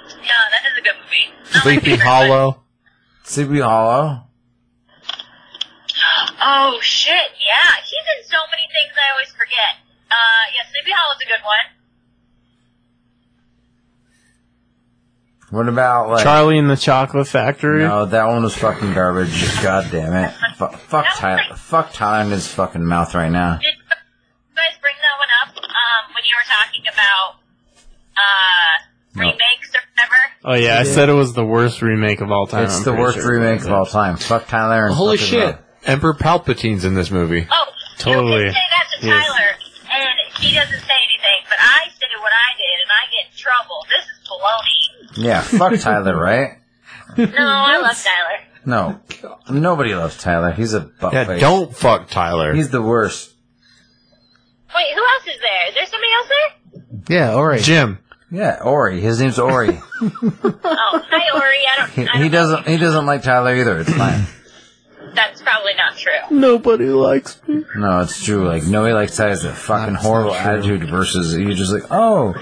S7: Yeah, that is a good movie. Not my
S2: Sleepy
S7: favorite,
S2: Hollow.
S1: Sleepy Hollow.
S7: but- Oh shit! Yeah, he's in so many things I always forget. Uh, yeah, Sleepy Hollow's a good one.
S1: What about like?
S4: Charlie and the Chocolate Factory.
S1: no, that one was fucking garbage. God damn it. Fu fuck
S7: That was
S1: Tyler.
S7: like-
S1: Fuck Tyler in his fucking mouth right now.
S7: Did you guys bring um, uh,
S4: Oh yeah, I said it was the worst remake of all time.
S1: It's
S4: I'm
S1: the
S4: pretty
S1: worst
S4: sure.
S1: remake of all time. Fuck Tyler and
S2: Holy
S1: fucking
S2: shit!
S1: Rob.
S2: Emperor Palpatine's in this movie.
S7: Oh,
S4: Totally.
S7: you can say that to
S4: Yes.
S7: Tyler, and he doesn't say anything, but I say what I did, and I get in trouble. This is baloney.
S1: Yeah, fuck Tyler, right?
S7: No, I love Tyler.
S1: No, nobody loves Tyler. He's a butt
S2: Yeah,
S1: face.
S2: don't fuck Tyler.
S1: He's the worst.
S7: Wait, who else is there? Is there somebody else there?
S3: Yeah, all right.
S2: Jim.
S1: Yeah, Ori. His name's Ori.
S7: Oh, hi, Ori. I don't.
S1: He,
S7: I don't
S1: he doesn't. He doesn't like Tyler either. It's fine.
S7: That's probably not true.
S4: Nobody likes me.
S1: No, it's true. Like nobody likes Tyler's a fucking horrible attitude. Versus you're just like, oh,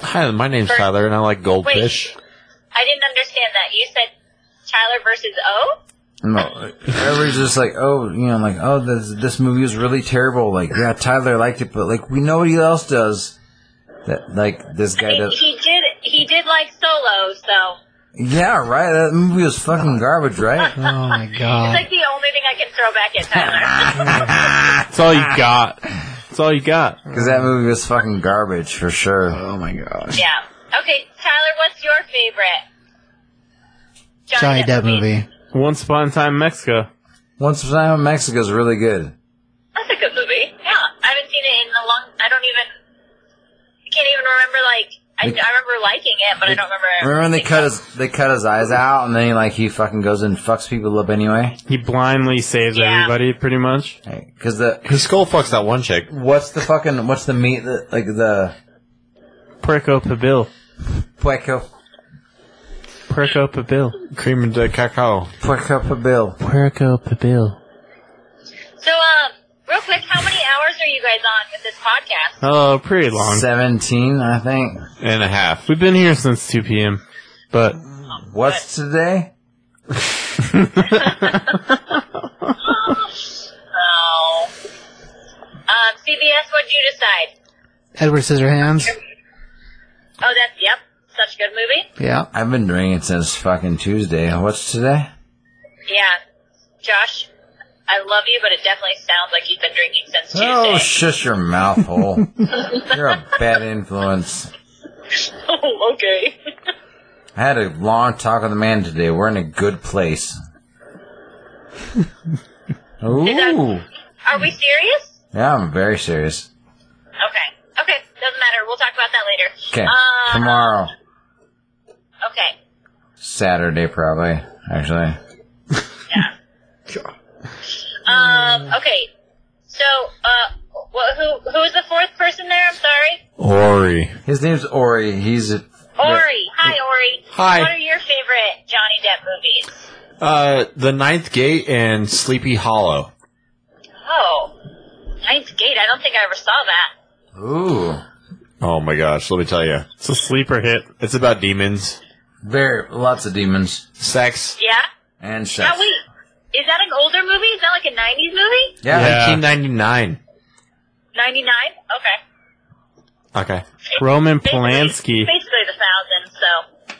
S2: Hi, my name's Tyler, and I like goldfish.
S7: I didn't understand that. You said Tyler versus O.
S1: No, everybody's just like, oh, you know, like, oh, this this movie was really terrible. Like, yeah, Tyler liked it, but like, we know what else does. That like this guy
S7: He,
S1: does.
S7: he did. He did like Solo, so
S1: Yeah, right. That movie was fucking garbage, right?
S3: Oh my
S7: it's
S3: god.
S7: like the only thing I can throw back at Tyler.
S4: That's all you got. That's all you got.
S1: Because that movie was fucking garbage for sure.
S3: Oh my gosh.
S7: yeah. Okay, Tyler, what's your favorite?
S3: Johnny Depp movie.
S4: Once upon a time, Mexico.
S1: Once Upon a Time in Mexico is really good.
S7: That's a good movie. Yeah, I haven't seen it in a long. I don't even. I can't even remember. Like I, I remember liking it, but I don't remember.
S1: Remember when they cut his they cut his eyes out, and then he, like he fucking goes and fucks people up anyway.
S4: He blindly saves
S7: Yeah.
S4: everybody, pretty much.
S1: Because the
S2: His skull fucks that one chick.
S1: what's the fucking what's the meat that like the
S4: Puerco Pabil.
S1: puerco
S4: Puerco Pabil.
S2: Cream de cacao.
S1: puerco pabil.
S4: Puerco Pabil.
S7: So, um, real quick, how many hours are you guys on with this podcast?
S4: Oh, pretty long.
S1: 17, I think.
S2: And a half.
S4: We've been here since 2 p.m. But
S1: What's today?
S7: Oh. Um, CBS, what'd you decide?
S3: Edward Scissorhands.
S7: Oh, that's yep, such a good movie.
S3: Yeah.
S1: I've been doing it since fucking Tuesday. What's today?
S7: Yeah, Josh, I love you, but it definitely sounds like you've been drinking since Tuesday.
S1: Oh, shush your mouth hole. You're a bad influence.
S7: oh, okay.
S1: I had a long talk with the man today. We're in a good place. Ooh.
S7: Are we serious?
S1: Yeah, I'm very serious.
S7: Okay. Okay, doesn't matter. We'll talk about that later.
S1: Okay.
S7: Uh,
S1: Tomorrow.
S7: Okay.
S1: Saturday, probably, actually.
S7: Um. Okay. So, uh, wh- who who is the fourth person there? I'm sorry.
S2: Ori.
S1: His name's Ori. He's a.
S7: Ori, hi Ori.
S2: Hi.
S7: What are your favorite Johnny Depp movies?
S2: Uh, The Ninth Gate and Sleepy Hollow.
S7: Oh, Ninth Gate. I don't think I ever saw that.
S1: Ooh.
S2: Oh my gosh, let me tell you.
S4: it's a sleeper hit.
S2: It's about demons,
S1: Very. Lots of demons.
S2: sex,
S7: Yeah.
S1: And
S7: Now
S1: sex.
S7: wait, is that an older movie? Is that like a '90s movie?
S1: Yeah.
S2: 1999.
S7: '99. Okay.
S2: Okay.
S4: Roman
S7: Basically-
S4: Polanski.
S7: Basically the thousand. So.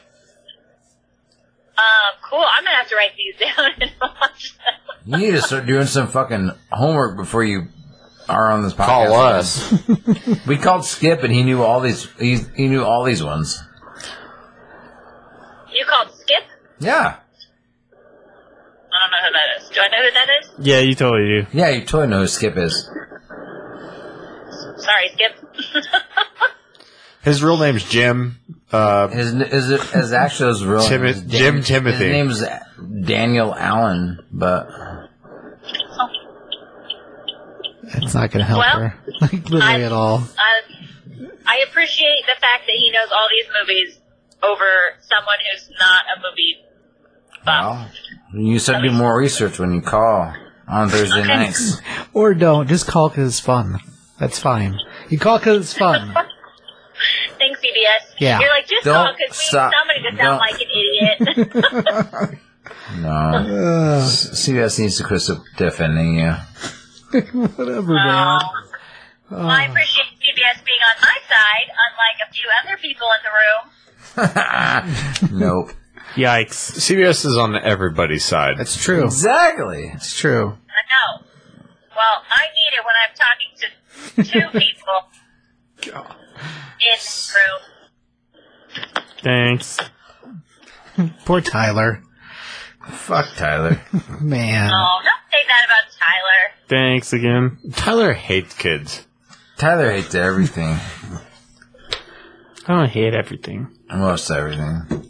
S7: Um. Cool. I'm gonna have to write these down and watch them.
S1: You need to start doing some fucking homework before you are on this podcast.
S2: Call us.
S1: We called Skip, and he knew all these. He, he knew all these ones.
S7: You called Skip?
S1: Yeah,
S7: I don't know who that is. Do I know who that is?
S4: Yeah, you totally do.
S1: yeah. You totally know who Skip is.
S7: Sorry, Skip.
S2: His real name's Jim. Uh,
S1: His is it is actually his real
S2: Timi-
S1: his
S2: Jim Timothy.
S1: His name's Daniel Allen, but
S3: That's not gonna help
S7: Well,
S3: her. Like literally
S7: I-
S3: at all.
S7: Um, I appreciate the fact that he knows all these movies over someone who's not a movie buff.
S1: well, you said do more research when you call on Thursday nights.
S3: Or don't. Just call because it's fun. That's fine. You call because it's fun.
S7: Thanks, CBS.
S3: Yeah.
S7: You're like, just
S1: Don't
S7: call because we
S1: stop.
S7: need somebody to sound
S1: Don't.
S7: like an idiot.
S1: No,
S2: Uh,
S3: Ugh,
S1: S- CBS needs to quit sub- defending you.
S3: whatever, man.
S1: Oh.
S7: well, Um, I appreciate CBS being on my side, unlike a few other people in the room.
S1: Nope.
S4: Yikes.
S2: CBS is on everybody's side.
S3: That's true.
S1: Exactly.
S3: It's true.
S7: I know. Well, I need it when I'm talking to two people in this room.
S4: Thanks.
S3: Poor Tyler.
S1: Fuck Tyler.
S3: Man.
S7: Oh, don't say that about Tyler.
S4: Thanks again.
S2: Tyler hates kids.
S1: Tyler hates everything.
S4: I don't hate everything.
S1: Most everything.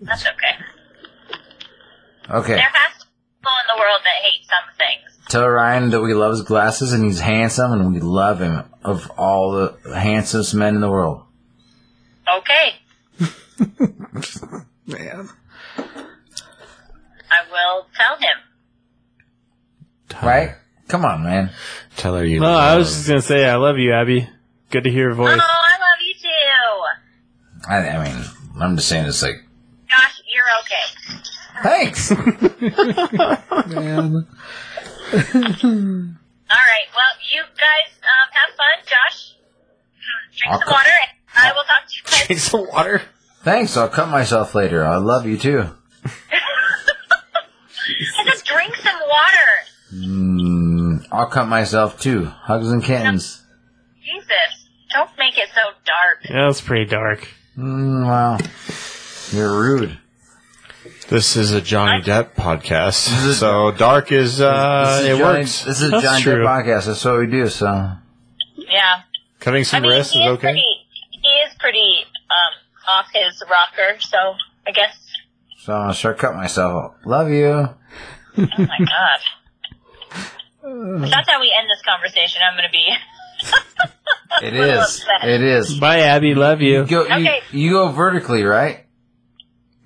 S7: That's okay.
S1: Okay.
S7: There has to be people in the world that hate some things.
S1: Tell Ryan that we love his glasses and he's handsome and we love him of all the handsomest men in the world.
S7: Okay,
S3: Man.
S7: I will tell him.
S1: Right?
S2: Uh-huh.
S1: Come on, man.
S8: Tyler, you.
S4: No, I was just gonna say I love you, Abby. Good to hear your
S7: Oh, I
S4: voice.
S7: love you too.
S1: I, I mean, I'm just saying it's like,
S7: Gosh, you're okay.
S1: thanks.
S3: Man.
S7: All right. Well, you guys um, have fun, Josh. Mm, Drink
S1: I'll
S7: some
S1: co-
S7: water, and I will talk to you guys.
S2: Drink some water.
S1: thanks. I'll cut myself later. I love you too.
S7: I said drink some water.
S1: Mm, I'll cut myself too. Hugs and kittens.
S7: Jesus, don't make it so dark.
S4: Yeah, that's pretty dark.
S1: Mm, wow. You're rude.
S2: This is a Johnny Depp podcast, so dark is
S1: this
S2: uh,
S1: is
S2: it
S1: Johnny,
S2: works.
S1: This is
S4: That's
S1: John Depp
S4: true.
S1: podcast. That's what we do. So
S7: Yeah.
S2: Cutting
S7: I
S2: some
S7: mean,
S2: wrists
S7: he
S2: is
S7: is
S2: okay.
S7: pretty. He is pretty um, off his rocker, so I guess.
S1: So I'm gonna start cutting myself. Love you.
S7: Oh my god.
S2: Uh.
S7: If that's how we end this conversation. I'm gonna be. oh
S1: It is.
S7: upset.
S1: It is.
S4: Bye, Abby. Love you.
S1: You go, you,
S7: Okay.
S1: you go vertically, right?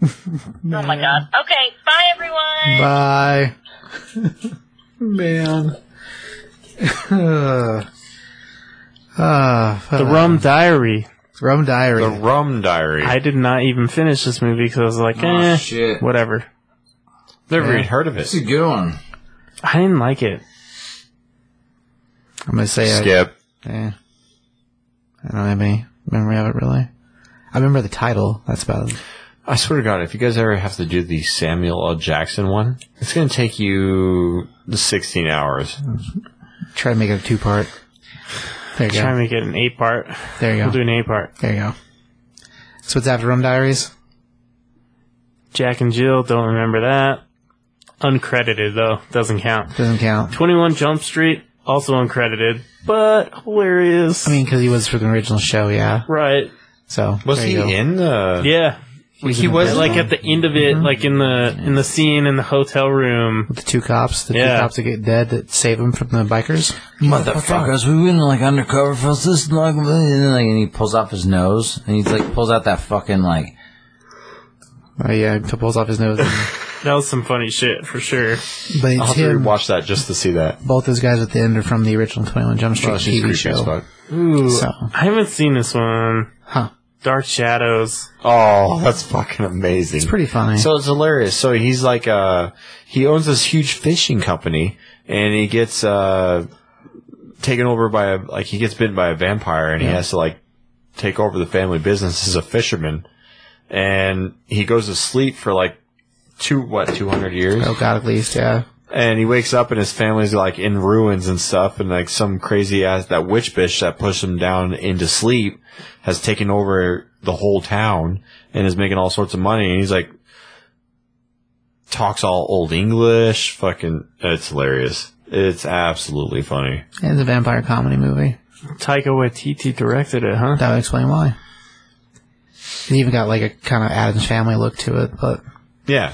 S7: Oh my god. Okay. Bye, everyone.
S3: Bye. Man. uh,
S7: Oh.
S3: Uh-huh.
S4: The Rum Diary.
S3: Ah, Rum Diary.
S2: The Rum Diary.
S4: I
S2: I
S4: did not even finish this movie because I was like,
S1: Oh,
S4: eh,
S1: shit.
S4: whatever.
S2: never even heard of it.
S1: It's a good one.
S4: I didn't like it.
S3: I'm gonna say it.
S2: Skip.
S3: Eh. I don't have any memory of it really. I remember the title. That's about it.
S8: I swear to God, if you guys ever have to do the Samuel L. Jackson one,
S2: It's gonna take you sixteen hours.
S3: Try to make it a two part. There you
S4: Try and
S3: go.
S4: make it an eight part.
S3: There you
S4: We'll do
S3: go.
S4: an eight part.
S3: There you go. So what's after Rum Diaries?
S4: Jack and Jill. Don't remember that. Uncredited though. Doesn't count.
S3: Doesn't count.
S4: Twenty One Jump Street. Also uncredited, but hilarious.
S3: I mean, because he was for the original show, yeah.
S4: right?
S3: So
S2: Was
S3: there
S2: he
S3: you go.
S2: in the?
S4: Yeah.
S2: He was
S4: like at the end of
S3: Mm-hmm.
S4: it, like in the in the scene in the hotel room.
S3: the two cops? The
S4: Yeah.
S3: two cops that get dead that save him from the bikers.
S1: Motherfuckers, we went like undercover for this long, and then, like, and he pulls off his nose, and he's like pulls out that fucking like
S3: Oh yeah, he pulls off his nose. and-
S4: That was some funny shit for sure.
S3: but
S2: I'll
S3: it's
S2: have to
S3: him.
S2: rewatch that just to see that.
S3: Both those guys at the end are from the original Twenty One Jump Street
S2: Oh, she's
S3: TV
S2: creepy as
S3: show.
S2: fuck.
S4: Ooh,
S3: So.
S4: I haven't seen this one.
S3: Huh.
S4: Dark Shadows.
S2: Oh, that's fucking amazing.
S3: It's pretty funny.
S2: So it's hilarious. So he's like, uh, he owns this huge fishing company, and he gets uh, taken over by a like he gets bitten by a vampire, and he has to like take over the family business as a fisherman, and he goes to sleep for like two what two hundred years,
S3: oh god, at least yeah.
S2: and he wakes up and his family's like in ruins and stuff, and like some crazy ass that witch bitch that pushed him down into sleep has taken over the whole town and is making all sorts of money, and he's like talks all old English, fucking, it's hilarious. It's absolutely funny.
S3: It's a vampire comedy movie.
S4: Taika Waititi directed it, huh?
S3: That would explain why. It even got like a kind of Adam's Family look to it, but
S2: Yeah,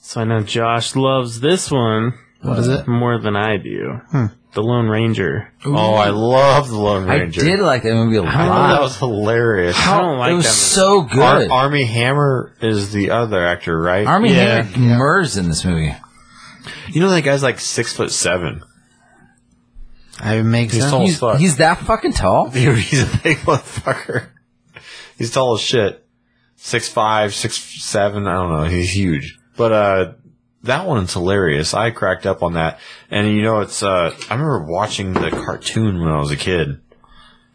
S4: So I know Josh loves this one
S3: what is it?
S4: more than I do.
S2: Hmm.
S4: The Lone Ranger.
S2: Oh, I love the Lone
S1: I
S2: Ranger.
S1: did like that movie a
S2: I thought that
S1: lot.
S2: was hilarious.
S4: I don't like
S1: it was
S4: that
S1: so
S2: Ar-
S1: good.
S2: Army Hammer is the other actor, right?
S1: Army
S4: Yeah.
S1: Hammer murders in this movie.
S2: you know that guy's like six foot seven.
S3: I makes
S2: He's
S3: sense.
S2: tall as
S1: He's,
S2: Oh, fuck.
S1: he's that fucking tall.
S2: Dude, he's a big motherfucker. He's tall as shit. Six five, six seven. I don't know. He's huge. But uh, that one's hilarious. I cracked up on that. And you know, it's uh, I remember watching the cartoon when I was a kid.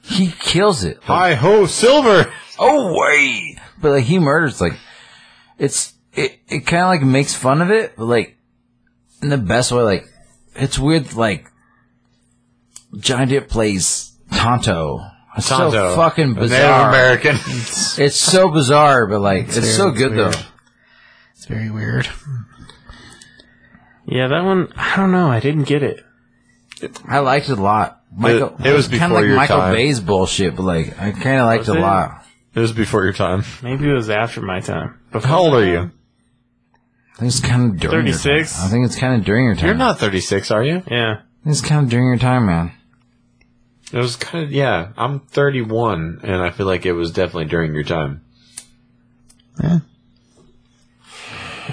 S1: He kills it.
S2: Hi ho, Silver.
S1: oh wait, but like he murders like it's it. It kind of like makes fun of it, but like in the best way. Like it's weird. Like Johnny Depp plays Tonto. It's so fucking
S2: Native
S1: bizarre.
S2: American.
S1: It's so bizarre, but like it's, so
S3: very
S1: good
S3: weird.
S1: though.
S3: It's very weird.
S4: Yeah, that one. I don't know. I didn't get it.
S1: I liked it a lot. Michael,
S2: it was
S1: kinda
S2: before
S1: like
S2: your
S1: Michael
S2: time.
S1: Bay's bullshit, but like I kind of liked
S4: Was
S1: it a
S4: it?
S1: lot.
S2: it was before your time.
S4: Maybe it was after my time. Before
S2: How old are you?
S1: I think it's kind of during your time.
S4: 36?
S1: I think it's kind of during your time.
S2: You're not 36, are you?
S4: Yeah.
S1: I think It's kind of during your time, man.
S2: It was kind of yeah. I'm 31, and I feel like it was definitely during your time.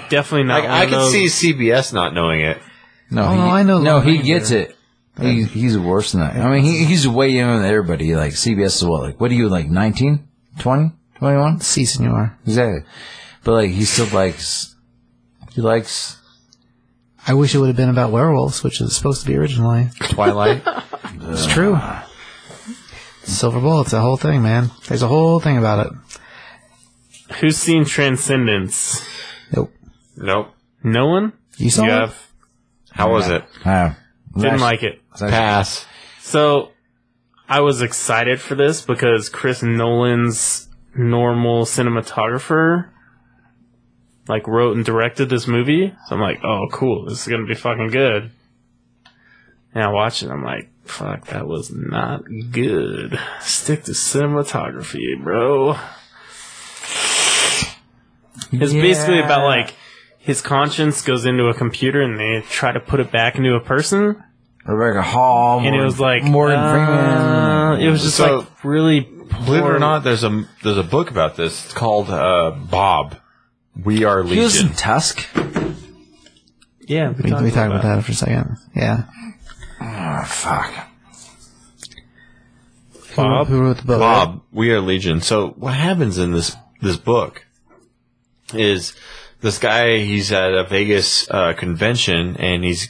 S4: Definitely not.
S2: Like
S4: one
S2: I
S4: of
S2: can
S4: those-
S2: see CBS not knowing it.
S1: No,
S3: Oh,
S1: he,
S3: I know
S1: No, he
S3: Lorraine
S1: gets it. He, he's worse than that. I mean, he, he's way younger than everybody. Like CBS is what? Like what are you like 19, 20, 21?
S3: Si, senor.
S1: Exactly. But like he still likes. He likes.
S3: I wish it would have been about werewolves, which is supposed to be originally.
S2: Twilight.
S3: It's true. Uh, Silver Bullet's a whole thing, man. There's a whole thing about it.
S4: Who's seen Transcendence?
S3: Nope.
S2: nope.
S4: No one.
S3: You saw
S4: You
S3: it?
S4: have
S2: How was it?
S1: Uh,
S4: didn't like it.
S2: Pass.
S4: So I was excited for this because Chris Nolan's normal cinematographer like wrote and directed this movie. So I'm like, oh cool, this is gonna be fucking good. And I watch it, I'm like, fuck, that was not good. Stick to cinematography, bro. It's basically about like his conscience goes into a computer and they try to put it back into a person
S1: Rebecca Hall,
S4: and it
S1: Morgan-
S4: was like
S1: Morgan
S4: uh,
S1: Freeman.
S4: It was just
S2: So-
S4: like really
S2: Believe it or not, there's a there's a book about this. It's called uh, Bob. We are
S1: He was in
S2: Legion.
S1: Tusk.
S4: Yeah,
S3: We, we talked about that for a second. Yeah.
S1: Oh, fuck.
S4: Bob.
S3: Who wrote the book?
S2: Bob, we are Legion. So what happens in this this book is this guy he's at a Vegas uh, convention and he's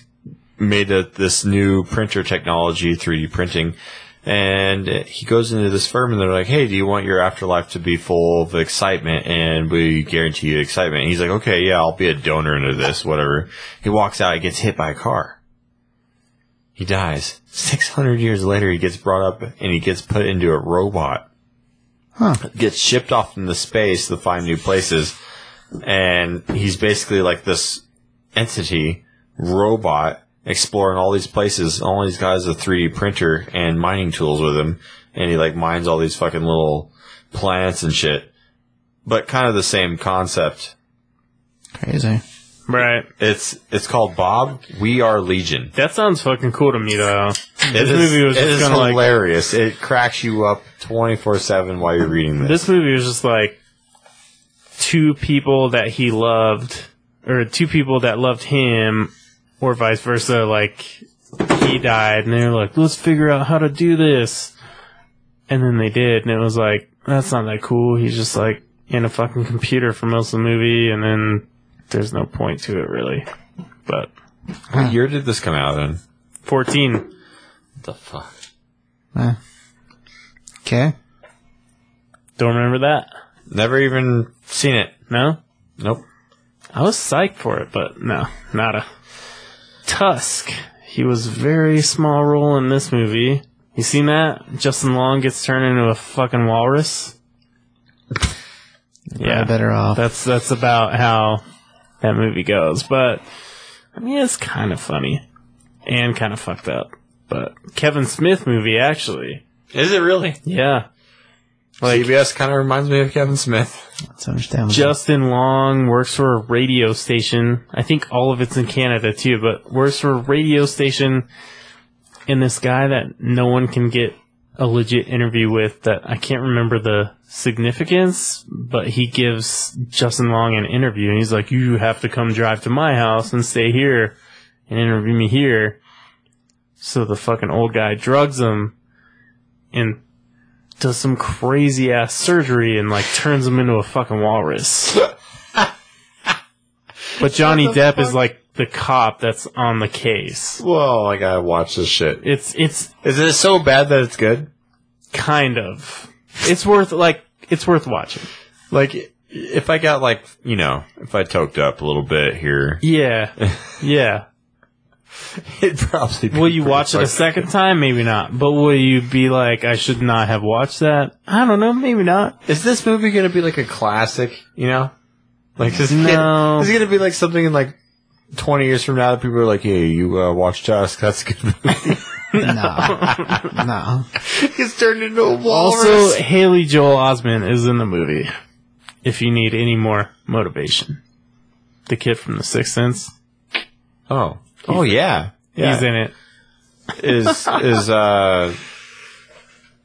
S2: made a, this new printer technology, 3D printing, and he goes into this firm and they're like, "Hey, do you want your afterlife to be full of excitement?" And we guarantee you excitement. And he's like, "Okay, yeah, I'll be a donor into this, whatever." He walks out, he gets hit by a car. He dies. 600 years later, he gets brought up and he gets put into a robot.
S3: Huh.
S2: Gets shipped off into space to find new places. And he's basically like this entity, robot, exploring all these places. All these guys with a 3D printer and mining tools with him. And he like mines all these fucking little plants and shit. But kind of the same concept.
S3: Crazy.
S4: Right.
S2: It's it's called Bob. We are Legion.
S4: That sounds fucking cool to me though.
S2: This
S4: movie was
S2: it
S4: just
S2: is
S4: kinda like-
S2: hilarious. it cracks you up twenty four seven while you're reading this.
S4: This movie was just like two people that he loved, or two people that loved him, or vice versa. Like he died, and they were like, "Let's figure out how to do this," and then they did, and it was like, "That's not that cool." He's just like in a fucking computer for most of the movie, and then there's no point to it really. But
S2: what year did this come out in?
S4: 14.
S2: The fuck.
S3: Okay.
S4: Don't remember that?
S2: Never even seen it.
S4: No?
S2: Nope.
S4: I was psyched for it, but no, nada. Tusk. He was very small role in this movie. You seen that? Justin Long gets turned into a fucking walrus.
S3: Yeah.
S4: yeah,
S3: Better off.
S4: that's that's about how that movie goes. But I mean, it's kind of funny and kind of fucked up. But Kevin Smith movie actually,
S2: Is it really?
S4: yeah.
S2: CBS kind of reminds me of Kevin Smith.
S3: That's understandable.
S4: Justin Long works for a radio station. I think all of it's in Canada too, but works for a radio station. And this guy that no one can get a legit interview with that I can't remember the significance, but he gives Justin Long an interview and he's like, You have to come drive to my house and stay here and interview me here. So the fucking old guy drugs him and does some crazy ass surgery and like turns him into a fucking walrus. but Johnny Depp is like the cop that's on the case.
S2: Well, like I watch this shit.
S4: It's it's
S2: Is it so bad that it's good?
S4: kind of it's worth like it's worth watching.
S2: Like if I got like you know if I toked up a little bit here,
S4: Yeah, yeah.
S2: It'd probably be
S4: Will you
S2: pretty
S4: watch it a
S2: fucking-
S4: second time? Maybe not. But will you be like, I should not have watched that? I don't know. Maybe not.
S2: Is this movie going to be like a classic? You know, like is it
S4: No.
S2: gonna, is it going to be like something in like twenty years from now that people are like, "Hey, you uh, watched Tusk? That's a good movie."
S3: no, no.
S2: He's turned into a walrus.
S4: Also, Haley Joel Osment is in the movie. If you need any more motivation, the kid from The Sixth Sense,
S2: oh, oh yeah, yeah.
S4: he's in it.
S2: is is uh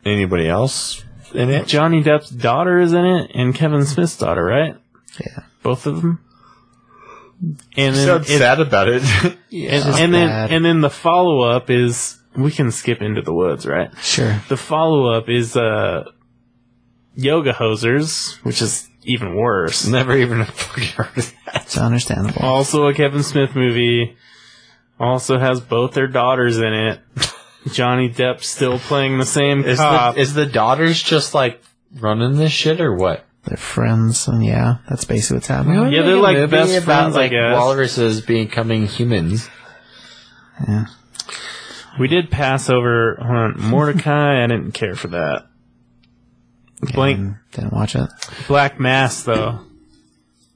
S2: anybody else in it?
S4: Johnny Depp's daughter is in it, and Kevin Smith's daughter, right?
S3: Yeah.
S4: both of them. And then
S2: Sounds
S4: it-
S2: sad about it.
S4: and,
S3: Just
S4: and then
S3: bad.
S4: and then the follow up is we can skip into the woods, right?
S3: Sure.
S4: The follow up is uh, yoga hosers, which is even worse.
S2: Never even fucking heard of that.
S3: It's understandable.
S4: also a Kevin Smith movie. Also has both their daughters in it. Johnny Depp still playing the same
S2: Is
S4: cop.
S2: the, is the daughters just like running this shit or what?
S3: They're friends, and yeah, that's basically what's happening.
S4: yeah, they're like
S2: Movie
S4: best
S2: about,
S4: friends, I
S2: like
S4: guess.
S2: walruses becoming humans.
S3: Yeah.
S4: we did pass over on Mordecai. I didn't care for that. Blank
S3: And Didn't watch it.
S4: Black Mass though.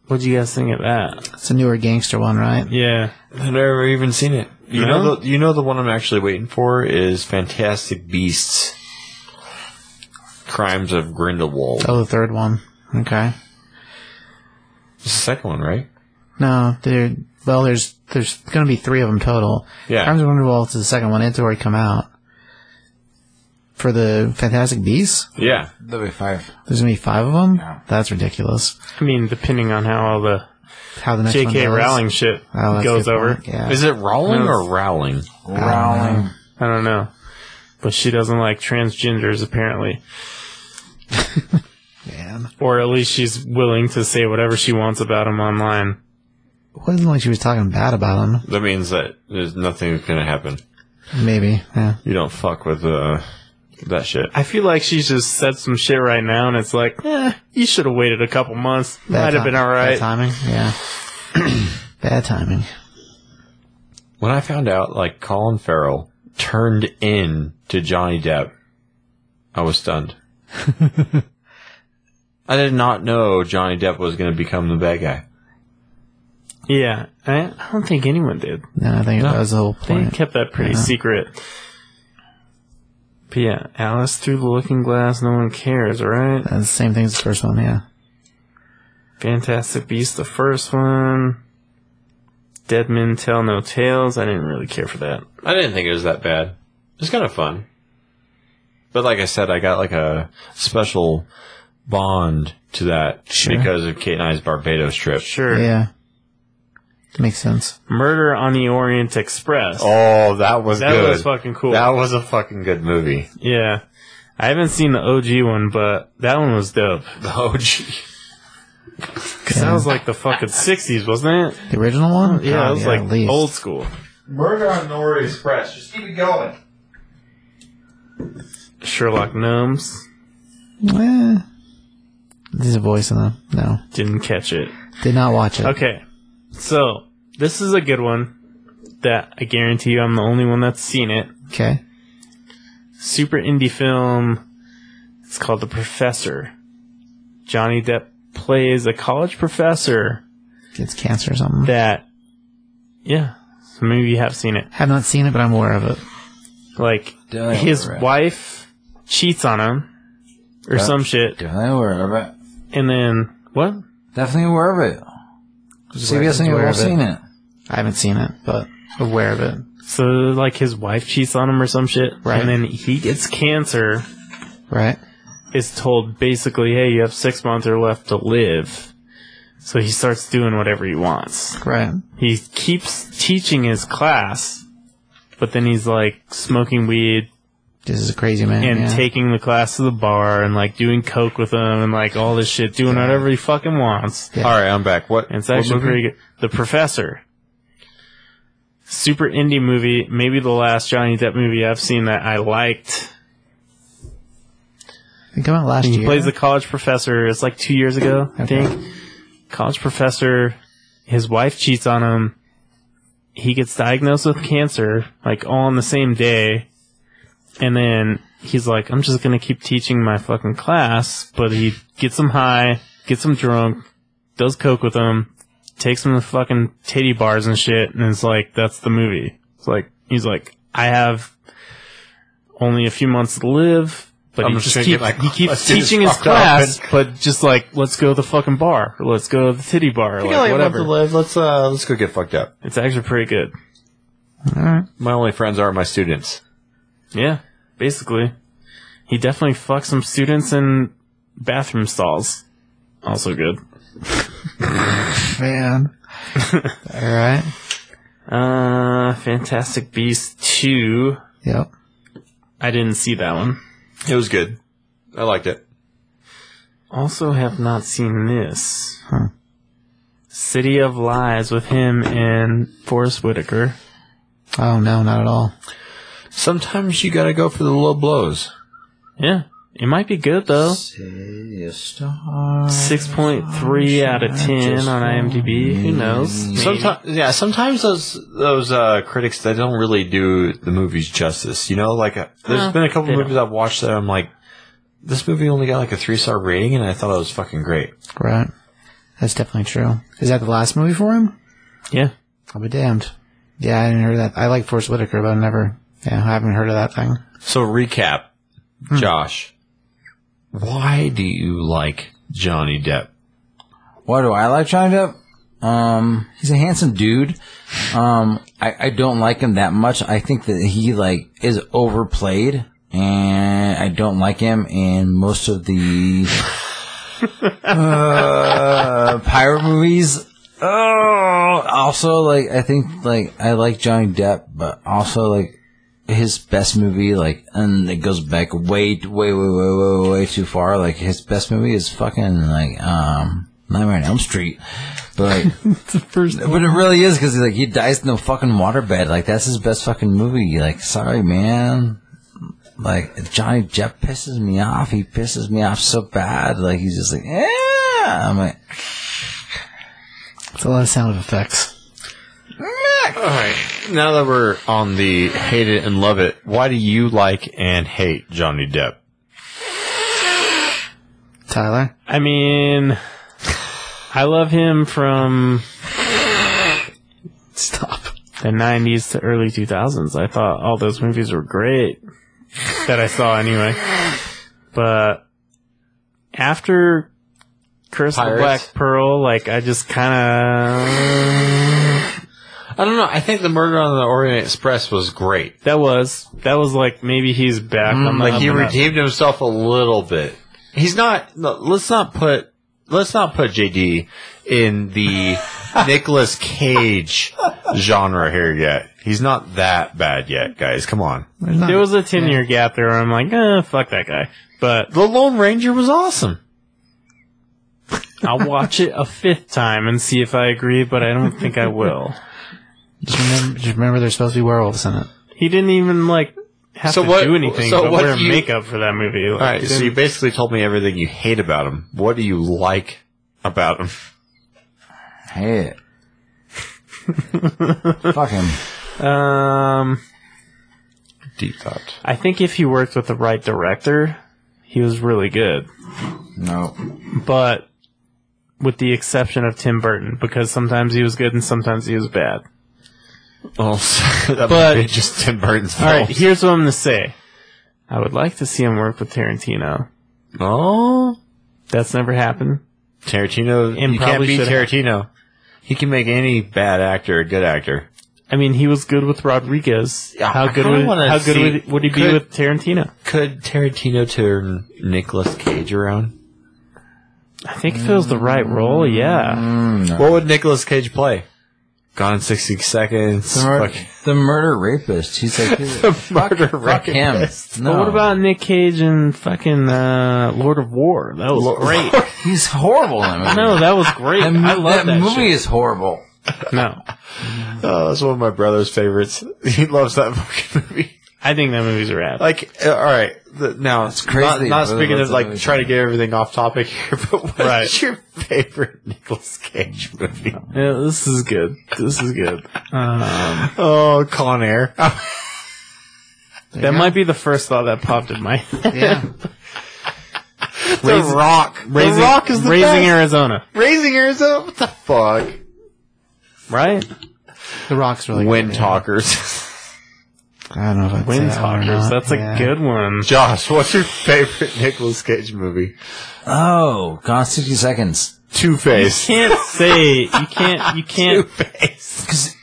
S4: What'd you guys think of that?
S3: It's a newer gangster one, right?
S4: Yeah,
S2: I've never even seen it. You
S4: No?
S2: know, the, you know the one I'm actually waiting for is Fantastic Beasts: Crimes of Grindelwald.
S3: Oh, the third one. Okay.
S2: It's the second one, right?
S3: No, there. Well, there's there's going to be three of them total.
S2: Yeah.
S3: Crimes of Wonderwall is the second one. It's already come out. For the Fantastic Beasts,
S2: Yeah,
S1: That'll be five.
S3: there's going to be five of them. That's ridiculous.
S4: I mean, depending on how all the
S3: How the next one
S4: J.K.
S3: goes.
S4: Rowling shit
S3: Oh, that's a
S4: goes
S3: good
S4: over.
S3: point. Yeah.
S2: Is it Rowling
S4: No,
S2: or Rowling?
S1: Rowling.
S4: I don't know, but she doesn't like transgenders apparently.
S3: Man,
S4: or at least she's willing to say whatever she wants about him online.
S3: it wasn't like she was talking bad about him.
S2: That means that there's nothing going to happen.
S3: Maybe. Yeah.
S2: You don't fuck with uh, that shit.
S4: I feel like she's just said some shit right now, and it's like, eh, you should have waited a couple months.
S3: Bad
S4: Might have
S3: ti-
S4: been all
S3: Bad
S4: right.
S3: timing. Yeah. bad timing.
S2: When I found out, like Colin Farrell turned in to Johnny Depp, I was stunned. I did not know Johnny Depp was going to become the bad guy.
S4: Yeah, I, I don't think anyone did.
S3: No, I think that was the whole
S4: They
S3: point. Uh-huh.
S4: kept that pretty secret. But yeah, Alice through the looking glass. No one cares, right?
S3: That's the same thing as the first one. Yeah.
S4: Fantastic Beast, the first one. Dead men tell no tales. I didn't really care for that.
S2: I didn't think it was that bad. It was kind of fun. But like I said, I got like a special bond to that
S3: Sure.
S2: because of Kate and I's Barbados trip.
S4: Sure.
S3: Yeah. Makes sense.
S4: Murder on the Orient Express.
S2: Oh, that was
S4: that
S2: good.
S4: was fucking cool.
S2: That was a fucking good movie.
S4: Yeah. I haven't seen the OG one, but that one was dope.
S2: The OG.
S4: Because that was like the fucking 60s, wasn't it?
S3: The original one?
S4: Oh, Yeah,
S3: God,
S4: it was
S3: yeah, at
S4: like
S3: least.
S4: old school.
S8: Murder on Nori Express. Just keep it going.
S4: Sherlock Gnomes.
S3: Eh. There's a voice in them. No.
S4: Didn't catch it.
S3: Did not watch it.
S4: Okay. So, this is a good one that I guarantee you I'm the only one that's seen it.
S3: Okay.
S4: Super indie film. It's called The Professor. Johnny Depp plays a college professor
S3: Gets cancer or something.
S4: that, yeah, so maybe you have seen it.
S3: Have not seen it, but I'm aware of it.
S4: Like,
S1: Don't
S4: his
S1: worry.
S4: wife cheats on him or some shit,
S1: Definitely aware of it.
S4: and then what?
S1: Definitely aware of it. CBS ain't
S3: aware
S1: all
S3: of it.
S1: seen it.
S3: I haven't seen it, but aware of it.
S4: So like his wife cheats on him or some shit,
S3: Right.
S4: And then he gets cancer.
S3: Right?
S4: Is told basically, hey, you have six months or left to live. So he starts doing whatever he wants.
S3: Right.
S4: He keeps teaching his class, but then he's like smoking weed
S3: This is a crazy man.
S4: and
S3: yeah.
S4: taking the class to the bar and like doing coke with them and like all this shit, doing whatever he fucking wants.
S3: Yeah.
S2: All right, I'm back. What?
S4: And it's
S2: what
S4: actually
S2: movie?
S4: pretty good. The Professor. Super indie movie, maybe the last Johnny Depp movie I've seen that I liked.
S3: It came out last
S4: He
S3: year.
S4: plays the college professor. It's like two years ago, I
S3: Okay.
S4: think. College professor, his wife cheats on him. he gets diagnosed with cancer, like all on the same day, and then he's like, I'm just gonna keep teaching my fucking class, but he gets him high, gets him drunk, does coke with him, takes him to fucking titty bars and shit, and it's like, that's the movie. It's like, he's like, I have only a few months to live, but he
S2: just
S4: just
S2: gonna
S4: keep,
S2: get my
S4: he keeps
S2: class just
S4: teaching his
S2: fucked up
S4: class, but just like, let's go to the fucking bar, or let's go to the titty bar, or
S2: I got
S4: like,
S2: like a month
S4: whatever.
S2: to live. Let's uh, let's go get fucked up.
S4: It's actually pretty good.
S2: My only friends are my students.
S4: Yeah, basically. He definitely fucks some students in bathroom stalls. Also good.
S3: Man. All right.
S4: Uh, Fantastic Beasts 2.
S3: Yep.
S4: I didn't see that one.
S2: It was good. I liked it.
S4: Also have not seen this. City of Lies with him and Forrest Whitaker.
S3: Oh no, not at all.
S2: Sometimes you gotta go for the low blows.
S4: Yeah. It might be good though.
S1: Say a star.
S4: 6.3 out of 10 on IMDb. Who knows? Maybe.
S2: Sometimes, yeah. Sometimes those those uh, critics they don't really do the movies justice. You know, like uh, there's
S4: No,
S2: been a couple
S4: they
S2: movies I've watched that I'm like, this movie only got like a three star rating, and I thought it was fucking great.
S3: Right. That's definitely true. Is that the last movie for him?
S4: Yeah.
S3: I'll be damned. Yeah, I didn't hear that. I like Forrest Whitaker, but I never. Yeah, I haven't heard of that thing.
S2: So recap,
S4: Hmm.
S2: Josh, why do you like Johnny Depp?
S1: Why do I like Johnny Depp? Um, he's a handsome dude. Um, I, I don't like him that much. I think that he like is overplayed, and I don't like him. And most of the uh, pirate movies. Oh, also like I think like I like Johnny Depp, but also like his best movie like and it goes back way way way way way way too far. Like his best movie is fucking like um Nightmare on Elm Street, but like, but it really is because like he dies in a fucking waterbed. Like that's his best fucking movie. Like sorry, man. Like Johnny Depp pisses me off. He pisses me off so bad. Like he's just like yeah. I'm like
S3: It's a lot of sound effects.
S2: All right, now that we're on the hate it and love it, why do you like and hate Johnny Depp?
S3: Tyler,
S4: I mean, I love him from
S3: stop.
S4: the 90s to early 2000s. I thought all those movies were great that I saw anyway. But after Curse of the
S2: Pirates.
S4: Black Pearl, like I just kind of
S2: I don't know. I think the Murder on the Orient Express was great.
S4: that was that was like maybe he's back on the
S2: Mm, Like
S4: up
S2: he
S4: and up.
S2: redeemed himself a little bit. He's not. no, Let's not put. Let's not put JD in the Nicolas Cage genre here yet. He's not that bad yet, guys. Come on.
S3: There's not-
S4: There was a ten year gap there. Where I'm like, eh, fuck that guy. But
S2: The Lone Ranger was awesome.
S4: I'll watch it a fifth time and see if I agree. But I don't think I will.
S3: just, remember, just remember there's supposed to be werewolves in it.
S4: He didn't even like have
S2: So
S4: to
S2: what-
S4: do anything
S2: so
S4: but
S2: what
S4: wear
S2: you-
S4: makeup for that movie. Like,
S2: All right.
S4: he
S2: So
S4: didn't-
S2: you basically told me everything you hate about him. What do you like about him?
S1: hey. Fuck him.
S4: um,
S2: Deep thought.
S4: I think if he worked with the right director, he was really good.
S1: No.
S4: But with the exception of Tim Burton, because sometimes he was good and sometimes he was bad.
S2: Well, Oh, that
S4: But-
S2: but, be just Tim Burton's
S4: All
S2: film.
S4: right, here's what I'm gonna say. I would like to see him work with Tarantino.
S2: Oh,
S4: That's never happened.
S2: Tarantino.
S4: And
S2: you can't
S4: probably
S2: beat
S4: should-
S2: Tarantino. He can make any bad actor a good actor.
S4: I mean, he was good with Rodriguez.
S2: Yeah,
S4: how
S2: I
S4: good
S2: kinda
S4: would
S2: wanna
S4: how good
S2: see-
S4: would, would he be
S2: could-
S4: with Tarantino?
S2: Could Tarantino turn Nicolas Cage around?
S4: I think if it was the right role, yeah.
S1: Mm,
S2: What would Nicolas Cage play? Gone in sixty seconds.
S1: The, mur-
S2: Fuck.
S1: the murder rapist. He's like, he's like
S2: murder
S1: fuck him. No.
S4: But what about Nick Cage and fucking uh, Lord of War? That was great.
S1: He's horrible in that movie.
S4: no, that was great.
S1: that, mo-
S4: I love that,
S1: that movie
S4: shit.
S1: is horrible.
S4: No,
S2: Oh, that's one of my brother's favorites. He loves that fucking movie.
S4: I think that movie's a wrap.
S2: Like, uh, all right, the, now it's
S1: crazy that
S2: Not,
S1: you
S2: not
S1: really
S2: speaking
S1: love
S2: of
S1: that
S2: like
S1: movie.
S2: trying to get everything off topic here, but what's
S4: Right.
S2: your favorite Nicolas Cage movie?
S4: Yeah, this is good. This is good. Um,
S2: Oh, Con Air.
S4: that might be the first thought that popped in my head.
S3: Yeah.
S2: the Rock.
S4: Raising,
S2: the Rock is the
S4: Raising
S2: best.
S4: Arizona,
S2: Raising Arizona. What the fuck?
S4: right?
S3: The Rock's really
S2: Wind
S3: good.
S2: Talkers.
S3: I don't know if I'd say
S4: Wind
S3: that one or not.
S4: Talkers. That's a
S3: Yeah.
S4: good one.
S2: Josh, what's your favorite Nicolas Cage movie?
S1: Oh, gone 60 seconds.
S2: Two Face.
S4: Can't say you can't. You can't,
S2: Face.
S1: 'Cause-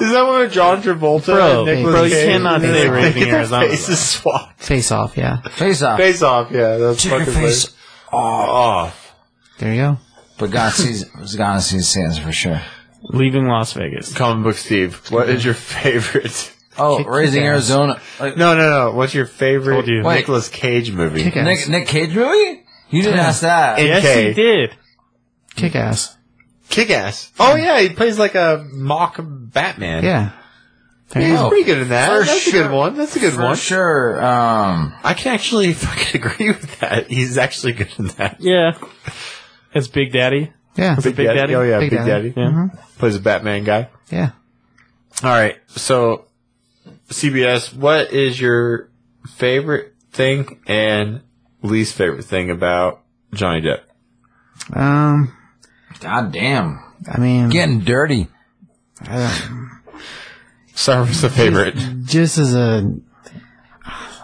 S2: Is that one with John Travolta and
S4: Bro,
S2: Nicolas
S4: bro, you
S2: Cage?
S4: cannot
S2: And
S4: say
S2: they-
S4: Raising
S2: their
S4: Arizona.
S2: Faces swapped.
S3: Face off. Yeah.
S1: Face off.
S2: Face off. Yeah, that's
S1: Took your
S2: fucking Oh,
S1: face
S2: face off.
S3: There you go.
S1: But gone 60 was gone 60 seconds for sure.
S4: leaving Las Vegas.
S2: Comic book Steve. What is your favorite?
S1: Oh,
S3: Kick-
S1: Raising
S3: kick ass.
S1: Arizona. Like,
S2: No, no, no. What's your favorite
S4: Told you.
S1: Wait.
S2: Nicolas Cage movie?
S3: Kick ass.
S1: Nick, Nick Cage movie? You didn't ask that.
S2: Yeah.
S4: Yes,
S2: Okay.
S4: he did.
S3: Kick ass.
S2: Kick Ass. Oh yeah, he plays like a mock Batman.
S3: Yeah. There
S2: Yeah,
S3: you
S2: he's
S3: go.
S2: pretty good in that.
S1: For
S2: That's a
S1: sure.
S2: good one. That's a good
S1: For
S2: one.
S1: sure. Um,
S2: I can actually fucking agree with that. He's actually good in that.
S4: Yeah, as Big Daddy.
S3: Yeah.
S4: Big Daddy?
S2: Oh yeah,
S3: Big
S2: Big,
S3: Daddy. Mm-hmm.
S2: Daddy.
S4: Yeah.
S2: Plays a Batman guy.
S3: Yeah.
S2: All right. So CBS, what is your favorite thing and least favorite thing about Johnny Depp?
S3: Um.
S1: God damn.
S3: I mean,
S1: Getting dirty.
S3: I don't-
S2: Sorry, what's the favorite?
S3: just as a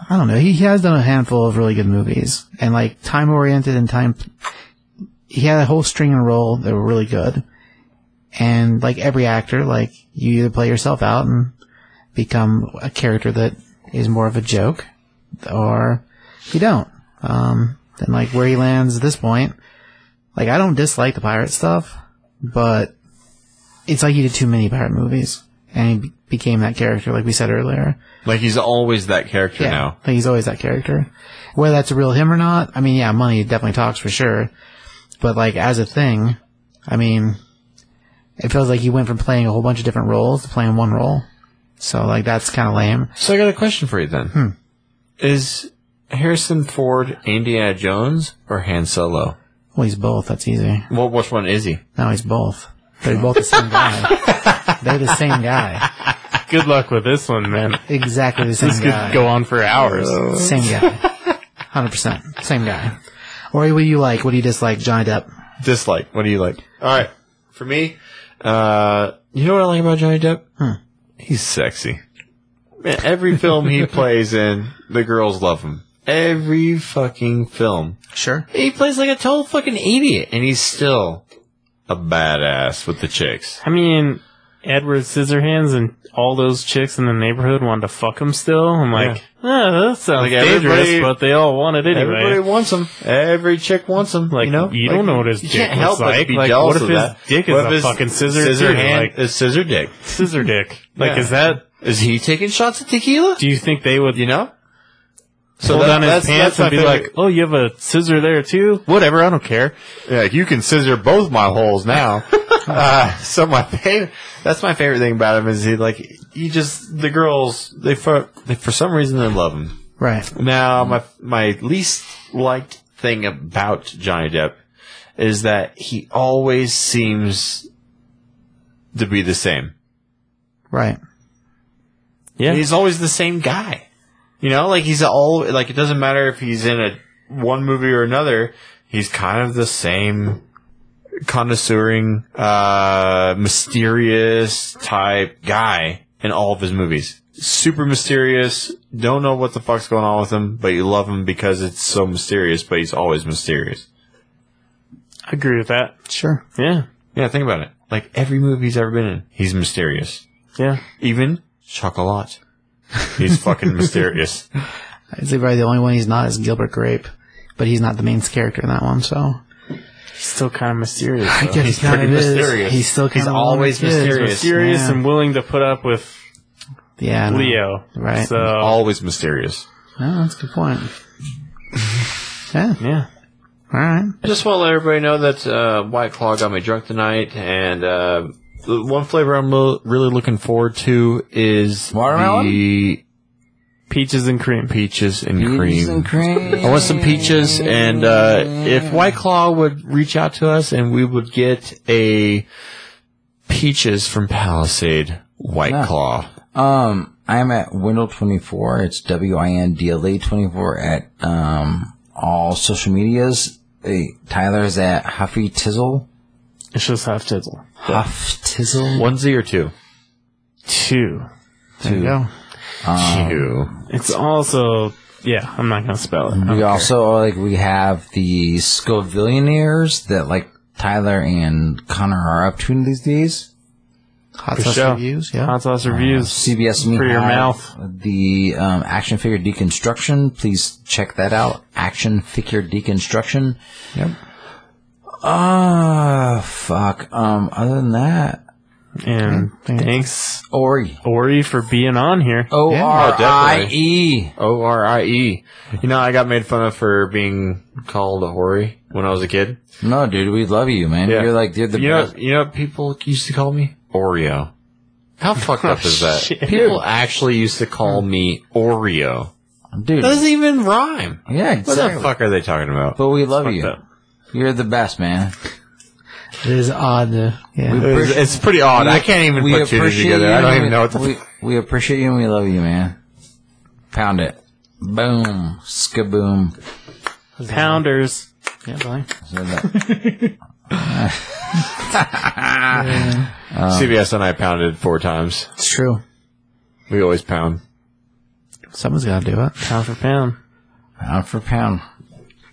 S3: I don't know. He, he has done a handful of really good movies and like time oriented and time. He had a whole string and roll that were really good, and like every actor, like you either play yourself out and become a character that is more of a joke, or you don't. Um, and like where he lands at this point, like I don't dislike the pirate stuff, but it's like he did too many pirate movies and he be- became that character, like we said earlier.
S2: Like he's always that character
S3: Yeah,
S2: now.
S3: like he's always that character, whether that's a real him or not. I mean, yeah, money definitely talks for sure, but like as a thing, I mean, it feels like he went from playing a whole bunch of different roles to playing one role. So like that's kind of lame.
S2: So I got a question for you then. Is Harrison Ford Indiana Jones or Han Solo?
S3: Well, he's both. That's easy.
S2: Well, which one is he?
S3: No, he's both. They're both the same guy. They're the same guy.
S4: Good luck with this one, man.
S3: Exactly the same
S4: This
S3: guy.
S4: could go on for hours.
S3: Same guy. Hundred percent. Same guy. Or what do you like? What do you dislike? Johnny Depp.
S2: Dislike. What do you like? All right. For me, uh, you know what I like about Johnny Depp?
S4: Hmm.
S2: He's sexy. Man, every film he plays in, the girls love him. Every fucking film.
S3: Sure.
S2: He plays like a total fucking idiot, and he's still a badass with the chicks.
S4: I mean, Edward Scissorhands and all those chicks in the neighborhood wanted to fuck him still. I'm like, oh, that sounds
S2: Like, everybody-
S4: dangerous, but they all want it anyway.
S2: Everybody wants him. Every chick wants him.
S4: like,
S2: you know,
S4: you don't know what his
S2: you
S4: dick
S2: can't help
S4: looks
S2: but
S4: like.
S2: be
S4: Like,
S2: jealous
S4: what if
S2: of
S4: his
S2: that.
S4: dick is
S2: What if
S4: a
S2: his
S4: fucking scissor,
S2: Scissor
S4: dude?
S2: hand
S4: Like,
S2: is scissor dick.
S4: scissor dick. Like,
S2: Yeah.
S4: is that?
S2: Is he taking shots at tequila?
S4: Do you think they would
S2: You know? So
S4: pull
S2: that-
S4: down his
S2: that's-
S4: pants
S2: that's my
S4: and be
S2: favorite.
S4: like, "Oh, you have a scissor there too? Whatever, I don't care."
S2: Yeah, you can scissor both my holes now. uh, so my favorite, that's my favorite thing about him is he like you just the girls they for they, for some reason they love him.
S3: Right.
S2: Now my my least liked thing about Johnny Depp is that he always seems to be the same.
S3: Right.
S4: Yeah.
S2: He's always the same guy. You know, like he's all like it doesn't matter if he's in a one movie or another, he's kind of the same condescending, uh, mysterious type guy in all of his movies. Super mysterious. Don't know what the fuck's going on with him, but you love him because it's so mysterious. But he's always mysterious.
S4: I agree with that.
S3: Sure.
S4: Yeah,
S2: Yeah, think about it. Like every movie he's ever been in, he's mysterious.
S4: yeah.
S2: Even Chocolat, he's fucking mysterious.
S3: I'd say probably the only one he's not is Gilbert Grape, but he's not the main character in that one. So
S4: He's still kind of mysterious.
S3: I guess
S2: He's
S3: he kind
S2: pretty
S3: of is.
S2: mysterious.
S3: He's still kind
S2: He's
S3: of
S2: always mysterious.
S4: Mysterious
S3: Yeah.
S4: and willing to put up with
S3: Yeah. no.
S4: Leo.
S3: Right.
S4: So
S2: always mysterious.
S3: No, that's a good point. yeah.
S4: yeah.
S3: All right.
S2: I just want to let everybody know that uh, White Claw got me drunk tonight, and uh, the one flavor I'm lo- really looking forward to is
S1: Watermelon?
S2: the
S4: Peaches and cream.
S2: peaches and
S1: Peaches
S2: cream.
S1: and cream.
S2: I want some peaches, and uh, if White Claw would reach out to us, and we would get a peaches from Palisade White
S1: Yeah.
S2: Claw.
S1: Um, I'm at Windle24. It's W I N D L A 24 at um, all social medias. Hey, Tyler's at Huffy Tizzle.
S4: It's just half tizzle.
S1: Huff Tizzle?
S2: One Z or two.
S4: Two.
S3: There you go.
S4: Um,
S2: two.
S4: It's also yeah. I'm not gonna spell it.
S1: We also, like, we have the Scovillionaires that, like, Tyler and Connor are up to these days.
S3: Hot
S4: For
S3: sauce
S4: sure.
S3: reviews. Yeah.
S4: Hot sauce reviews.
S1: CBS and me
S4: For your
S1: have
S4: mouth.
S1: The um, action figure deconstruction. Please check that out. Action figure deconstruction.
S3: Yep.
S1: Ah, fuck. Um, other than that,
S4: And thanks
S1: Ori.
S4: Ori for being on here.
S1: O R I E.
S2: O R I E. You know, I got made fun of for being called a Hori when I was a kid.
S1: No, dude, we love you, man.
S2: Yeah.
S1: You're like you're the
S2: You know,
S1: best.
S2: you know, what people used to call me Oreo. How fucked up is that?
S4: Shit.
S2: People actually used to call me Oreo.
S1: dude.
S2: That doesn't even rhyme.
S1: Yeah,
S2: What
S1: exactly.
S2: the fuck are they talking about?
S1: But we love you.
S4: fucked up.
S1: You're the best, man.
S3: It is odd. uh, yeah.
S2: It's, it's pretty odd. I can't even
S1: We
S2: put two
S1: appreciate
S2: together.
S1: you
S2: I don't
S1: and
S2: even know what the
S1: we, we appreciate you and we love you, man. Pound it. Boom. Skaboom.
S4: Pounders.
S3: yeah, Billy.
S1: So that- Um,
S2: CBS and I pounded four times.
S3: It's true.
S2: We always pound.
S3: Someone's got to do it.
S4: Pound for pound.
S1: pound for pound.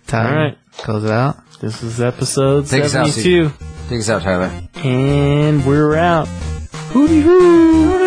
S3: Time.
S4: All right.
S3: Close it out.
S4: This is episode
S1: Take us out,
S4: seventy-two,
S1: Take us out, Tyler.
S4: and we're out.
S3: Hootie hoo.